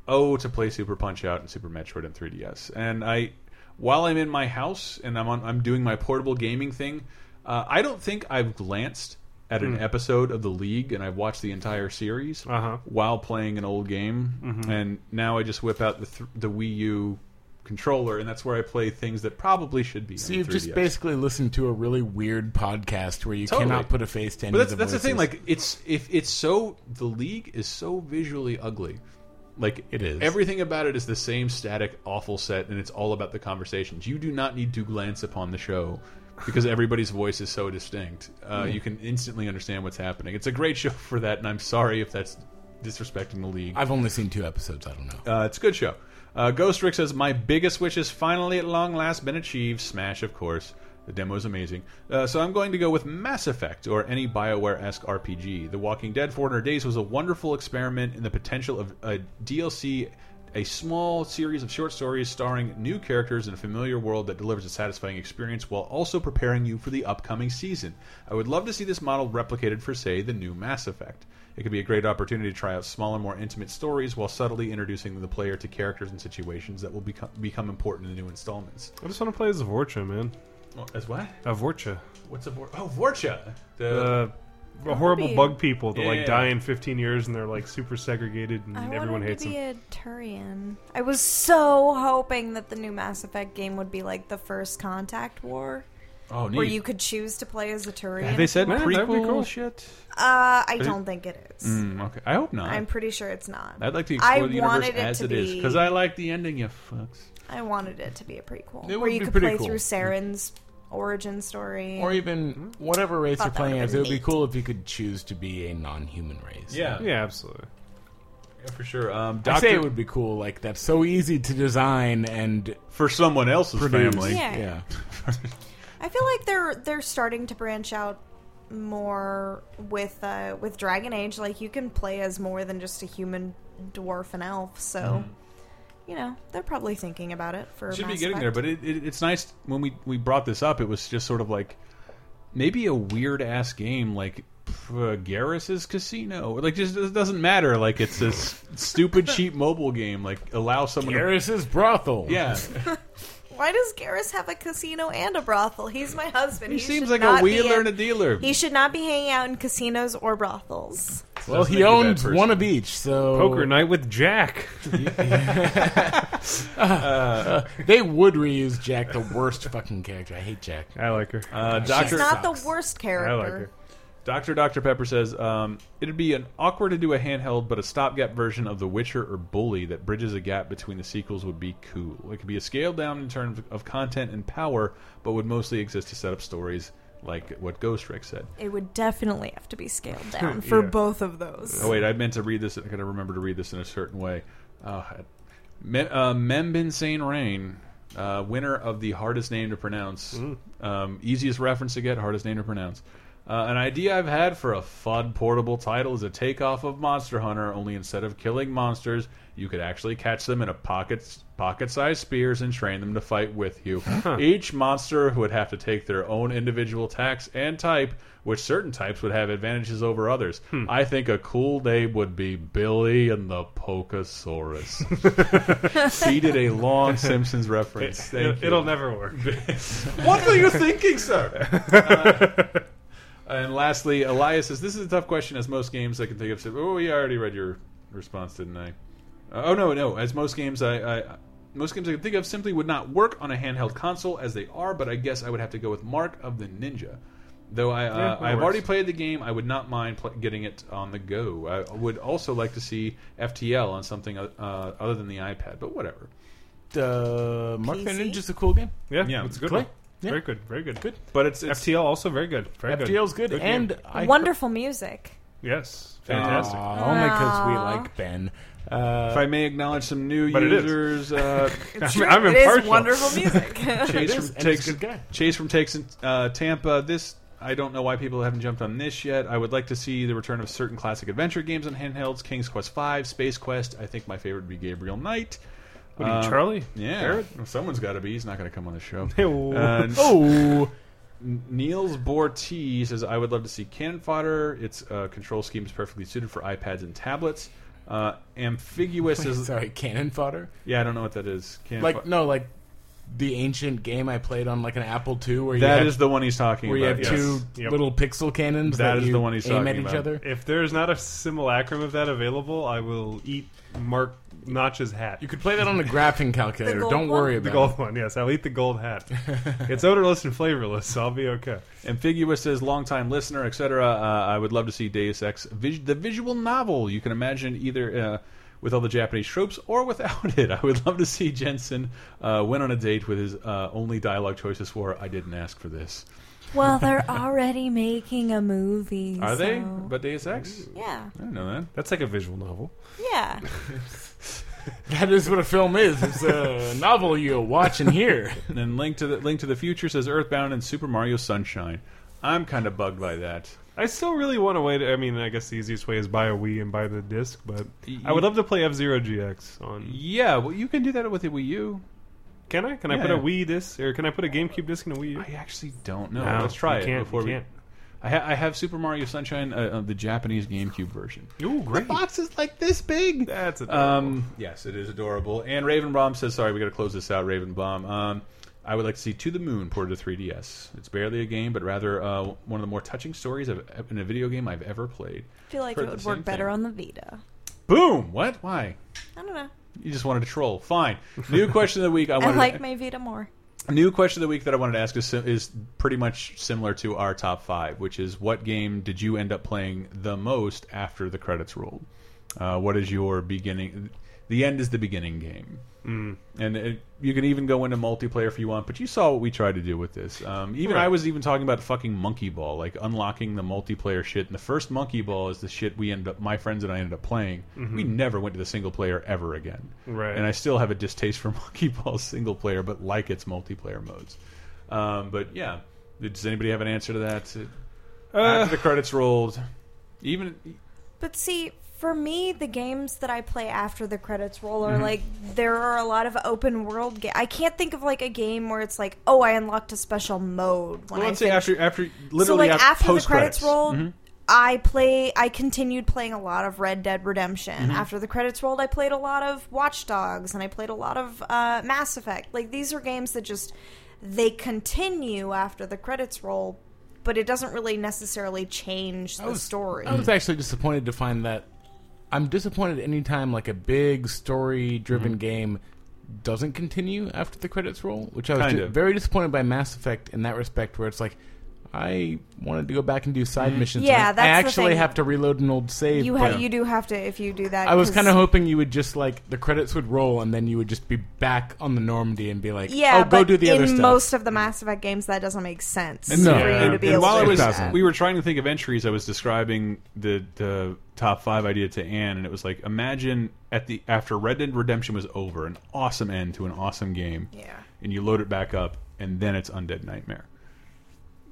Speaker 1: Oh, to play Super Punch Out and Super Metroid on 3DS. And I, while I'm in my house and I'm on, I'm doing my portable gaming thing, uh, I don't think I've glanced at an episode of the League and I've watched the entire series
Speaker 3: Uh-huh.
Speaker 1: while playing an old game. And now I just whip out the th the Wii U controller and that's where I play things that probably should be.
Speaker 5: So
Speaker 1: on
Speaker 5: you've just
Speaker 1: 3DS.
Speaker 5: basically listened to a really weird podcast where you
Speaker 1: Totally.
Speaker 5: cannot put a face to any
Speaker 1: But that's
Speaker 5: of the
Speaker 1: that's the thing.
Speaker 5: voices.
Speaker 1: Like it's if it's so the league is so visually ugly. Like
Speaker 5: It is.
Speaker 1: Everything about it is the same static, awful set, and it's all about the conversations. You do not need to glance upon the show because everybody's voice is so distinct. Uh, You can instantly understand what's happening. It's a great show for that, and I'm sorry if that's disrespecting the league.
Speaker 5: I've only seen two episodes. I don't know.
Speaker 1: Uh, it's a good show. Uh, Ghost Rick says, My biggest wish has finally at long last been achieved. Smash, of course. The demo is amazing. Uh, so I'm going to go with Mass Effect or any BioWare esque RPG. The Walking Dead 400 Days was a wonderful experiment in the potential of a DLC, a small series of short stories starring new characters in a familiar world that delivers a satisfying experience while also preparing you for the upcoming season. I would love to see this model replicated for, say, the new Mass Effect. It could be a great opportunity to try out smaller, more intimate stories while subtly introducing the player to characters and situations that will become, become important in the new installments.
Speaker 3: I just want to play as a Vorcha, man.
Speaker 1: As what?
Speaker 3: A Vorcha.
Speaker 1: What's a vor- oh Vorcha? The
Speaker 3: The horrible
Speaker 4: be-
Speaker 3: bug people that
Speaker 1: Yeah.
Speaker 3: like die in 15 years and they're like super segregated and
Speaker 4: I
Speaker 3: everyone
Speaker 4: wanted
Speaker 3: hates
Speaker 4: to
Speaker 3: them.
Speaker 4: be a Turian. I was so hoping that the new Mass Effect game would be like the first Contact War,
Speaker 1: oh
Speaker 4: where
Speaker 1: neat.
Speaker 4: you could choose to play as a Turian.
Speaker 1: Have they said
Speaker 3: Man, that'd be
Speaker 1: prequel
Speaker 3: cool.
Speaker 1: shit?
Speaker 4: Uh, I don't think it is.
Speaker 1: Mm, okay, I hope not.
Speaker 4: I'm pretty sure it's not.
Speaker 1: I'd like to
Speaker 4: I
Speaker 1: explore the universe
Speaker 4: wanted it
Speaker 1: as
Speaker 4: to
Speaker 1: it is
Speaker 4: be-
Speaker 1: because I like the ending. You fucks.
Speaker 4: I wanted it to be a prequel
Speaker 5: It
Speaker 4: where
Speaker 5: would
Speaker 4: you
Speaker 5: be
Speaker 4: could
Speaker 5: pretty
Speaker 4: play
Speaker 5: cool.
Speaker 4: through Saren's origin story.
Speaker 5: Or even whatever race
Speaker 4: Thought
Speaker 5: you're
Speaker 4: that
Speaker 5: playing
Speaker 4: would've
Speaker 5: as, it
Speaker 4: been
Speaker 5: would be
Speaker 4: neat.
Speaker 5: cool if you could choose to be a non-human race.
Speaker 1: Yeah, yeah,
Speaker 3: Yeah, absolutely.
Speaker 1: for sure. Um,
Speaker 5: I say
Speaker 1: Doctor-
Speaker 5: it would be cool. Like that's so easy to design and
Speaker 1: for someone else's
Speaker 5: produce.
Speaker 1: family. <laughs>
Speaker 4: Yeah.
Speaker 5: yeah.
Speaker 4: I feel like they're they're starting to branch out more with uh, with Dragon Age. Like you can play as more than just a human, dwarf, and elf. So, you know, they're probably thinking about it for.
Speaker 1: Mm-hmm. should be
Speaker 4: Mass
Speaker 1: getting there,
Speaker 4: Effect.
Speaker 1: but it, it, it's nice when we we brought this up. It was just sort of like maybe a weird ass game like uh, Garrus's Casino. Like just it doesn't matter. Like it's this
Speaker 4: <laughs>
Speaker 1: stupid cheap mobile game. Like allow someone. to...
Speaker 5: Garrus's brothel.
Speaker 1: Yeah,
Speaker 4: Why does Garrus have a casino and a brothel? He's my husband.
Speaker 1: he seems
Speaker 4: should
Speaker 1: like a
Speaker 4: not be
Speaker 1: wheeler
Speaker 4: in-
Speaker 1: and a dealer.
Speaker 4: He should not be hanging out in casinos or brothels.
Speaker 5: Well,
Speaker 1: Doesn't
Speaker 5: he
Speaker 1: make you a bad
Speaker 5: owns
Speaker 1: person.
Speaker 5: one of each, so
Speaker 3: Poker night with Jack.
Speaker 5: they would reuse Jack, the worst fucking character. I hate Jack.
Speaker 3: I like her.
Speaker 1: Uh, Doctor
Speaker 4: He's not
Speaker 5: sucks.
Speaker 4: the worst
Speaker 3: I
Speaker 4: character.
Speaker 3: like her.
Speaker 1: Doctor Doctor Pepper says um, it'd be an awkward to do a handheld, but a stopgap version of The Witcher or Bully that bridges a gap between the sequels would be cool. It could be a scaled down in terms of content and power, but would mostly exist to set up stories like what Ghost Rick said.
Speaker 4: It would definitely have to be scaled down for
Speaker 3: Yeah.
Speaker 4: both of those.
Speaker 1: Oh wait, I meant to read this. I gotta remember to read this in a certain way. Uh, Me- uh, Membin Saint Rain, uh, winner of the hardest name to pronounce, um, easiest reference to get, hardest name to pronounce. Uh, an idea I've had for a FUD portable title is a takeoff of Monster Hunter, only instead of killing monsters, you could actually catch them in a pocket pocket-sized spears and train them to fight with you. Each monster would have to take their own individual attacks and type, which certain types would have advantages over others. I think a cool name would be Billy and the Pokesaurus. he did a long Simpsons reference. Thank you.
Speaker 3: It, will never work.
Speaker 1: What are you thinking,
Speaker 3: <laughs>
Speaker 1: sir? Uh, and lastly, Elias says, "This is a tough question, as most games I can think of." Said, "Oh, yeah, I already read your response, didn't I?" Uh, oh no, no. As most games I, I most games I can think of simply would not work on a handheld console as they are. But I guess I would have to go with Mark of the Ninja. Though I, uh,
Speaker 3: Yeah, that
Speaker 1: I have
Speaker 3: works.
Speaker 1: already played the game, I would not mind pl- getting it on the go. I would also like to see FTL on something uh, other than the iPad, but whatever.
Speaker 5: <laughs> Uh, Mark the
Speaker 4: PC?
Speaker 5: Ninja's a cool game.
Speaker 3: <laughs> Yeah,
Speaker 1: Yeah.
Speaker 3: it's a good
Speaker 5: Clay?
Speaker 3: one.
Speaker 5: Yeah.
Speaker 3: Very good, very good. Good.
Speaker 1: But it's, it's
Speaker 3: FTL also very good. Very good. Uh,
Speaker 5: FTL's good,
Speaker 3: game.
Speaker 5: and I
Speaker 4: Wonderful music.
Speaker 3: yes, fantastic.
Speaker 5: Aw, only because we like Ben.
Speaker 1: if
Speaker 5: Uh,
Speaker 1: I may acknowledge some new
Speaker 3: But it is.
Speaker 1: users, uh,
Speaker 3: <laughs>
Speaker 4: It's
Speaker 3: I'm- I'm
Speaker 4: It is
Speaker 3: impartial.
Speaker 4: wonderful music. <laughs>
Speaker 1: Chase
Speaker 5: It is,
Speaker 1: from
Speaker 5: and he's
Speaker 1: takes
Speaker 5: a good guy.
Speaker 1: Chase from takes uh, Tampa. This I don't know why people haven't jumped on this yet. I would like to see the return of certain classic adventure games on handhelds: King's Quest V, Space Quest. I think my favorite would be Gabriel Knight.
Speaker 3: What are you,
Speaker 1: Um,
Speaker 3: Charlie?
Speaker 1: Yeah,
Speaker 3: Barrett?
Speaker 1: someone's got to be. He's not going to come on the show.
Speaker 3: Ew.
Speaker 1: Uh,
Speaker 5: oh,
Speaker 1: Niels Borti says, I would love to see Cannon Fodder. Its uh, control scheme is perfectly suited for iPads and tablets. Uh, ambiguous is.
Speaker 5: <laughs> sorry, cannon fodder.
Speaker 1: Yeah, I don't know what that is. Cannon
Speaker 5: Like
Speaker 1: Fo-
Speaker 5: no, like the ancient game I played on like an Apple II, where you
Speaker 1: that
Speaker 5: have,
Speaker 1: is the one he's talking
Speaker 5: where you
Speaker 1: about.
Speaker 5: have
Speaker 1: yes.
Speaker 5: two
Speaker 3: Yep.
Speaker 5: little pixel cannons
Speaker 1: That
Speaker 5: that,
Speaker 1: is
Speaker 5: you
Speaker 1: the one he's
Speaker 5: aim
Speaker 1: talking
Speaker 5: at each
Speaker 1: about.
Speaker 5: other.
Speaker 3: If there's not a simulacrum of that available, I will eat Mark Notch's hat.
Speaker 5: You could play that on a graphing calculator.
Speaker 4: gold
Speaker 5: Don't
Speaker 3: <laughs>
Speaker 5: worry
Speaker 3: the
Speaker 5: about
Speaker 3: gold one, yes. I'll eat the gold <laughs> hat. it's odorless and flavorless, so I'll be okay.
Speaker 1: Ambiguous says, longtime listener, etc. Uh, I would love to see Deus Ex, vis the visual novel. You can imagine either uh, with all the Japanese tropes or without <laughs> it. I would love to see Jensen uh, went on a date with his uh, only dialogue choices for, I didn't ask for this.
Speaker 9: Well, they're already making a movie.
Speaker 1: Are they?
Speaker 9: so-
Speaker 1: About Deus Ex?
Speaker 4: yeah.
Speaker 1: I don't know that.
Speaker 3: That's like a visual novel.
Speaker 4: Yeah.
Speaker 5: it. That is what a film is. It's a <laughs> novel you watch and hear.
Speaker 1: And then Link to the Link to the Future says Earthbound and Super Mario Sunshine. I'm kind of bugged by that.
Speaker 3: I still really want to wait. I mean, I guess the easiest way is buy a Wii and buy the disc, but
Speaker 1: Y-
Speaker 3: I would love to play F Zero GX on.
Speaker 1: Yeah, well, you can do that with the Wii U.
Speaker 3: Can I? Can I
Speaker 1: Yeah,
Speaker 3: put a
Speaker 1: yeah.
Speaker 3: Wii disc or can I put a GameCube disc in a Wii U?
Speaker 1: I actually don't know.
Speaker 3: No,
Speaker 1: Let's try
Speaker 3: you
Speaker 1: it
Speaker 3: can't, you
Speaker 1: before we.
Speaker 3: can't.
Speaker 1: I, ha I have Super Mario Sunshine, uh, uh, the Japanese GameCube version.
Speaker 3: Ooh, great!
Speaker 1: box is like this big.
Speaker 3: That's adorable.
Speaker 1: Um, yes, it is adorable. And Ravenbaum says, "Sorry, we got to close this out." Ravenbaum. Um, I would like to see To the Moon ported to 3DS. It's barely a game, but rather uh, one of the more touching stories of, in a video game I've ever played.
Speaker 4: I feel like
Speaker 1: Heard
Speaker 4: it
Speaker 1: the
Speaker 4: would
Speaker 1: same
Speaker 4: work better
Speaker 1: thing.
Speaker 4: on the Vita.
Speaker 1: Boom! What? Why?
Speaker 4: I don't know.
Speaker 1: You just wanted to troll. Fine. New question of the week. I
Speaker 4: I
Speaker 1: wanted.
Speaker 4: like my Vita more.
Speaker 1: New question of the week that I wanted to ask is, is pretty much similar to our top five, which is what game did you end up playing the most after the credits rolled? Uh, what is your beginning? The end is the beginning game, and it, you can even go into multiplayer if you want. But you saw what we tried to do with this. Um, even I was even talking about fucking Monkey Ball, like unlocking the multiplayer shit. And the first Monkey Ball is the shit we end up, my friends and I ended up playing. We never went to the single player ever again,
Speaker 3: Right.
Speaker 1: And I still have a distaste for <laughs> Monkey Ball single player, but like its multiplayer modes. Um, but yeah, does anybody have an answer to that? After the credits rolled, even
Speaker 4: But see, for me, the games that I play after the credits roll are like there are a lot of open world. Ga- I can't think of like a game where it's like, oh, I unlocked a special mode. When
Speaker 1: well,
Speaker 4: I
Speaker 1: let's say
Speaker 4: finish-
Speaker 1: after after literally
Speaker 4: so like
Speaker 1: af-
Speaker 4: after the
Speaker 1: post
Speaker 4: credits, rolled,
Speaker 5: Mm-hmm.
Speaker 4: I play. I continued playing a lot of Red Dead Redemption.
Speaker 5: Mm-hmm.
Speaker 4: After the credits rolled, I played a lot of Watch Dogs and I played a lot of uh, Mass Effect. Like these are games that just they continue after the credits roll, but it doesn't really necessarily change the story.
Speaker 5: I was actually disappointed to find that. I'm disappointed anytime like a big story-driven game doesn't continue after the credits roll, which I was
Speaker 1: Kind
Speaker 5: di-
Speaker 1: of.
Speaker 5: very disappointed by Mass Effect in that respect, where it's like. I wanted to go back and do side missions.
Speaker 4: Yeah,
Speaker 5: and I- I
Speaker 4: that's the
Speaker 5: actually
Speaker 4: thing.
Speaker 5: have to reload an old save.
Speaker 4: You
Speaker 5: but-
Speaker 4: ha- you do have to if you do that.
Speaker 5: I was
Speaker 4: 'cause-
Speaker 5: kind of hoping you would just like the credits would roll and then you would just be back on the Normandy and be like,
Speaker 4: yeah.
Speaker 5: oh, go
Speaker 4: but
Speaker 5: do the
Speaker 4: in
Speaker 5: other stuff."
Speaker 4: most of the Mass Effect games, that doesn't make sense
Speaker 5: No.
Speaker 4: for
Speaker 5: Yeah.
Speaker 4: you to be
Speaker 1: and
Speaker 4: able
Speaker 1: while I
Speaker 4: to.
Speaker 1: was,
Speaker 4: do that.
Speaker 1: we were trying to think of entries. I was describing the the top five idea to Anne, and it was like, imagine at the after Red Dead Redemption was over, an awesome end to an awesome game,
Speaker 4: Yeah.
Speaker 1: and you load it back up, and then it's Undead Nightmare.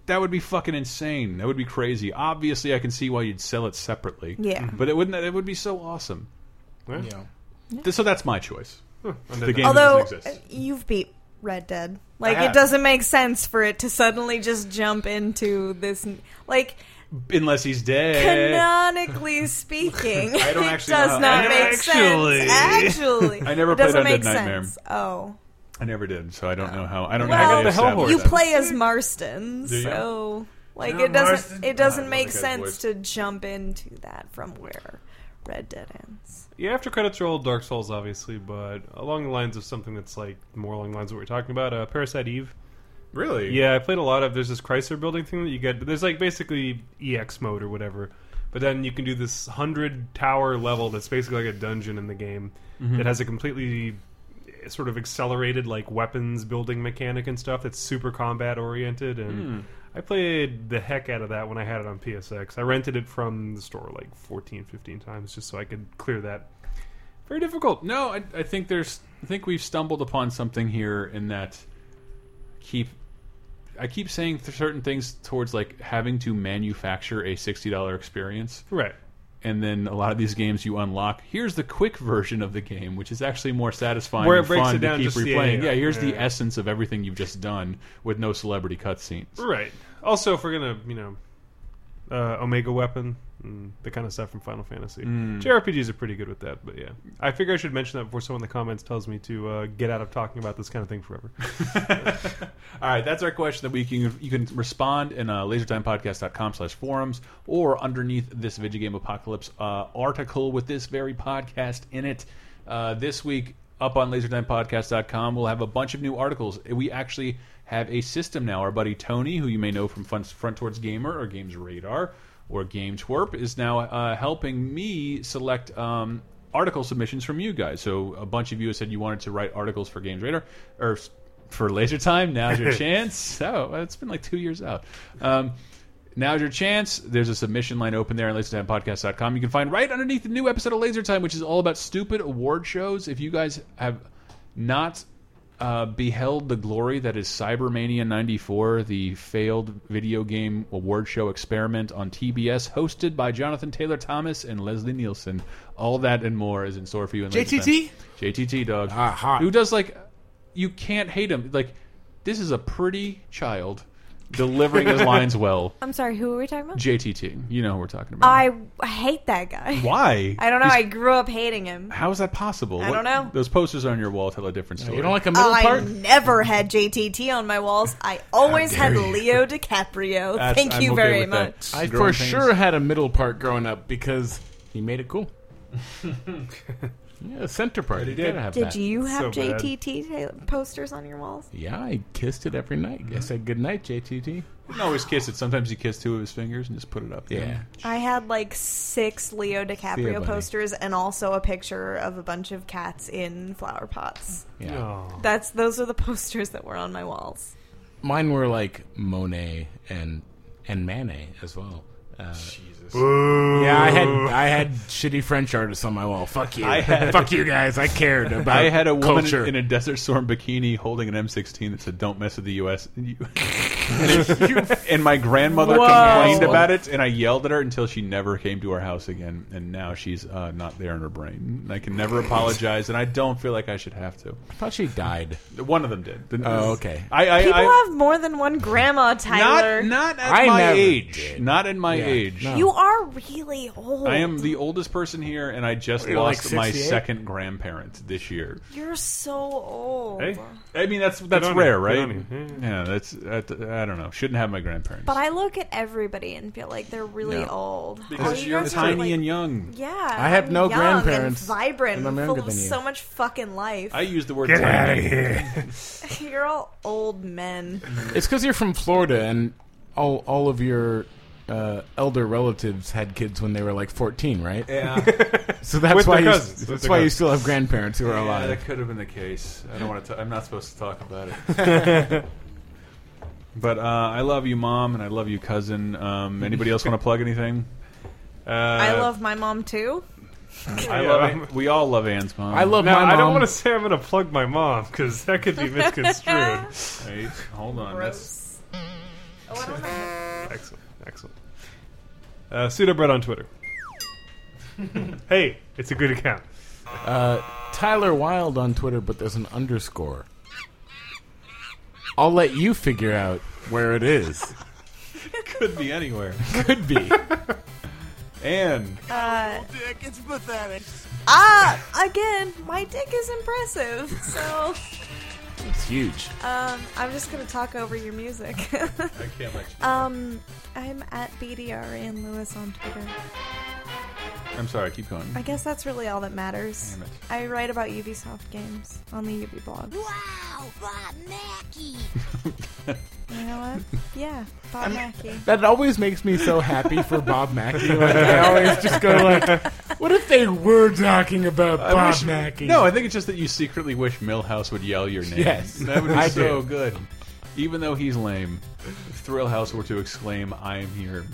Speaker 1: that would be fucking insane. That would be crazy. Obviously, I can see why you'd sell it separately. Mm-hmm.
Speaker 4: Yeah.
Speaker 1: but it wouldn't. It would be so awesome.
Speaker 5: Yeah.
Speaker 1: Th- So that's my choice. The game
Speaker 4: Although
Speaker 1: doesn't
Speaker 4: uh,
Speaker 1: exist.
Speaker 4: you've beat Red Dead, like
Speaker 5: have.
Speaker 4: it doesn't make sense for it to suddenly just jump into this. n- Like
Speaker 1: Unless he's dead. <laughs>
Speaker 4: canonically speaking,
Speaker 3: I don't
Speaker 4: it
Speaker 3: actually know.
Speaker 4: does not
Speaker 3: I
Speaker 4: make
Speaker 3: actually-
Speaker 4: sense. Actually,
Speaker 1: <laughs> I never
Speaker 4: it doesn't
Speaker 1: played
Speaker 4: make
Speaker 1: Undead Nightmare.
Speaker 4: sense. Oh,
Speaker 1: I never did, so I don't know how. I don't know
Speaker 4: Uh, Well,
Speaker 1: how they
Speaker 4: the
Speaker 3: hell
Speaker 1: established
Speaker 3: horse.
Speaker 4: you
Speaker 1: that.
Speaker 4: play as Marston,
Speaker 1: Do you?
Speaker 4: so like
Speaker 3: Yeah,
Speaker 4: it doesn't
Speaker 3: Marston.
Speaker 4: it
Speaker 1: Ah, I
Speaker 4: doesn't
Speaker 1: love
Speaker 4: make
Speaker 1: that guy's
Speaker 4: sense
Speaker 1: voice.
Speaker 4: to jump into that from where Red Dead ends.
Speaker 3: Yeah, after credits roll, Dark Souls, obviously, but along the lines of something that's like more along the lines of what we're talking about, uh, Parasite Eve.
Speaker 1: Really?
Speaker 3: Yeah, I played a lot of. There's this Chrysler building thing that you get. There's like basically EX mode or whatever, but then you can do this hundred tower level that's basically like a dungeon in the game that has a completely eh, sort of accelerated like weapons building mechanic and stuff that's super combat oriented and. I played the heck out of that when I had it on PSX. I rented it from the store like 14, 15 times just so I could clear that
Speaker 1: Very difficult. No, I, I think there's. I think we've stumbled upon something here in that. Keep. I keep saying th- certain things towards like having to manufacture a sixty dollar experience,
Speaker 3: Right.
Speaker 1: and then a lot of these games you unlock. Here's the quick version of the game, which is actually more satisfying.
Speaker 3: Where it
Speaker 1: and
Speaker 3: breaks
Speaker 1: fun
Speaker 3: it down
Speaker 1: to keep
Speaker 3: just- yeah,
Speaker 1: replaying.
Speaker 3: yeah, yeah.
Speaker 1: here's the
Speaker 3: Yeah.
Speaker 1: essence of everything you've just done with no celebrity cutscenes.
Speaker 3: Right. Also, if we're gonna, you know, uh, Omega Weapon, mm, the kind of stuff from Final Fantasy, JRPGs are pretty good with that. But yeah, I figure I should mention that before someone in the comments tells me to uh, get out of talking about this kind of thing forever.
Speaker 1: All right, that's our question of the week. You can, you can respond in uh, lasertimepodcast.com slash forums or underneath this Video Game Apocalypse uh, article with this very podcast in it. Uh, this week, up on lasertimepodcast.com, we'll have a bunch of new articles. We actually have a system now. Our buddy Tony, who you may know from Front, Front Towards Gamer or Games Radar or Game Twerp, is now uh, helping me select um, article submissions from you guys. So a bunch of you have said you wanted to write articles for Games Radar or for laser time. Now's your chance. So it's been like two years out. Um, now's your chance. There's a submission line open there on lasertimepodcast.com. You can find right underneath the new episode of Laser Time, which is all about stupid award shows. If you guys have not uh, beheld the glory that is Cybermania 94, the failed video game award show experiment on TBS, hosted by Jonathan Taylor Thomas and Leslie Nielsen. All that and more is in store for you. In Laser
Speaker 5: JTT?
Speaker 1: Time. JTT, dog.
Speaker 5: Ah, hot.
Speaker 1: Who does like, you can't hate him. Like, this is a pretty child delivering his lines
Speaker 4: <laughs>
Speaker 1: well.
Speaker 4: I'm sorry, who are we talking about?
Speaker 1: JTT. You know who we're talking about.
Speaker 4: I I hate that guy.
Speaker 1: Why?
Speaker 4: <laughs> I don't know.
Speaker 1: He's-
Speaker 4: I grew up hating him.
Speaker 1: how is that possible?
Speaker 4: I don't know.
Speaker 1: Those posters on your wall tell a different story.
Speaker 5: You don't like a middle
Speaker 4: Oh, I
Speaker 5: part?
Speaker 4: never had JTT on my walls. I always had Leo DiCaprio.
Speaker 1: That's-
Speaker 4: Thank
Speaker 1: I'm
Speaker 4: you
Speaker 1: okay
Speaker 4: very
Speaker 1: with that.
Speaker 4: much.
Speaker 5: I for
Speaker 1: Growing pains.
Speaker 5: sure had a middle part growing up because he made it
Speaker 1: <laughs>
Speaker 5: cool. yeah, center part. You gotta have
Speaker 4: Did
Speaker 5: that.
Speaker 4: you have
Speaker 3: So bad.
Speaker 4: JTT ta- posters on your walls?
Speaker 5: Yeah, I kissed it every night.
Speaker 1: Mm-hmm.
Speaker 5: I said good night, JTT.
Speaker 1: No, always kiss it. Sometimes you kiss two of his fingers and just put it up. there.
Speaker 5: Yeah.
Speaker 4: I had like six Leo
Speaker 5: ya,
Speaker 4: DiCaprio
Speaker 5: buddy.
Speaker 4: posters and also a picture of a bunch of cats in flower pots.
Speaker 5: Yeah.
Speaker 3: <laughs> Oh.
Speaker 4: That's those are the <laughs> posters that were on my walls.
Speaker 5: Mine were like Monet and and Manet as well. Uh, Yeah, I had I had shitty French artists on my wall. Fuck you,
Speaker 1: I had-
Speaker 5: fuck you guys. I cared
Speaker 1: <laughs>
Speaker 5: about.
Speaker 1: I had a woman
Speaker 5: culture.
Speaker 1: in a Desert Storm bikini holding an M16 that said, "Don't mess with the U.S." And, you-
Speaker 5: <laughs>
Speaker 1: and, my grandmother
Speaker 5: Whoa.
Speaker 1: complained about it, and I yelled at her until she never came to our house again. And now she's uh, not there in her brain. And I can never apologize, and I don't feel like I should have
Speaker 5: I thought she died.
Speaker 1: to. One of them did. The-
Speaker 5: Oh, okay.
Speaker 1: I, I,
Speaker 4: People
Speaker 1: I,
Speaker 4: have more than one grandma, Tyler.
Speaker 1: not not at
Speaker 5: I
Speaker 1: my
Speaker 5: never
Speaker 1: age.
Speaker 5: did.
Speaker 1: Not in my
Speaker 5: Yeah,
Speaker 1: age.
Speaker 5: no.
Speaker 4: you are really old.
Speaker 1: I am the oldest person here, and I just
Speaker 5: You're like
Speaker 1: lost my
Speaker 5: 68?
Speaker 1: second grandparent this year.
Speaker 4: You're so old.
Speaker 3: Hey.
Speaker 1: I mean, that's that's
Speaker 3: on
Speaker 1: rare,
Speaker 3: you. Good
Speaker 1: right?
Speaker 3: on you.
Speaker 1: Yeah, that's that, I don't know. Shouldn't have my grandparents.
Speaker 4: But I look at everybody and feel like they're really
Speaker 5: Yeah.
Speaker 4: old.
Speaker 1: because
Speaker 4: How you
Speaker 1: you're
Speaker 4: guys are,
Speaker 1: tiny
Speaker 4: like-
Speaker 1: and young.
Speaker 4: yeah.
Speaker 5: I have
Speaker 4: I'm
Speaker 5: no
Speaker 4: young
Speaker 5: grandparents,
Speaker 4: And vibrant,
Speaker 5: and I'm
Speaker 4: and full
Speaker 5: younger
Speaker 4: of
Speaker 5: than you.
Speaker 4: so much fucking life.
Speaker 1: I use the word tiny.
Speaker 4: <laughs> You're all old men.
Speaker 1: Uh,
Speaker 5: It's because you're from Florida, and all all of your uh, elder relatives had kids when they were like 14, right?
Speaker 1: Yeah,
Speaker 5: <laughs> So that's
Speaker 3: With
Speaker 5: why
Speaker 3: their
Speaker 5: you,
Speaker 3: cousins, with
Speaker 5: that's
Speaker 3: their
Speaker 5: why you
Speaker 3: cousins.
Speaker 5: still have grandparents who are alive.
Speaker 1: that could have been the case. I don't want to. I'm not supposed to talk about it. <laughs> but uh, I love you, mom, and I love you, cousin. Um, anybody else want to plug anything?
Speaker 3: Uh,
Speaker 4: <laughs> I love my mom too.
Speaker 1: Uh, I
Speaker 3: Yeah.
Speaker 1: love. We all love Anne's mom.
Speaker 5: I love
Speaker 3: Now,
Speaker 5: my mom.
Speaker 3: I don't want to say I'm going to plug <laughs> my mom because that could be misconstrued.
Speaker 1: Hey, hold on. That's,
Speaker 4: Gross. Oh, I don't know.
Speaker 3: Excellent, excellent. Uh, Pseudobread on <laughs> Twitter. hey, it's a good account.
Speaker 5: Uh, Tyler Wild on Twitter, but there's an underscore. I'll let you figure out where
Speaker 3: <laughs>
Speaker 5: it is.
Speaker 1: Could be anywhere.
Speaker 5: Could be.
Speaker 4: <laughs>
Speaker 1: And
Speaker 2: Dick, it's pathetic.
Speaker 4: Ah, again, my dick is impressive. So,
Speaker 5: It's huge.
Speaker 4: um, I'm just gonna talk over your music. <laughs>
Speaker 1: I can't let you.
Speaker 4: um, I'm at BDR and Lewis on Twitter.
Speaker 1: I'm sorry. Keep going.
Speaker 4: I guess that's really all that matters.
Speaker 1: Damn it.
Speaker 4: I write about Ubisoft games on the Ubi blog.
Speaker 7: Wow, Bob Mackey.
Speaker 4: <laughs> You know what? Yeah, Bob Mackey.
Speaker 5: That always makes me so happy for Bob
Speaker 3: <laughs>
Speaker 5: Mackey. Like, I always just go like, "What if they were talking about
Speaker 1: I
Speaker 5: Bob
Speaker 1: wish-
Speaker 5: Mackey?"
Speaker 1: No, I think it's just that you secretly wish Millhouse would yell your name.
Speaker 5: Yes.
Speaker 1: that would be
Speaker 5: I
Speaker 1: so
Speaker 5: do.
Speaker 1: good. Even though he's lame, if Thrillhouse were to exclaim, "I am here."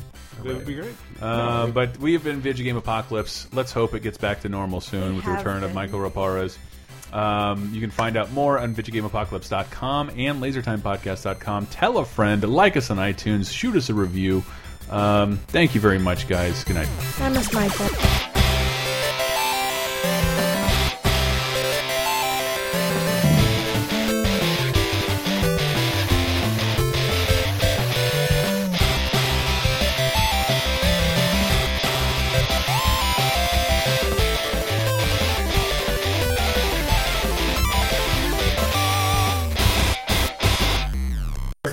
Speaker 3: That would be great.
Speaker 1: Uh, but we have been video game apocalypse. Let's hope it gets back to normal soon with the
Speaker 4: have
Speaker 1: return of
Speaker 4: been.
Speaker 1: Michael Raparez. Um, you can find out more on VideoGameApocalypse.com and LaserTimePodcast.com. Tell a friend, like us on iTunes, shoot us a review. Um, thank you very much, guys. Good night.
Speaker 4: That was my
Speaker 1: <laughs>
Speaker 4: dick.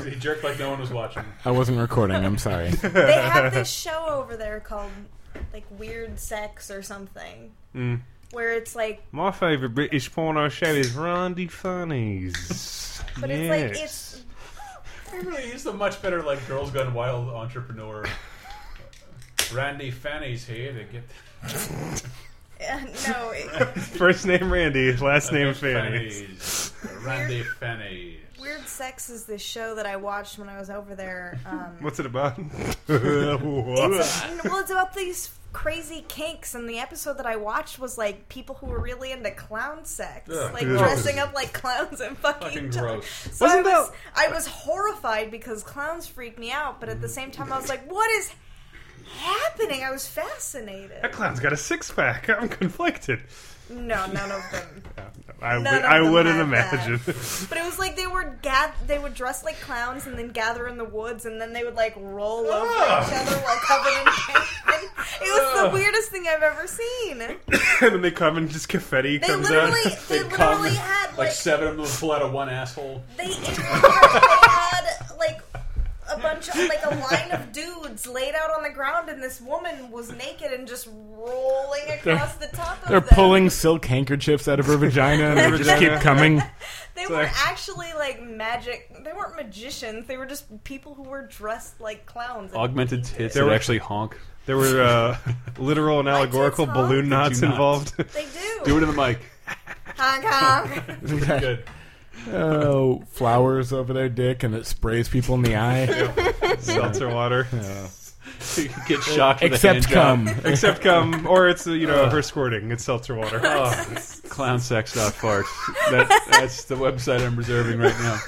Speaker 1: He jerked like no one was watching.
Speaker 5: I wasn't recording. I'm sorry.
Speaker 4: They have this show over there called like Weird Sex or something, where it's like, <laughs>
Speaker 3: My favorite British porno show is Randy Funnies.
Speaker 4: <laughs> but it's like it's
Speaker 1: He <laughs> really is the much better like girls gone wild <laughs> entrepreneur. Randy Fanny's here to get
Speaker 4: uh, no, it,
Speaker 3: first name Randy, last name Fannies.
Speaker 1: Randy Fanny.
Speaker 4: Weird Sex is this show that I watched when I was over there. Um,
Speaker 3: What's it <laughs> about?
Speaker 4: well, it's about these crazy kinks, and the episode that I watched was like people who were really into clown sex,
Speaker 1: Ugh.
Speaker 4: like
Speaker 1: Gross.
Speaker 4: dressing up like clowns and fucking.
Speaker 1: Fucking
Speaker 4: each other.
Speaker 1: gross.
Speaker 4: So
Speaker 5: Wasn't
Speaker 4: I was, I was horrified because clowns freak me out, but at the same time, I was like, "What is happening?" I was fascinated.
Speaker 3: that clown's got a six pack. I'm conflicted.
Speaker 4: No, none of them.
Speaker 3: I,
Speaker 4: None
Speaker 3: would-
Speaker 4: of
Speaker 3: I
Speaker 4: them
Speaker 3: wouldn't
Speaker 4: had that.
Speaker 3: imagine.
Speaker 4: But it was like they were gath- they would dress like clowns and then gather in the woods and then they would like roll over each other while covered in paint. It was the weirdest thing I've ever seen. They
Speaker 3: <laughs> and then they come and just confetti comes out.
Speaker 4: literally
Speaker 3: <laughs>
Speaker 4: they literally had like,
Speaker 1: like seven of them would pull out of one asshole.
Speaker 4: they it was like they had like a bunch of like a line of dudes laid out on the ground and this woman was naked and just rolling across the top of
Speaker 5: They're
Speaker 4: them.
Speaker 5: pulling silk handkerchiefs out of her vagina, and they just keep coming.
Speaker 1: <laughs>
Speaker 4: They
Speaker 3: Sorry.
Speaker 4: weren't actually like magic. They weren't magicians. They were just people who were dressed like clowns. and
Speaker 1: Augmented tits
Speaker 3: There
Speaker 1: that
Speaker 3: were-
Speaker 1: actually honk.
Speaker 3: There were uh, <laughs> literal and allegorical
Speaker 4: What's wrong?
Speaker 3: balloon knots
Speaker 1: not.
Speaker 3: involved.
Speaker 4: <laughs>
Speaker 3: <laughs>
Speaker 4: They do.
Speaker 1: Do it in the mic.
Speaker 4: Honk honk.
Speaker 1: Good.
Speaker 5: Oh, flowers over their dick, and it sprays people in
Speaker 1: <laughs>
Speaker 5: the eye.
Speaker 3: Seltzer water.
Speaker 1: <laughs> You could get shocked. with a
Speaker 5: Except
Speaker 1: hand job.
Speaker 5: cum.
Speaker 3: Except cum, or it's uh, you know her squirting. It's seltzer water.
Speaker 1: Clownsex.farts. That, that's the website I'm reserving right now.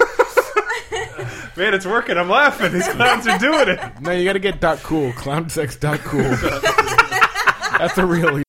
Speaker 3: Man, it's working. I'm laughing. These clowns are doing it.
Speaker 1: <laughs>
Speaker 5: No, you gotta get dot cool. Clownsex dot cool. That's a real